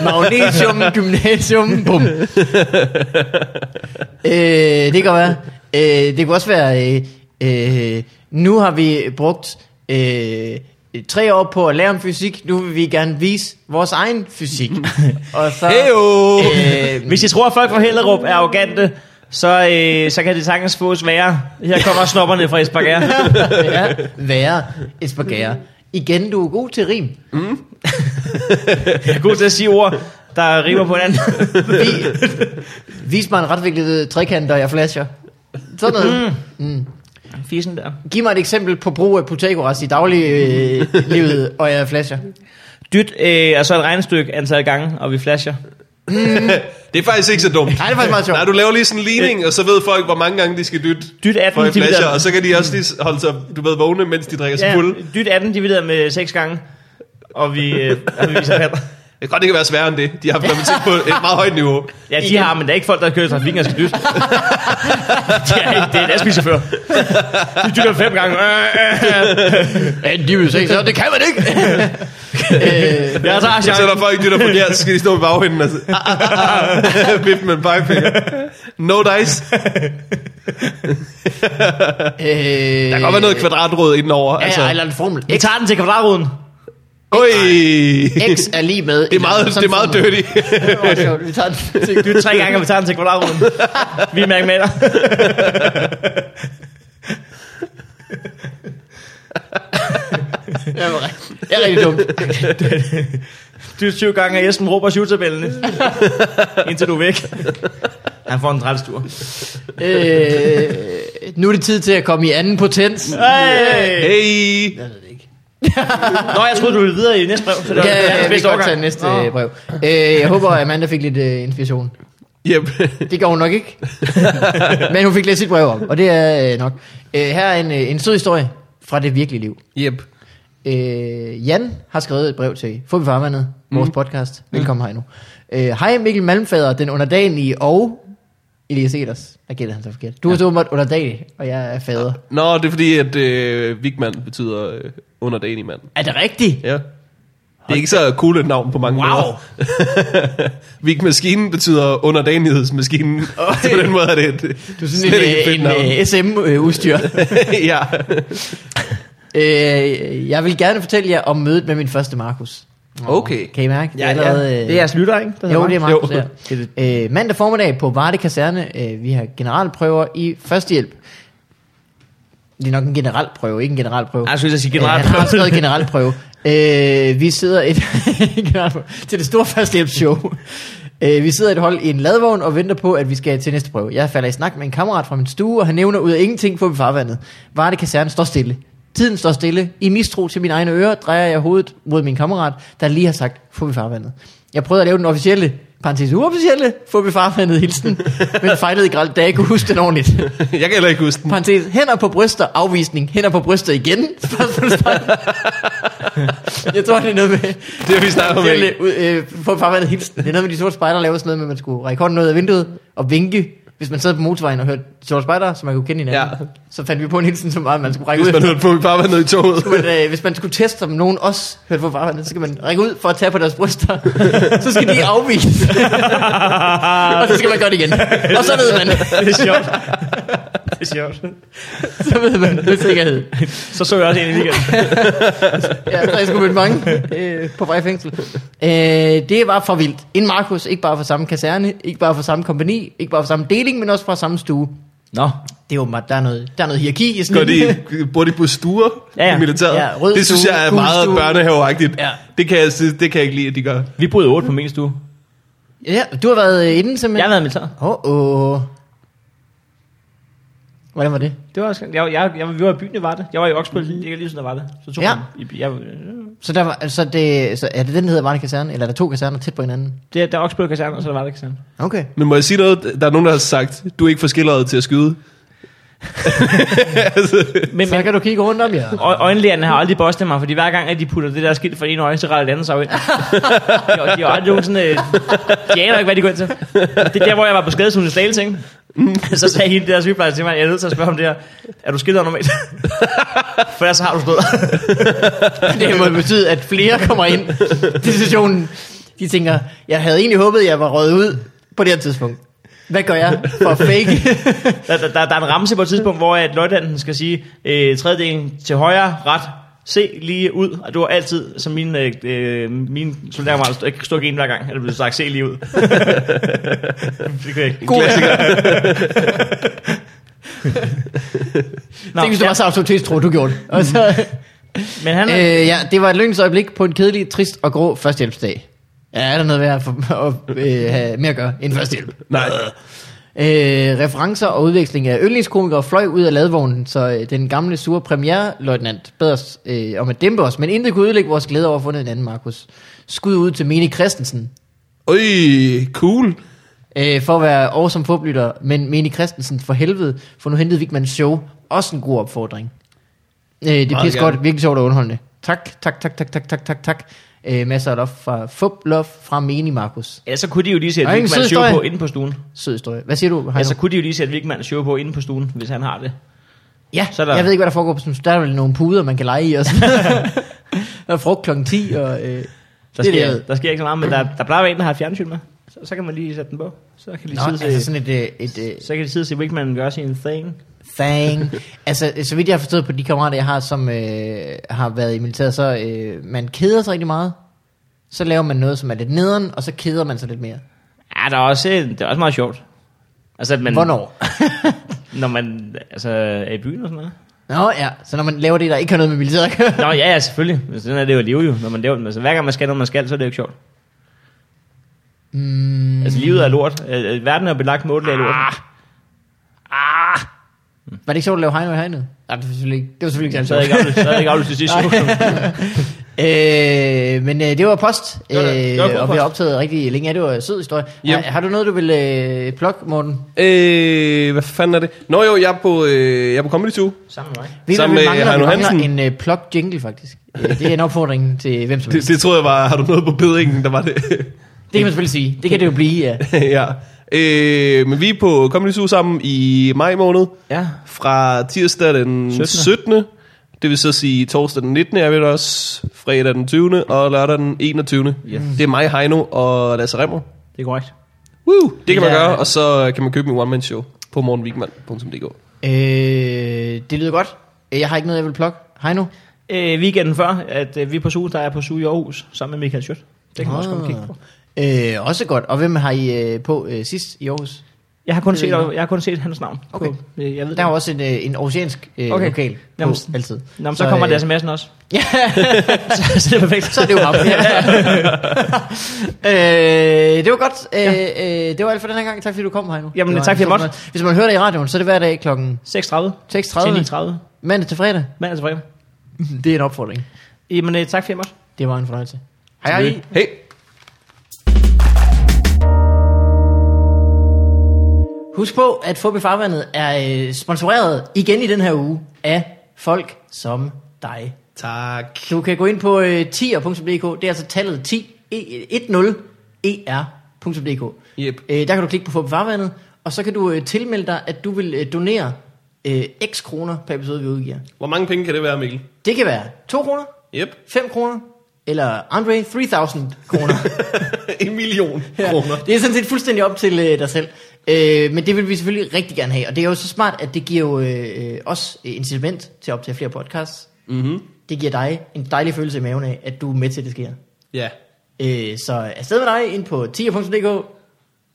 Speaker 1: Magnesium Gymnasium. Bum. øh, det kan godt være. Øh, det kan også være, øh, øh, nu har vi brugt øh, tre år på at lære om fysik. Nu vil vi gerne vise vores egen fysik. Og så...
Speaker 2: Heyo!
Speaker 1: Øh,
Speaker 3: Hvis I tror, at folk fra Hellerup er arrogante, så, øh, så kan det sagtens fås værre. Her kommer snopperne fra Espargare.
Speaker 1: ja, være espagere. Igen, du er god til rim.
Speaker 3: Jeg er god til at sige ord, der rimer på hinanden.
Speaker 1: Vi, vis mig en retviklet trekant, og jeg flasher. Sådan noget.
Speaker 3: Fisen der.
Speaker 1: Giv mig et eksempel på brug af Pythagoras i dagliglivet, øh, livet, og jeg flasher.
Speaker 3: Dyt, øh, og så et regnestykke antal gange, og vi flasher.
Speaker 2: Det er faktisk ikke så dumt.
Speaker 1: Nej, det er faktisk meget sjovt.
Speaker 2: Nej, du laver lige sådan en ligning, og så ved folk, hvor mange gange de skal dytte.
Speaker 3: Dyt 18
Speaker 2: for en
Speaker 3: divideret-
Speaker 2: flasher, og så kan de også lige holde sig, du ved, vågne, mens de drikker sig
Speaker 3: Ja,
Speaker 2: fuld.
Speaker 3: dyt 18 divideret med 6 gange, og vi, øh, og vi viser patter.
Speaker 2: Det kan godt ikke være sværere end det. De har haft matematik på et meget højt niveau.
Speaker 3: Ja, de har, men der er ikke folk, der kører i trafikken og skal dyse. det er, ikke- det er en lastbilchauffør. De dytter fem gange. Øh,
Speaker 1: Men de vil sige, så det kan man ikke. øh,
Speaker 3: Ja, så har
Speaker 2: Så
Speaker 3: jeg
Speaker 2: når folk dytter forkert, så skal de stå med baghænden og sige, "Ah, ah, ah, ah." vippe med en pegefinger. No dice.
Speaker 1: øh,
Speaker 2: Der kan godt være noget kvadratråd indenover.
Speaker 1: Ja,
Speaker 2: Altså.
Speaker 1: ja, eller en formel.
Speaker 3: Vi
Speaker 1: X,
Speaker 3: tager den til kvadratroden.
Speaker 2: Oi.
Speaker 1: X er lige med.
Speaker 2: Det er meget, det er meget dirty.
Speaker 1: Det var sjovt. Vi tager den.
Speaker 3: Dyt tre gange, og vi tager den til kvadratroden. Vi er mærkmaner.
Speaker 1: Det var rigtigt. Det er rigtig dumt.
Speaker 3: Dyt 20 gange, og Esben råber syvtabellen. Indtil du er væk. Han får en trælstur.
Speaker 1: Øh, nu er det tid til at komme i anden potens. Øh.
Speaker 3: Hey!
Speaker 2: Hey.
Speaker 3: Nå, jeg troede, du ville videre i næste brev. Så det var,
Speaker 1: Ja,
Speaker 3: det var
Speaker 1: ja, vi
Speaker 3: bedste
Speaker 1: kan godt
Speaker 3: overgang.
Speaker 1: tage næste
Speaker 3: Nå.
Speaker 1: øh, brev. Øh, jeg håber, at Amanda fik lidt øh, inspiration.
Speaker 2: Yep.
Speaker 1: Det gjorde hun nok ikke. Men hun fik læst sit brev op, og det er øh, nok. Øh, her er en, øh, en sød historie fra det virkelige liv.
Speaker 2: Yep.
Speaker 1: Øh, Jan har skrevet et brev til Få vi farvandet, vores mm. podcast. Velkommen mm. her nu. Øh, Hej Mikkel Malmfader, den underdanige og Elias Eders. Der gætter han så forkert. Du er så åbenbart underdanig, og jeg er fader.
Speaker 2: Nå, det er fordi, at øh, Vigman betyder øh, underdanig mand.
Speaker 1: Er det rigtigt?
Speaker 2: Ja. Det er ikke så cool et navn på mange
Speaker 3: Wow.
Speaker 2: måder. Vigmaskinen betyder underdanighedsmaskinen. Så på den måde er det et
Speaker 1: Du er
Speaker 2: slet
Speaker 1: sådan
Speaker 2: ikke et fedt
Speaker 1: en, øh,
Speaker 2: navn.
Speaker 1: en, en SM-udstyr.
Speaker 2: ja.
Speaker 1: øh, jeg vil gerne fortælle jer om mødet med min første Markus.
Speaker 2: Okay.
Speaker 1: Kan I mærke? det
Speaker 3: Ja,
Speaker 1: er allerede,
Speaker 3: ja.
Speaker 1: øh,
Speaker 3: Det er altså jeres lytter, ikke? Der hedder
Speaker 1: Jo, det er
Speaker 3: Mark.
Speaker 1: Markus,
Speaker 2: Jo.
Speaker 1: ja. øh, Mandag formiddag på Varde Kaserne. Øh, vi har generalprøver i førstehjælp. Det er nok en generalprøve, ikke en generalprøve.
Speaker 3: Ej, Altså, Jeg skulle lige sige
Speaker 1: Øh,
Speaker 3: generelt.
Speaker 1: han har skrevet generalprøve. Øh, vi sidder et, generalprøve, til det store førstehjælpsshow. Øh, vi sidder et hold i en ladvogn og venter på, at vi skal til næste prøve. Jeg falder i snak med en kammerat fra min stue, og han nævner ud af ingenting på farvandet. Varde kaserne står stille. Tiden står stille. I mistro til mine egne ører drejer jeg hovedet mod min kammerat, der lige har sagt, få vi farvandet. Jeg prøvede at lave den officielle, parentes uofficielle, få vi farvandet hilsen, men fejlede gralt, da jeg ikke kunne huske den ordentligt.
Speaker 2: Jeg kan heller ikke huske den.
Speaker 1: Parentes, hænder på bryster, afvisning, hænder på bryster igen. Spørgsmålstegn. jeg tror, det er noget med...
Speaker 2: Det har vi snakket om.
Speaker 1: Fjelle,
Speaker 2: ikke?
Speaker 1: ud, øh, på farvandet hilsen. Det er noget med de sorte spejder laver sådan noget med, at man skulle række hånden ud af vinduet og vinke. Hvis man sad på motorvejen og hørte de sorte spejder, så man kunne kende hinanden, ja.
Speaker 2: Ja.
Speaker 1: så fandt vi på en hilsen, som var, at man skulle række
Speaker 2: Hvis
Speaker 1: ud.
Speaker 2: man hørte på, at vi bare var nede i toget.
Speaker 1: Men, øh, hvis man skulle teste, om nogen også hørte på farvandet, så skal man række ud for at tage på deres bryster. så skal de afvise. og så skal man gøre det igen. Og så ved man,
Speaker 3: Det er sjovt. Det er sjovt.
Speaker 1: så ved man med sikkerhed.
Speaker 3: Så så jeg også en i weekenden.
Speaker 1: ja, så jeg skulle møde mange øh, på vej i fængsel. Øh, det var for vildt. En Markus, ikke bare fra samme kaserne, ikke bare fra samme kompani, ikke bare fra samme deling, men også fra samme stue.
Speaker 3: Nå.
Speaker 1: Det er åbenbart, der er noget, der er noget hierarki i
Speaker 2: Går
Speaker 1: sådan en-
Speaker 2: de, bor de på stuer
Speaker 3: Ja,
Speaker 2: ja,
Speaker 3: ja.
Speaker 2: ja. i militæret?
Speaker 1: Ja, rød
Speaker 2: det synes
Speaker 1: stue,
Speaker 2: jeg er
Speaker 1: gul
Speaker 2: meget
Speaker 1: stue.
Speaker 2: børnehaveagtigt.
Speaker 1: Ja.
Speaker 2: Det, kan jeg, synes- det kan jeg ikke lide, at de gør.
Speaker 3: Vi boede otte på min stue.
Speaker 1: Ja, du har været øh, inde
Speaker 3: Jeg har
Speaker 1: simpelthen.
Speaker 3: været i militæret.
Speaker 1: Åh, åh. Oh, Hvordan var det?
Speaker 3: Det var også, jeg, jeg, jeg, vi var i byen, det var det. Jeg var i Oksbøl, mm. ikke lige sådan, der var det. Så tog
Speaker 1: Ja.
Speaker 3: ja. man, i, jeg,
Speaker 1: Så, der var, altså det, så er det den, der hedder Varde Kaserne? Eller er der to kaserner tæt på hinanden?
Speaker 3: det, der er Oksbøl kaserne, og så var det ikke sådan.
Speaker 1: Okay.
Speaker 2: Men må jeg sige noget? Der er nogen, der har sagt, du er ikke for skildret til at skyde.
Speaker 3: Men,
Speaker 1: Så
Speaker 3: men
Speaker 1: kan du kigge rundt om jer.
Speaker 3: ø- øjenlægerne har aldrig bostet mig, fordi hver gang, at de putter det der skilt for en øje, så retter det andet sig jo ind. de, de har aldrig nogen sådan, øh, de aner ikke, hvad de går ind til. Det er der, hvor jeg var på skadesugen i Slagelse, ikke? så sagde hende der sygeplejerske til mig, jeg er nødt til at spørge om det her. Er du skildret normalt? for ellers så har du stået.
Speaker 1: Det må betyde, at flere kommer ind til stationen. De tænker, jeg havde egentlig håbet, jeg var røget ud på det her tidspunkt. Hvad gør jeg for at fake?
Speaker 3: Der, der, der, der er en ramse på et tidspunkt, hvor at løjtnanten skal sige, øh, tredjedelen til højre, ret, se lige ud. Og det var altid, som mine, øh, øh, mine soldaterkammerater stod, ikke stod ikke en hver gang, at det blev sagt, se lige ud. det kan jeg ikke.
Speaker 1: God
Speaker 2: Klassiker.
Speaker 3: Nå,
Speaker 1: Tænk, hvis du
Speaker 3: ja,
Speaker 1: var så autoritetstro, du gjorde det. Og så,
Speaker 3: men han, øh,
Speaker 1: øh, ja, det var et lykkens øjeblik på en kedelig, trist og grå førstehjælpsdag. Ja, er der noget værd for, at øh, have mere at gøre end førstehjælp?
Speaker 2: Nej.
Speaker 1: Øh, referencer og udveksling af yndlingskomikere fløj ud af ladvognen, så øh, den gamle sure premierløjtnant bad os øh, om at dæmpe os, men intet kunne ødelægge vores glæde over at fundet en anden Markus. Skud ud til Mini Christensen,
Speaker 2: Øj, cool.
Speaker 1: øh, for at være awesome forblitter, men Mini Christensen for helvede, for nu hentede Vigmans show også en god opfordring. Øh, det er
Speaker 2: Meget
Speaker 1: pis
Speaker 2: gerne.
Speaker 1: godt, virkelig sjovt og underholdende. Tak, tak, tak, tak, tak, tak, tak, tak. Øh, masser af lof fra Fup Lof fra Mini Markus.
Speaker 3: Ja, så kunne de jo lige sætte
Speaker 1: Der er ingen
Speaker 3: Vigman
Speaker 1: sød
Speaker 3: show
Speaker 1: historie.
Speaker 3: på inde på stuen.
Speaker 1: Sød historie. Hvad siger du,
Speaker 3: Ja,
Speaker 1: Heino?
Speaker 3: så kunne de jo lige sætte Vigman show på inde på stuen, hvis han har det.
Speaker 1: Ja,
Speaker 3: Så er der-
Speaker 1: jeg ved ikke, hvad der foregår på sådan Der er vel nogle puder, man kan lege i og sådan. der er frugt klokken 10, og øh,
Speaker 3: Der
Speaker 1: det er det, jeg
Speaker 3: sker,
Speaker 1: ved.
Speaker 3: der sker ikke så meget, men der, der plejer at være en, der har et fjernsyn med. Så, så kan man lige sætte den på. Så kan de
Speaker 1: Nå,
Speaker 3: sidde og se,
Speaker 1: altså sådan et, øh, et øh,
Speaker 3: så kan de sidde og se Wigman gøre sin thing.
Speaker 1: thing. altså, så vidt jeg har forstået på de kammerater, jeg har, som øh, har været i militæret, så øh, man keder sig rigtig meget. Så laver man noget, som er lidt nederen, og så keder man sig lidt mere.
Speaker 3: Ja, der er også, det er også meget sjovt. Altså, at man,
Speaker 1: Men... Hvornår?
Speaker 3: Når man altså, er i byen og sådan noget.
Speaker 1: Nå ja, så når man laver det, der ikke har noget med militæret at gøre.
Speaker 3: Nå, ja, ja, selvfølgelig. Men sådan er det jo at leve jo, når man laver altså, Hver gang man skal noget, man skal, så er det jo ikke sjovt. Mm. Altså, livet er lort. Øh, øh, Verden er belagt med otte lag lort.
Speaker 1: Ah! Var det ikke sjovt at lave hegnet og hegnet? Nej, det var selvfølgelig ikke, det var selvfølgelig ikke
Speaker 3: Så er jeg
Speaker 1: særlig
Speaker 3: ikke aflyst, så er jeg ikke aflyst til sidste show.
Speaker 1: sjovt. øh, men øh, det var post, øh,
Speaker 2: Det var da- det var god
Speaker 1: og vi
Speaker 2: post.
Speaker 1: har optaget rigtig længe. Ja, det var en sød historie.
Speaker 2: Yep.
Speaker 1: Har, har du noget, du vil øh, plukke, Morten?
Speaker 2: Øh, hvad fanden er det? Nå jo, jeg er på, øh, jeg er på Comedy Zoo.
Speaker 3: Sammen med mig.
Speaker 1: Ved du,
Speaker 2: Sammen
Speaker 1: hvad vi
Speaker 2: med
Speaker 1: mangler, vi
Speaker 2: Heino
Speaker 1: mangler
Speaker 2: Hansen.
Speaker 1: en øh, plug jingle, faktisk. Øh, det er en opfordring til hvem som helst.
Speaker 2: Det, det tror jeg var, har du noget på bedringen, der var det?
Speaker 1: Det kan man selvfølgelig sige. Det kan det jo blive, ja.
Speaker 2: ja. Øh, men vi er på Comedy Zoo sammen i maj måned.
Speaker 3: Ja.
Speaker 2: Fra tirsdag den 17.
Speaker 3: 17..
Speaker 2: 17. Det vil så sige torsdag den 19. Jeg ved det også. Fredag den 20. og lørdag den 21. Yes. Det er mig, Heino og Lasse Remmer.
Speaker 3: Det er korrekt.
Speaker 2: Woo! Det kan man
Speaker 3: Ja.
Speaker 2: gøre, og så kan man købe min one-man-show på morgenwigman.dk.
Speaker 1: Øh, det lyder godt. Jeg har ikke noget, jeg vil plukke. Hej nu.
Speaker 3: Øh, weekenden før, at øh, vi er på SU, der er på SU i Aarhus, sammen med Michael Schødt. Det kan man også komme og kigge på.
Speaker 1: Ah. Øh, også godt. Og hvem har I øh, på øh, sidst i Aarhus?
Speaker 3: Jeg har kun,
Speaker 1: Det ved
Speaker 3: set,
Speaker 1: jeg ikke.
Speaker 3: jeg har kun set hans navn.
Speaker 1: Okay.
Speaker 3: På, øh, jeg ved
Speaker 1: Der er
Speaker 3: det.
Speaker 1: jo også en, øh, en oceansk øh, okay.
Speaker 3: Okay.
Speaker 1: lokal på,
Speaker 3: Jamen,
Speaker 1: altid.
Speaker 3: Nå, men så, så kommer
Speaker 1: øh,
Speaker 3: øh, det sms'en også.
Speaker 1: Ja,
Speaker 3: så, så det er perfekt.
Speaker 1: så er det jo ham. øh, det var godt. Øh, øh, det var alt for den her gang. Tak fordi du kom, Heino.
Speaker 3: Jamen,
Speaker 1: Det var
Speaker 3: tak, fordi jeg
Speaker 1: en-
Speaker 3: måtte.
Speaker 1: Hvis man hører det i radioen, så er det hver dag klokken
Speaker 3: 6.30 til Mhm.
Speaker 1: 6.30
Speaker 3: 9.30
Speaker 1: mandag til fredag.
Speaker 3: mandag til fredag.
Speaker 1: Det er en opfordring.
Speaker 3: Jamen, øh, tak for hjemme.
Speaker 1: Det var en fornøjelse. Hej hej.
Speaker 2: Hej!
Speaker 1: Husk på, at Fubi Farvandet er øh, sponsoreret igen i den her uge af folk som dig.
Speaker 2: Tak.
Speaker 1: Du kan gå ind på øh, 10er.dk, det er altså tallet 10, e- 10er.dk.
Speaker 2: Yep.
Speaker 1: Øh, der kan du klikke på Fubi Farvandet, og så kan du øh, tilmelde dig, at du vil øh, donere øh, x kroner per episode, vi udgiver.
Speaker 2: Hvor mange penge kan det være, Mikkel?
Speaker 1: Det kan være 2 kroner,
Speaker 2: Yep.
Speaker 1: 5 kroner, eller Andre 3000 kroner.
Speaker 2: en million
Speaker 1: Ja,
Speaker 2: kroner.
Speaker 1: Det er sådan set fuldstændig op til øh, dig selv. Øh, men det vil vi selvfølgelig rigtig gerne have. Og det er jo så smart, at det giver jo øh, øh, os øh, incitament til at optage flere podcasts.
Speaker 2: Mhm.
Speaker 1: Det giver dig en dejlig følelse i maven af, at du er med til, at det sker.
Speaker 2: Ja.
Speaker 1: Øh, så afsted med dig ind på tier.dk.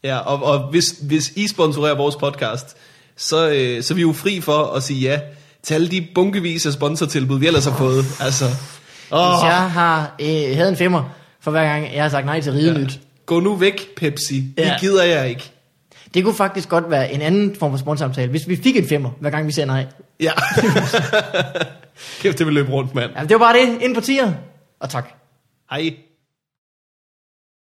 Speaker 2: Ja, og, og hvis, hvis I sponsorerer vores podcast, så, øh, så er vi jo fri for at sige ja til alle de bunkevis af sponsortilbud, vi ellers har fået. Altså,
Speaker 1: Hvis
Speaker 2: åh,
Speaker 1: jeg har øh, havde en femmer for hver gang, jeg har sagt nej til ridenyt.
Speaker 2: gå nu væk, Pepsi. Ja.
Speaker 1: Ja.
Speaker 2: Det gider jeg ikke.
Speaker 1: Det kunne faktisk godt være en anden form for sponsorsamtale, hvis vi fik en femmer, hver gang vi siger nej.
Speaker 2: Ja. Kæft, det vil løbe rundt, mand.
Speaker 1: Jamen, det var bare det. Ind på tier. Og tak.
Speaker 2: Hej.